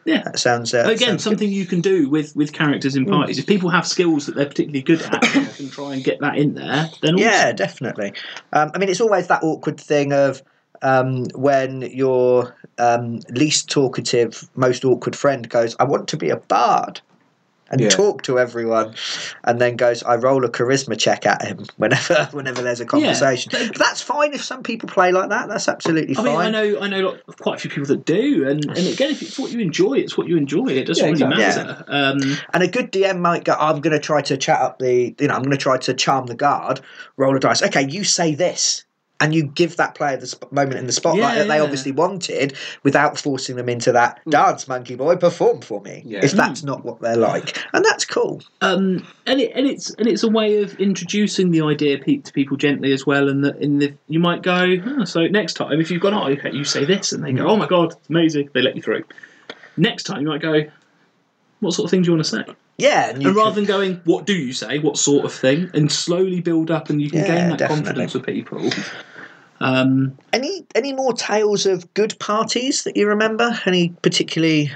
[SPEAKER 3] Yeah.
[SPEAKER 1] That sounds uh,
[SPEAKER 3] Again,
[SPEAKER 1] sounds good. Mm.
[SPEAKER 3] something you can do with, with characters in parties. If people have skills that they're particularly good at, you can try and get that in there. Then
[SPEAKER 1] Yeah, definitely. Um, I mean, it's always that awkward thing of um, when your um, least talkative, most awkward friend goes, I want to be a bard and
[SPEAKER 2] Yeah.
[SPEAKER 1] talk to everyone, and then goes, I roll a charisma check at him whenever [LAUGHS] whenever there's a conversation.
[SPEAKER 3] but-
[SPEAKER 1] But that's fine if some people play like that. That's absolutely
[SPEAKER 3] I
[SPEAKER 1] fine.
[SPEAKER 3] mean, I know, I know lot- quite a few people that do, and, and again, if it's what you enjoy, it's what you enjoy. It doesn't
[SPEAKER 2] Yeah,
[SPEAKER 3] really
[SPEAKER 1] exactly.
[SPEAKER 3] matter. Um,
[SPEAKER 1] And a good DM might go, I'm going to try to chat up the, you know, I'm going to try to charm the guard, roll a dice. Okay, you say this. And you give that player the sp- moment in the spotlight
[SPEAKER 3] Yeah,
[SPEAKER 1] that they
[SPEAKER 3] yeah. Mm.
[SPEAKER 1] obviously wanted without forcing them into that dance, monkey boy, perform for me.
[SPEAKER 2] Yeah.
[SPEAKER 1] If that's not what they're like. And that's cool.
[SPEAKER 3] um, and it and it's and it's a way of introducing the idea pe- to people gently as well. And that in the you might go, "Oh, so next time if you've gone, oh, okay, you say this, and they
[SPEAKER 1] Mm.
[SPEAKER 3] go, oh my god, it's amazing, they let you through. Next time you might go, what sort of thing do you want to say?
[SPEAKER 1] Yeah. And, you
[SPEAKER 3] And rather
[SPEAKER 1] can-
[SPEAKER 3] than going, what do you say, what sort of thing, and slowly build up, and you can
[SPEAKER 1] Yeah,
[SPEAKER 3] gain that
[SPEAKER 1] definitely.
[SPEAKER 3] confidence with people. Um,
[SPEAKER 1] any, any more tales of good parties that you remember? Any particularly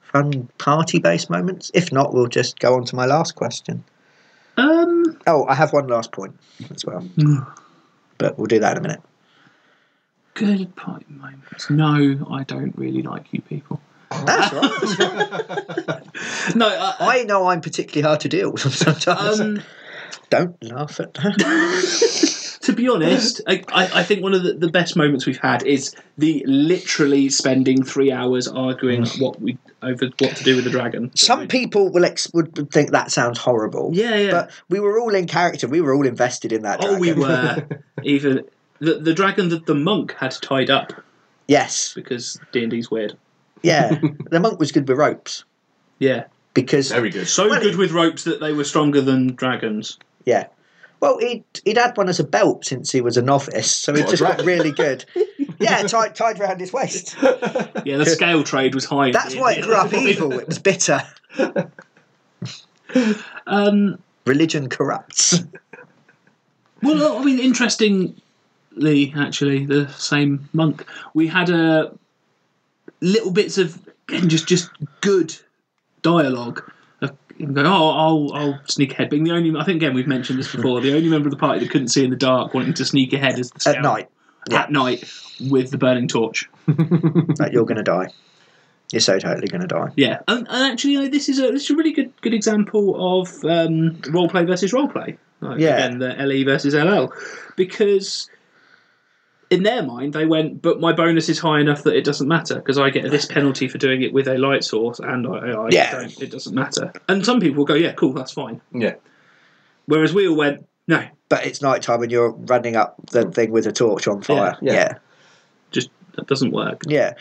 [SPEAKER 1] fun party based moments? If not, we'll just go on to my last question.
[SPEAKER 3] um,
[SPEAKER 1] Oh, I have one last point as well. But we'll do that in a minute.
[SPEAKER 3] good point moments. No, I don't really like you people.
[SPEAKER 1] That's right.
[SPEAKER 3] [LAUGHS] No, I,
[SPEAKER 1] I know I'm particularly hard to deal with sometimes.
[SPEAKER 3] um,
[SPEAKER 1] Don't laugh at that.
[SPEAKER 3] [LAUGHS] to be honest, I, I, I think one of the, the best moments we've had is the literally spending three hours arguing
[SPEAKER 1] Mm.
[SPEAKER 3] what we over what to do with the dragon.
[SPEAKER 1] Some people will ex- would think that sounds horrible.
[SPEAKER 3] Yeah, yeah.
[SPEAKER 1] But we were all in character. We were all invested in that.
[SPEAKER 3] oh,
[SPEAKER 1] dragon.
[SPEAKER 3] we were
[SPEAKER 1] [LAUGHS]
[SPEAKER 3] even the, the dragon that the monk had tied up
[SPEAKER 1] Yes.
[SPEAKER 3] because D and D's weird. [LAUGHS]
[SPEAKER 1] Yeah. the monk was good with ropes
[SPEAKER 3] Yeah,
[SPEAKER 1] because
[SPEAKER 2] Very good.
[SPEAKER 3] so
[SPEAKER 1] Well,
[SPEAKER 3] good with ropes that they were stronger than dragons.
[SPEAKER 1] yeah. Well, he'd, he'd had one as a belt since he was a novice, so he
[SPEAKER 2] What a
[SPEAKER 1] just got
[SPEAKER 2] dragon.
[SPEAKER 1] really
[SPEAKER 3] [LAUGHS]
[SPEAKER 1] good. Yeah, tied, tied around his waist. [LAUGHS]
[SPEAKER 3] Yeah, the scale trade was high.
[SPEAKER 1] That's why it grew
[SPEAKER 3] [LAUGHS]
[SPEAKER 1] up evil. It was bitter.
[SPEAKER 3] Um,
[SPEAKER 1] Religion corrupts.
[SPEAKER 3] Well, I mean, interestingly, actually, the same monk. We had a little bits of [CLEARS THROAT] again, just just good dialogue. Of him going, oh, I'll, I'll sneak ahead. Being the only, I think again we've mentioned this before. The only member of the party that couldn't see in the dark, wanting to sneak ahead as the scout
[SPEAKER 1] At night,
[SPEAKER 3] At night with the burning torch.
[SPEAKER 1] like, you're going to die. You're so totally going to die.
[SPEAKER 3] Yeah, and, and actually, you know, this is a this is a really good good example of um, role play versus role play. Like,
[SPEAKER 1] Yeah.
[SPEAKER 3] again, the LE versus LL, because in their mind they went, but my bonus is high enough that it doesn't matter because I get this penalty for doing it with a light source, and I, I
[SPEAKER 1] Yeah.
[SPEAKER 3] don't, it doesn't matter. And some people go, yeah, cool, that's fine.
[SPEAKER 2] yeah. [LAUGHS]
[SPEAKER 3] Whereas we all went, no,
[SPEAKER 1] but it's night time and you're running up the thing with a torch on fire. Yeah.
[SPEAKER 2] Yeah.
[SPEAKER 3] that doesn't work.
[SPEAKER 1] Yeah.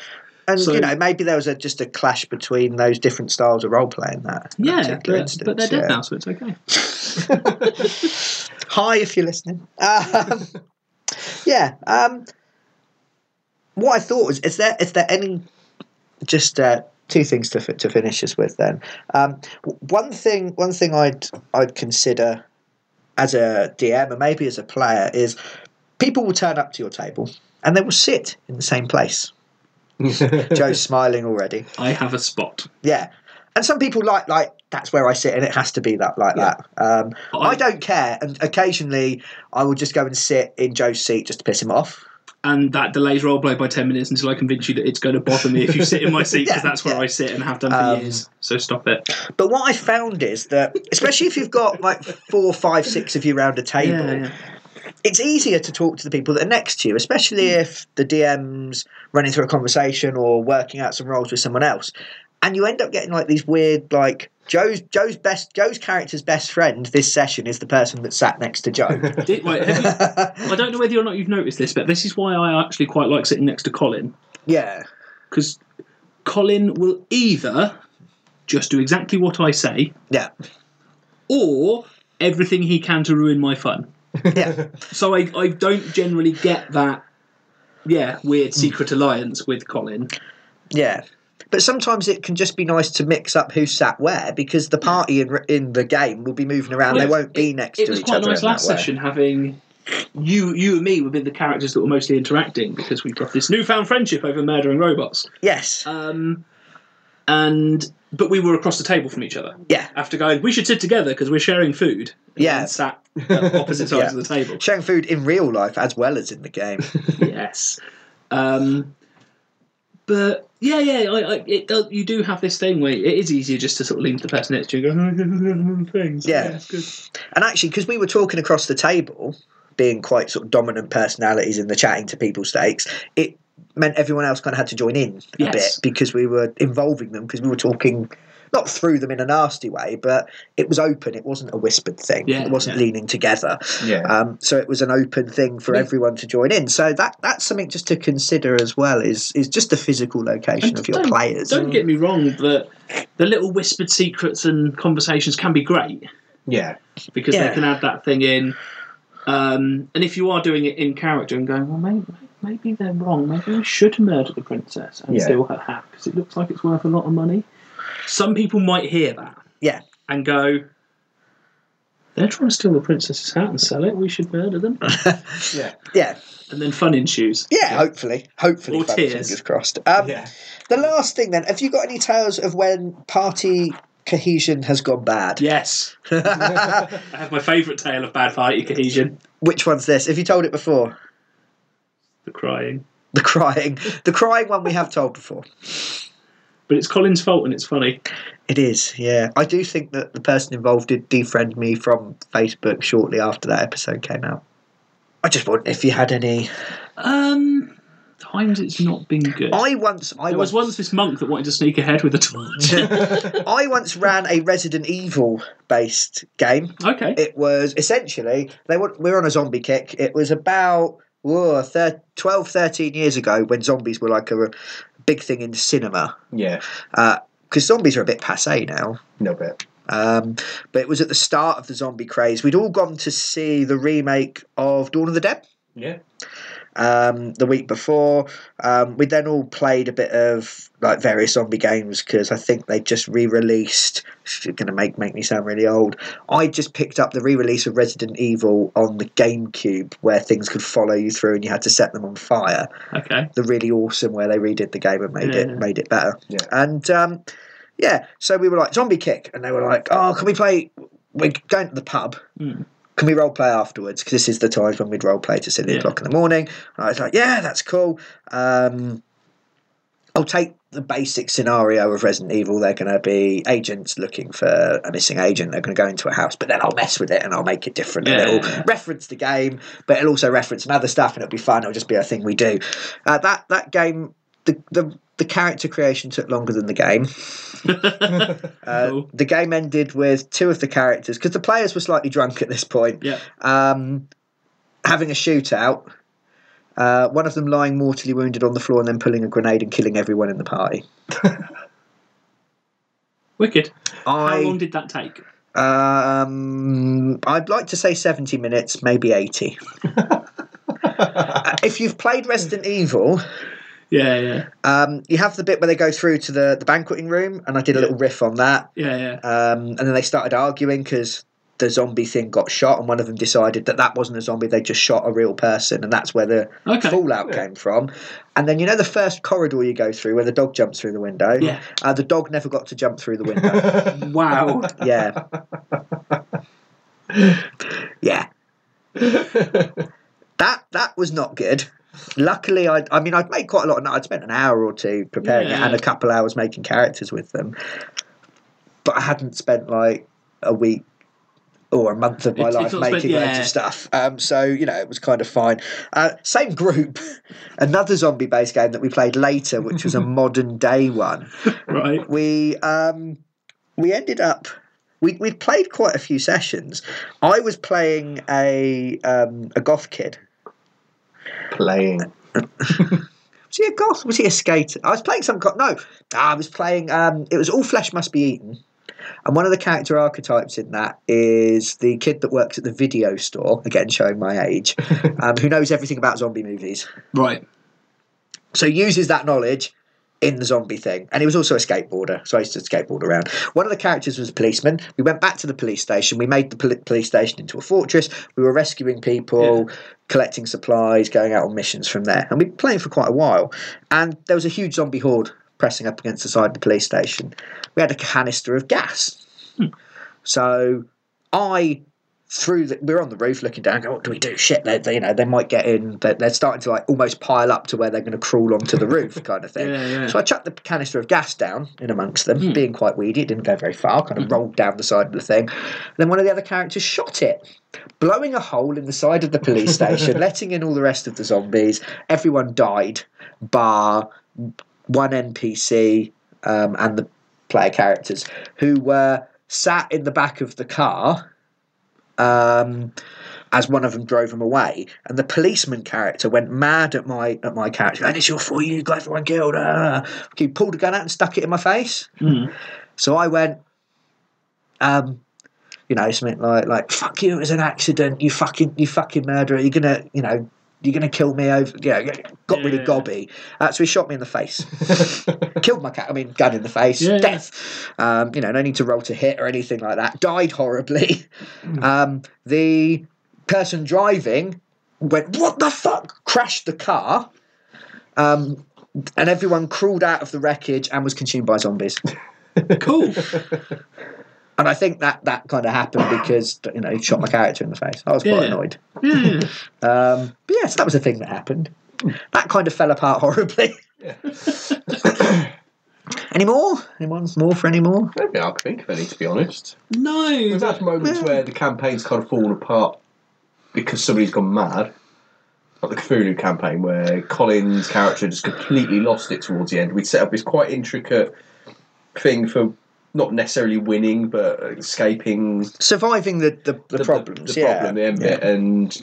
[SPEAKER 1] And
[SPEAKER 3] So-
[SPEAKER 1] you know, maybe there was a, just a clash between those different styles of role playing. That in
[SPEAKER 3] Yeah,
[SPEAKER 1] particular
[SPEAKER 3] but,
[SPEAKER 1] instance,
[SPEAKER 3] but they're dead
[SPEAKER 1] yeah.
[SPEAKER 3] now, so it's okay.
[SPEAKER 1] Hi, if you're listening. Um, [LAUGHS] yeah. Um, what I thought was, is there is there any just uh, two things to fi- to finish us with? Then um, w- one thing one thing I'd I'd consider as a DM and maybe as a player is people will turn up to your table and they will sit in the same place. Joe's smiling already.
[SPEAKER 3] I have a spot.
[SPEAKER 1] Yeah. And some people like like that's where I sit, and it has to be that like that. Um,
[SPEAKER 3] But
[SPEAKER 1] I
[SPEAKER 3] I-
[SPEAKER 1] don't care, and occasionally I will just go and sit in Joe's seat just to piss him off.
[SPEAKER 3] and that delays roleplay by 10 minutes until I convince you that it's going to bother me if you sit in my seat
[SPEAKER 1] [LAUGHS]
[SPEAKER 3] because
[SPEAKER 1] Yeah,
[SPEAKER 3] that's where
[SPEAKER 1] yeah.
[SPEAKER 3] I sit and have done for
[SPEAKER 1] Um,
[SPEAKER 3] years. So stop it.
[SPEAKER 1] But what I found is that, especially if you've got like four, five, six of you round a table, it's easier to talk to the people that are next to you, especially
[SPEAKER 3] Hmm.
[SPEAKER 1] if the DM's running through a conversation or working out some roles with someone else, and you end up getting like these weird like Joe's Joe's best Joe's character's best friend this session is the person that sat next to Joe.
[SPEAKER 3] [LAUGHS]
[SPEAKER 1] [LAUGHS]
[SPEAKER 3] Did- right, have you- I don't know whether or not you've noticed this, but this is why I actually quite like sitting next to Colin
[SPEAKER 1] yeah,
[SPEAKER 3] because Colin will either just do exactly what I say
[SPEAKER 1] yeah,
[SPEAKER 3] or everything he can to ruin my fun.
[SPEAKER 1] yeah.
[SPEAKER 3] So I, I don't generally get that, yeah, weird secret alliance with Colin.
[SPEAKER 1] Yeah. But sometimes it can just be nice to mix up who sat where because the party in, in the game will be moving around. they
[SPEAKER 3] Well,
[SPEAKER 1] won't be next
[SPEAKER 3] it
[SPEAKER 1] to
[SPEAKER 3] was
[SPEAKER 1] each
[SPEAKER 3] quite
[SPEAKER 1] other.
[SPEAKER 3] nice
[SPEAKER 1] in that
[SPEAKER 3] last
[SPEAKER 1] way.
[SPEAKER 3] session having you you and me were the characters that were mostly interacting because we've got this newfound friendship over murdering robots
[SPEAKER 1] Yes.
[SPEAKER 3] um, and but we were across the table from each other
[SPEAKER 1] yeah.
[SPEAKER 3] after going we should sit together because we're sharing food and
[SPEAKER 1] Yeah. [LAUGHS]
[SPEAKER 3] then sat at opposite sides
[SPEAKER 1] Yeah.
[SPEAKER 3] of
[SPEAKER 1] [LAUGHS]
[SPEAKER 3] the table
[SPEAKER 1] Sharing food in real life as well as in the game.
[SPEAKER 3] yes um, but yeah yeah I, I, it does, you do have this thing where it is easier just to sort of lean to the person next to you and "Oh, go things
[SPEAKER 1] Yeah.
[SPEAKER 3] it's good.
[SPEAKER 1] And actually, because we were talking across the table, being quite sort of dominant personalities in the chatting to people stakes, it meant everyone else kind of had to join in a
[SPEAKER 3] Yes.
[SPEAKER 1] bit because we were involving them because we were talking not through them in a nasty way, but it was open. It wasn't a whispered thing.
[SPEAKER 3] Yeah,
[SPEAKER 1] it wasn't
[SPEAKER 3] yeah.
[SPEAKER 1] leaning together.
[SPEAKER 2] Yeah.
[SPEAKER 1] Um, so it was an open thing for everyone to join in. So that that's something just to consider as well is is just the physical location of your
[SPEAKER 3] don't,
[SPEAKER 1] players.
[SPEAKER 3] Don't get me wrong, but the little whispered secrets and conversations can be great
[SPEAKER 2] yeah.
[SPEAKER 3] because
[SPEAKER 1] Yeah.
[SPEAKER 3] they can add that thing in. Um, and if you are doing it in character and going, well, maybe, maybe they're wrong. Maybe we should murder the princess and
[SPEAKER 2] Yeah.
[SPEAKER 3] steal her hat because it looks like it's worth a lot of money. Some people might hear that
[SPEAKER 1] Yeah.
[SPEAKER 3] and go, they're trying to steal the princess's hat and sell it. We should murder them.
[SPEAKER 2] Yeah.
[SPEAKER 1] Yeah.
[SPEAKER 3] and then fun ensues.
[SPEAKER 1] Yeah, hopefully. Hopefully,
[SPEAKER 3] Or
[SPEAKER 1] folks,
[SPEAKER 3] tears.
[SPEAKER 1] fingers crossed. Um,
[SPEAKER 2] Yeah.
[SPEAKER 1] The last thing then, have you got any tales of when party cohesion has gone bad?
[SPEAKER 3] Yes.
[SPEAKER 1] [LAUGHS]
[SPEAKER 3] I have my favourite tale of bad party cohesion
[SPEAKER 1] Which one's this? Have you told it before?
[SPEAKER 3] the crying.
[SPEAKER 1] The crying. The crying one we have told before.
[SPEAKER 3] But it's Colin's fault and it's funny.
[SPEAKER 1] It is, yeah. I do think that the person involved did defriend me from Facebook shortly after that episode came out. I just wondered if you had any.
[SPEAKER 3] Um, times it's not been good.
[SPEAKER 1] I once, I
[SPEAKER 3] there was
[SPEAKER 1] once,
[SPEAKER 3] once this monk that wanted to sneak ahead with a torch.
[SPEAKER 2] [LAUGHS]
[SPEAKER 1] I once ran a Resident Evil based game.
[SPEAKER 3] [LAUGHS] okay.
[SPEAKER 1] it was essentially they were, we were on a zombie kick it was about whoa, thir 12 13 years ago when zombies were like a, big thing in cinema
[SPEAKER 2] Yeah.
[SPEAKER 1] because zombies are a bit passe now
[SPEAKER 2] No bit.
[SPEAKER 1] um, but it was at the start of the zombie craze we'd all gone to see the remake of dawn of the dead
[SPEAKER 2] Yeah.
[SPEAKER 1] um, the week before. Um, we then all played a bit of like various zombie games because I think they just re-released. It's going to make make me sound really old. I just picked up the re-release of Resident Evil on the GameCube, where things could follow you through and you had to set them on fire.
[SPEAKER 3] Okay.
[SPEAKER 1] The really awesome where they redid the game and made
[SPEAKER 3] Yeah.
[SPEAKER 1] it made it better.
[SPEAKER 2] Yeah.
[SPEAKER 1] And um, yeah, so we were like zombie kick, and they were like, "Oh, can we play? We're going to the pub."
[SPEAKER 3] Mm.
[SPEAKER 1] can we role play afterwards? Because this is the times when we'd role play to silly
[SPEAKER 3] Yeah.
[SPEAKER 1] o'clock in the morning. And I was like, yeah, that's cool. Um, I'll take the basic scenario of Resident Evil. They're going to be agents looking for a missing agent. They're going to go into a house, but then I'll mess with it and I'll make it different.
[SPEAKER 3] Yeah,
[SPEAKER 1] and it'll
[SPEAKER 3] yeah, yeah.
[SPEAKER 1] reference the game, but it'll also reference some other stuff, and it'll be fun. It'll just be a thing we do. Uh, that that game, the, the the character creation took longer than the
[SPEAKER 3] [LAUGHS]
[SPEAKER 1] game. Uh,
[SPEAKER 3] Cool.
[SPEAKER 1] The game ended with two of the characters because the players were slightly drunk at this point
[SPEAKER 3] Yeah.
[SPEAKER 1] um, having a shootout. Uh, one of them lying mortally wounded on the floor and then pulling a grenade and killing everyone in the party.
[SPEAKER 3] Wicked. How long
[SPEAKER 1] I
[SPEAKER 3] did that take?
[SPEAKER 1] um, I'd like to say seventy minutes, maybe
[SPEAKER 3] [LAUGHS]
[SPEAKER 1] eighty. Uh, if you've played Resident Evil,
[SPEAKER 3] Yeah, yeah,
[SPEAKER 1] um, you have the bit where they go through to the, the banqueting room, and I did a little riff on that.
[SPEAKER 3] yeah, yeah.
[SPEAKER 1] Um, and then they started arguing because the zombie thing got shot, and one of them decided that that wasn't a zombie; they just shot a real person, and that's where the
[SPEAKER 3] Okay.
[SPEAKER 1] fallout
[SPEAKER 2] Yeah.
[SPEAKER 1] came from. And then you know the first corridor you go through where the dog jumps through the window.
[SPEAKER 3] Yeah.
[SPEAKER 1] uh, the dog never got to jump through the window.
[SPEAKER 3] [LAUGHS] Wow. [LAUGHS]
[SPEAKER 1] yeah, yeah. That that was not good. Luckily, I I mean I'd made quite a lot. Of, I'd spent an hour or two preparing
[SPEAKER 3] Yeah.
[SPEAKER 1] it and a couple hours making characters with them, but I hadn't spent like a week or a month of my
[SPEAKER 3] It's-
[SPEAKER 1] life
[SPEAKER 3] it's not spent-
[SPEAKER 1] making loads
[SPEAKER 3] yeah.
[SPEAKER 1] of stuff. Um, so you know it was kind of fine. Uh, same group, [LAUGHS] another zombie-based game that we played later, which
[SPEAKER 3] [LAUGHS]
[SPEAKER 1] was a modern day one
[SPEAKER 3] right.
[SPEAKER 1] we um, we ended up we we played quite a few sessions. I was playing a um, a goth kid.
[SPEAKER 2] Playing.
[SPEAKER 1] Was he a goth? Was he a skater? I was playing some goth. No, I was playing. Um, it was all flesh must be eaten, and one of the character archetypes in that is the kid that works at the video store. Again, showing my age, um, who knows everything about zombie movies.
[SPEAKER 2] [LAUGHS]
[SPEAKER 3] Right.
[SPEAKER 1] So he uses that knowledge in the zombie thing. And he was also a skateboarder, so I used to skateboard around. One of the characters was a policeman. We went back to the police station. We made the poli- police station into a fortress. We were rescuing people, collecting supplies, going out on missions from there. And we were playing for quite a while. And there was a huge zombie horde pressing up against the side of the police station. We had a canister of gas. So I through the, we're on the roof looking down go, what do we do shit they, they you know they might get in they're, they're starting to like almost pile up to where they're going to crawl onto the roof kind of thing
[SPEAKER 3] [LAUGHS] Yeah, yeah.
[SPEAKER 1] so i chucked the canister of gas down in amongst them being quite weedy it didn't go very far kind of rolled down the side of the thing and then one of the other characters shot it blowing a hole in the side of the police station letting in all the rest of the zombies everyone died bar one npc um, and the player characters who were sat in the back of the car um, as one of them drove him away, and the policeman character went mad at my at my character, and it's your fault, you got everyone killed. Ah. He pulled a gun out and stuck it in my face.
[SPEAKER 3] Hmm.
[SPEAKER 1] So I went, um, you know, something like like fuck you, it was an accident. You fucking you fucking murderer. You're gonna you know you're gonna kill me over. Yeah, got really
[SPEAKER 3] Yeah.
[SPEAKER 1] gobby. Uh, so he shot me in the face, killed my cat. I mean, gun in the face,
[SPEAKER 3] Yeah, yeah.
[SPEAKER 1] death. Um, you know, no need to roll to hit or anything like that. Died horribly.
[SPEAKER 3] Mm.
[SPEAKER 1] Um, the person driving went, What the fuck? Crashed the car. Um, and everyone crawled out of the wreckage and was consumed by zombies. [LAUGHS]
[SPEAKER 3] Cool.
[SPEAKER 1] And I think that, that kind of
[SPEAKER 3] [COUGHS]
[SPEAKER 1] happened because, you know, he shot my character in the face. I was quite
[SPEAKER 3] Yeah.
[SPEAKER 1] annoyed.
[SPEAKER 3] Yeah.
[SPEAKER 1] [LAUGHS] Um, but yes, that was a thing that happened. That kind of fell apart [LAUGHS] horribly.
[SPEAKER 3] [COUGHS]
[SPEAKER 1] any more? Anyone more for any more?
[SPEAKER 2] I don't think I can think of any, to be honest.
[SPEAKER 3] No.
[SPEAKER 2] We've had moments where the campaign's kind of fallen apart because somebody's gone mad. Like the Cthulhu campaign, where Colin's character just completely lost it towards the end. We'd set up this quite intricate thing for not necessarily winning, but escaping
[SPEAKER 1] Surviving the, the, the, problems, yeah.
[SPEAKER 2] problem, the end bit, and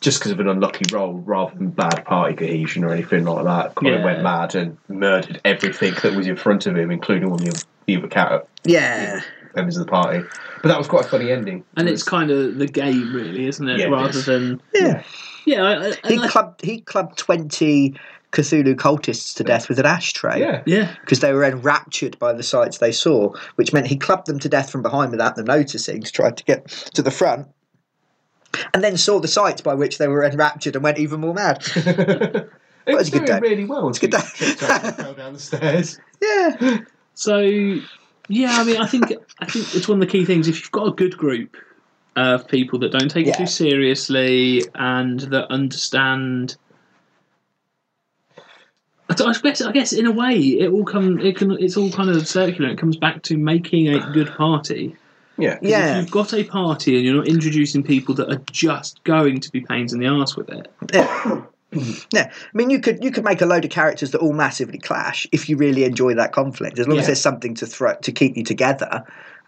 [SPEAKER 2] just because of an unlucky roll rather than bad party cohesion or anything like that, Colin
[SPEAKER 3] Yeah.
[SPEAKER 2] went mad and murdered everything that was in front of him, including all the, the other character
[SPEAKER 1] Yeah.
[SPEAKER 2] members of the party. But that was quite a funny ending.
[SPEAKER 3] and it's kind of the game, really, isn't it?
[SPEAKER 2] Yeah, it
[SPEAKER 3] Rather
[SPEAKER 2] is.
[SPEAKER 3] than
[SPEAKER 1] Yeah.
[SPEAKER 3] yeah, I- I-
[SPEAKER 1] He
[SPEAKER 3] and I-
[SPEAKER 1] clubbed he clubbed twenty Cthulhu cultists to death with an ashtray.
[SPEAKER 2] yeah. [LAUGHS]
[SPEAKER 3] yeah,
[SPEAKER 1] Because they were enraptured by the sights they saw, which meant he clubbed them to death from behind without them noticing to try to get to the front, and then saw the sights by which they were enraptured and went even more mad. [LAUGHS]
[SPEAKER 2] It
[SPEAKER 1] was a good
[SPEAKER 2] doing
[SPEAKER 1] day.
[SPEAKER 2] really well. It's
[SPEAKER 1] good day.
[SPEAKER 2] fell down the stairs.
[SPEAKER 1] Yeah,
[SPEAKER 3] So yeah, I mean, I think I think it's one of the key things. If you've got a good group of people that don't take it
[SPEAKER 1] Yeah.
[SPEAKER 3] too seriously and that understand. I don't- I guess, I guess in a way it all come it can it's all kind of circular. It comes back to making a good party.
[SPEAKER 2] Yeah.
[SPEAKER 3] 'Cause
[SPEAKER 1] [LAUGHS]
[SPEAKER 3] if
[SPEAKER 1] yeah,
[SPEAKER 3] you've got a party and you're not introducing people that are just going to be pains in the ass with it,
[SPEAKER 1] yeah. Yeah, I mean, you could you could make a load of characters that all massively clash if you really enjoy that conflict. As long as
[SPEAKER 3] Yeah.
[SPEAKER 1] there's something to throw to keep you together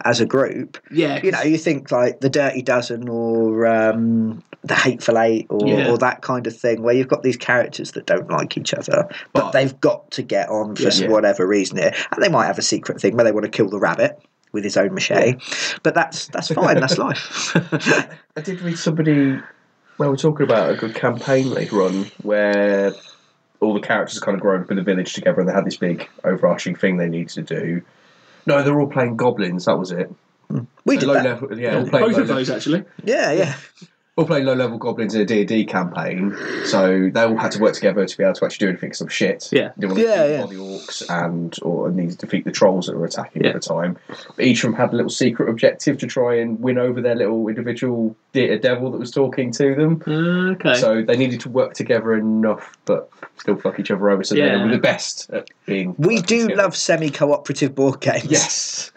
[SPEAKER 1] as a group.
[SPEAKER 3] Yeah,
[SPEAKER 1] You know, you think like the Dirty Dozen or um, the Hateful Eight or,
[SPEAKER 3] Yeah.
[SPEAKER 1] or that kind of thing, where you've got these characters that don't like each other, but,
[SPEAKER 2] But-
[SPEAKER 1] they've got to get on for
[SPEAKER 3] Yeah.
[SPEAKER 1] some- whatever reason here, and they might have a secret thing where they want to kill the rabbit with his own machete. But that's that's fine. that's life.
[SPEAKER 2] I did read somebody when we were talking about a good campaign they'd run where all the characters kind of grown up in the village together and they had this big overarching thing they needed to do. No, they're all playing goblins. That was it.
[SPEAKER 1] we did
[SPEAKER 2] low
[SPEAKER 1] that.
[SPEAKER 2] level, yeah, all playing
[SPEAKER 3] both
[SPEAKER 2] low
[SPEAKER 3] of those actually.
[SPEAKER 1] Yeah, yeah.
[SPEAKER 2] all playing low level goblins in a D and D campaign. So they all had to work together to be able to actually do anything. Some shit.
[SPEAKER 3] Yeah.
[SPEAKER 2] They wanted
[SPEAKER 1] Yeah,
[SPEAKER 2] to
[SPEAKER 1] yeah.
[SPEAKER 2] yeah. the orcs and or needed to defeat the trolls that were attacking
[SPEAKER 3] Yeah.
[SPEAKER 2] at the time. But each of them had a little secret objective to try and win over their little individual de- devil that was talking to them.
[SPEAKER 3] Okay.
[SPEAKER 2] So they needed to work together enough, but still fuck each other over. So
[SPEAKER 3] Yeah.
[SPEAKER 2] they were the best at being.
[SPEAKER 1] We
[SPEAKER 2] working
[SPEAKER 1] do
[SPEAKER 2] together.
[SPEAKER 1] love semi-cooperative board games.
[SPEAKER 2] Yes.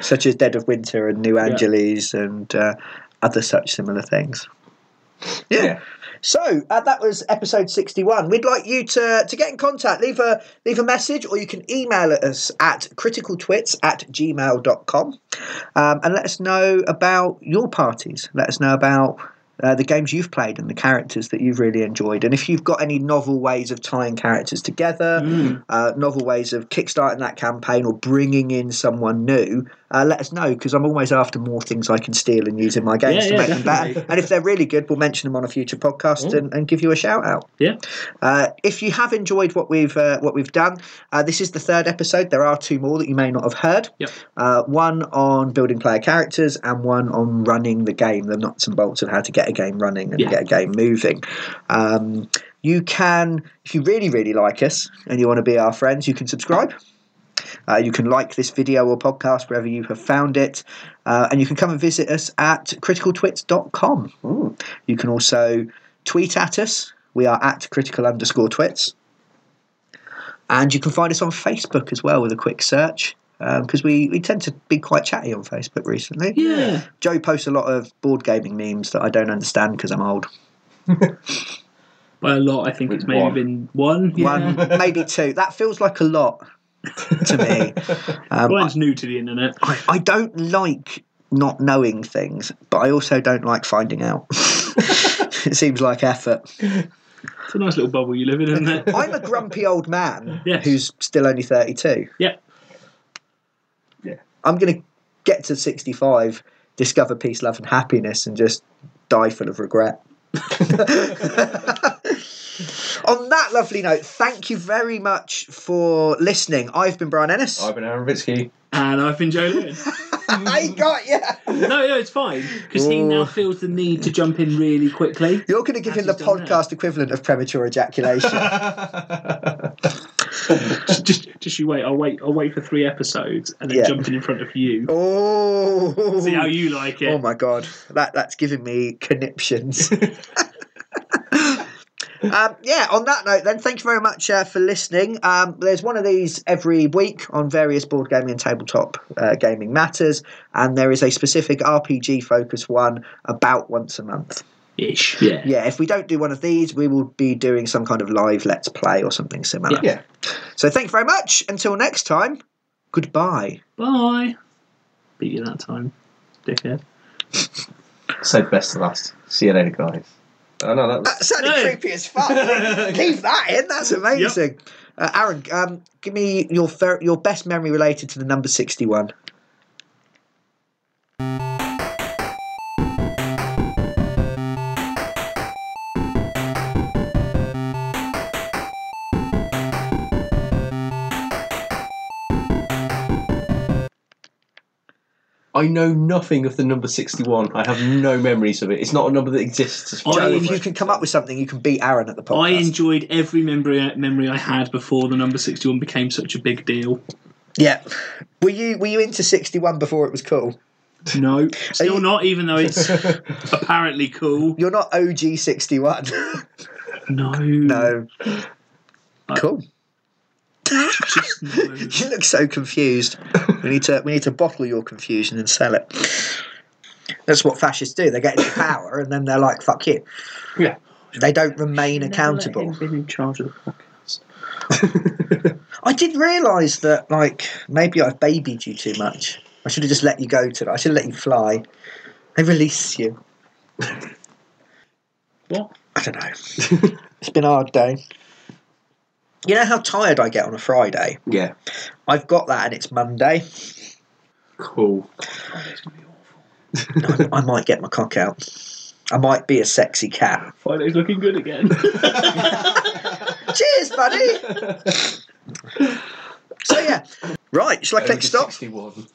[SPEAKER 1] such as Dead of Winter and New Angeles and uh, other such similar things. Yeah.
[SPEAKER 2] Yeah.
[SPEAKER 1] So uh, that was episode sixty-one. We'd like you to to get in contact. Leave a leave a message, or you can email us at criticaltwits at gmail.com. um, and let us know about your parties. Let us know about. Uh, the games you've played and the characters that you've really enjoyed, and if you've got any novel ways of tying characters together,
[SPEAKER 3] Mm.
[SPEAKER 1] uh, novel ways of kickstarting that campaign or bringing in someone new, uh, let us know because I'm always after more things I can steal and use in my games
[SPEAKER 3] Yeah,
[SPEAKER 1] to
[SPEAKER 3] yeah,
[SPEAKER 1] make them better.
[SPEAKER 2] definitely.
[SPEAKER 1] And if they're really good, we'll mention them on a future podcast and, and give you a shout out.
[SPEAKER 3] yeah.
[SPEAKER 1] Uh, if you have enjoyed what we've uh, what we've done, uh, this is the third episode. There are two more that you may not have heard.
[SPEAKER 3] Yep.
[SPEAKER 1] Uh, one on building player characters and one on running the game, the nuts and bolts of how to get a game running and
[SPEAKER 3] Yeah.
[SPEAKER 1] get a game moving. Um, you can, if you really really like us and you want to be our friends, you can subscribe. Uh, you can like this video or podcast wherever you have found it, uh, and you can come and visit us at criticaltwits.com. You can also tweet at us. We are at critical underscore twits. And you can find us on Facebook as well with a quick search because we, we tend to be quite chatty on Facebook recently.
[SPEAKER 3] Yeah.
[SPEAKER 1] Joe posts a lot of board gaming memes that I don't understand because I'm old.
[SPEAKER 3] By a lot, I think it's maybe
[SPEAKER 2] one.
[SPEAKER 3] been one. Yeah.
[SPEAKER 1] One, maybe two. That feels like a lot to
[SPEAKER 3] [LAUGHS]
[SPEAKER 1] me. Um,
[SPEAKER 3] Ryan's new to the internet.
[SPEAKER 1] I, I don't like not knowing things, but I also don't like finding out. [LAUGHS] it seems like effort.
[SPEAKER 3] It's a nice little bubble you live in, isn't
[SPEAKER 1] [LAUGHS]
[SPEAKER 3] it?
[SPEAKER 1] I'm a grumpy old man
[SPEAKER 3] [LAUGHS] Yes.
[SPEAKER 1] who's still only 32.
[SPEAKER 3] yeah.
[SPEAKER 2] Yeah.
[SPEAKER 1] I'm going to get to 65, discover peace, love, and happiness, and just die full of regret. [LAUGHS] On that lovely note, thank you very much for listening. I've been Brian Ennis.
[SPEAKER 2] I've been Aaron
[SPEAKER 1] [LAUGHS]
[SPEAKER 2] Vitsky.
[SPEAKER 3] And I've been Joe Lewin.
[SPEAKER 1] I got you.
[SPEAKER 3] no, no, it's fine. Because he
[SPEAKER 1] Oh.
[SPEAKER 3] now feels the need to jump in really
[SPEAKER 1] [LAUGHS]
[SPEAKER 3] quickly.
[SPEAKER 1] You're going to give him the
[SPEAKER 3] How's he done
[SPEAKER 1] podcast equivalent of premature ejaculation.
[SPEAKER 3] Just, just, just you wait. I'll wait. I'll wait for three episodes and then
[SPEAKER 1] Yeah.
[SPEAKER 3] jump in in front of you.
[SPEAKER 1] oh.
[SPEAKER 3] See how you like it.
[SPEAKER 1] Oh my god, that that's giving me
[SPEAKER 3] [LAUGHS]
[SPEAKER 1] conniptions. um, yeah. On that note, then, thank you very much uh, for listening. Um, there's one of these every week on various board gaming and tabletop uh, gaming matters, and there is a specific RPG focus one about once a month.
[SPEAKER 3] Ish. Yeah.
[SPEAKER 1] Yeah. If we don't do one of these, we will be doing some kind of live let's play or something similar.
[SPEAKER 2] yeah.
[SPEAKER 1] So thank you very much. Until next time. Goodbye.
[SPEAKER 3] Bye. Beat you that time, dickhead.
[SPEAKER 2] Said best to last. See you later, guys. Oh no, that was.
[SPEAKER 1] That sounded
[SPEAKER 3] No.
[SPEAKER 1] creepy as fuck. Leave that in. That's amazing. Uh, Aaron, um, give me your fer- your best memory related to the number sixty-one.
[SPEAKER 2] I know nothing of the number 61. I have no memories of it. It's not a number that exists. as far
[SPEAKER 3] I-
[SPEAKER 1] Joe,
[SPEAKER 2] as
[SPEAKER 1] if you
[SPEAKER 2] I'm
[SPEAKER 1] can come up with something, you can beat Aaron at the
[SPEAKER 3] I
[SPEAKER 1] podcast.
[SPEAKER 3] enjoyed every memory memory I had before the number sixty one became such a big deal.
[SPEAKER 1] yeah. Were you were you into sixty-one before it was cool?
[SPEAKER 3] No, still
[SPEAKER 1] you-
[SPEAKER 3] not. Even
[SPEAKER 1] [LAUGHS]
[SPEAKER 3] though it's apparently cool.
[SPEAKER 1] You're not OG sixty-one. [LAUGHS]
[SPEAKER 3] No,
[SPEAKER 1] no. Cool.
[SPEAKER 3] just no.
[SPEAKER 1] You look so confused. We need to we need to bottle your confusion and sell it. That's what fascists do. They get into power and then they're like, "Fuck you."
[SPEAKER 2] Yeah.
[SPEAKER 1] They don't remain
[SPEAKER 3] Never let
[SPEAKER 1] accountable.
[SPEAKER 3] him Been in charge of the podcast.
[SPEAKER 1] I did realise that, like, maybe I've babied you too much. I should have just let you go to I should have let you fly. I release
[SPEAKER 3] [LAUGHS]
[SPEAKER 1] you.
[SPEAKER 3] What?
[SPEAKER 1] I don't know. it's been a hard day. You know how tired I get on a Friday?
[SPEAKER 2] [LAUGHS] yeah,
[SPEAKER 1] I've got that and it's Monday. [LAUGHS]
[SPEAKER 2] cool.
[SPEAKER 3] Friday's gonna be awful.
[SPEAKER 1] I, I might get my cock out. I might be a sexy cat.
[SPEAKER 3] Friday's looking good again.
[SPEAKER 1] [LAUGHS] Cheers,
[SPEAKER 3] [LAUGHS]
[SPEAKER 2] Um,
[SPEAKER 1] buddy! so, yeah. Right, shall I click stop?
[SPEAKER 2] 61.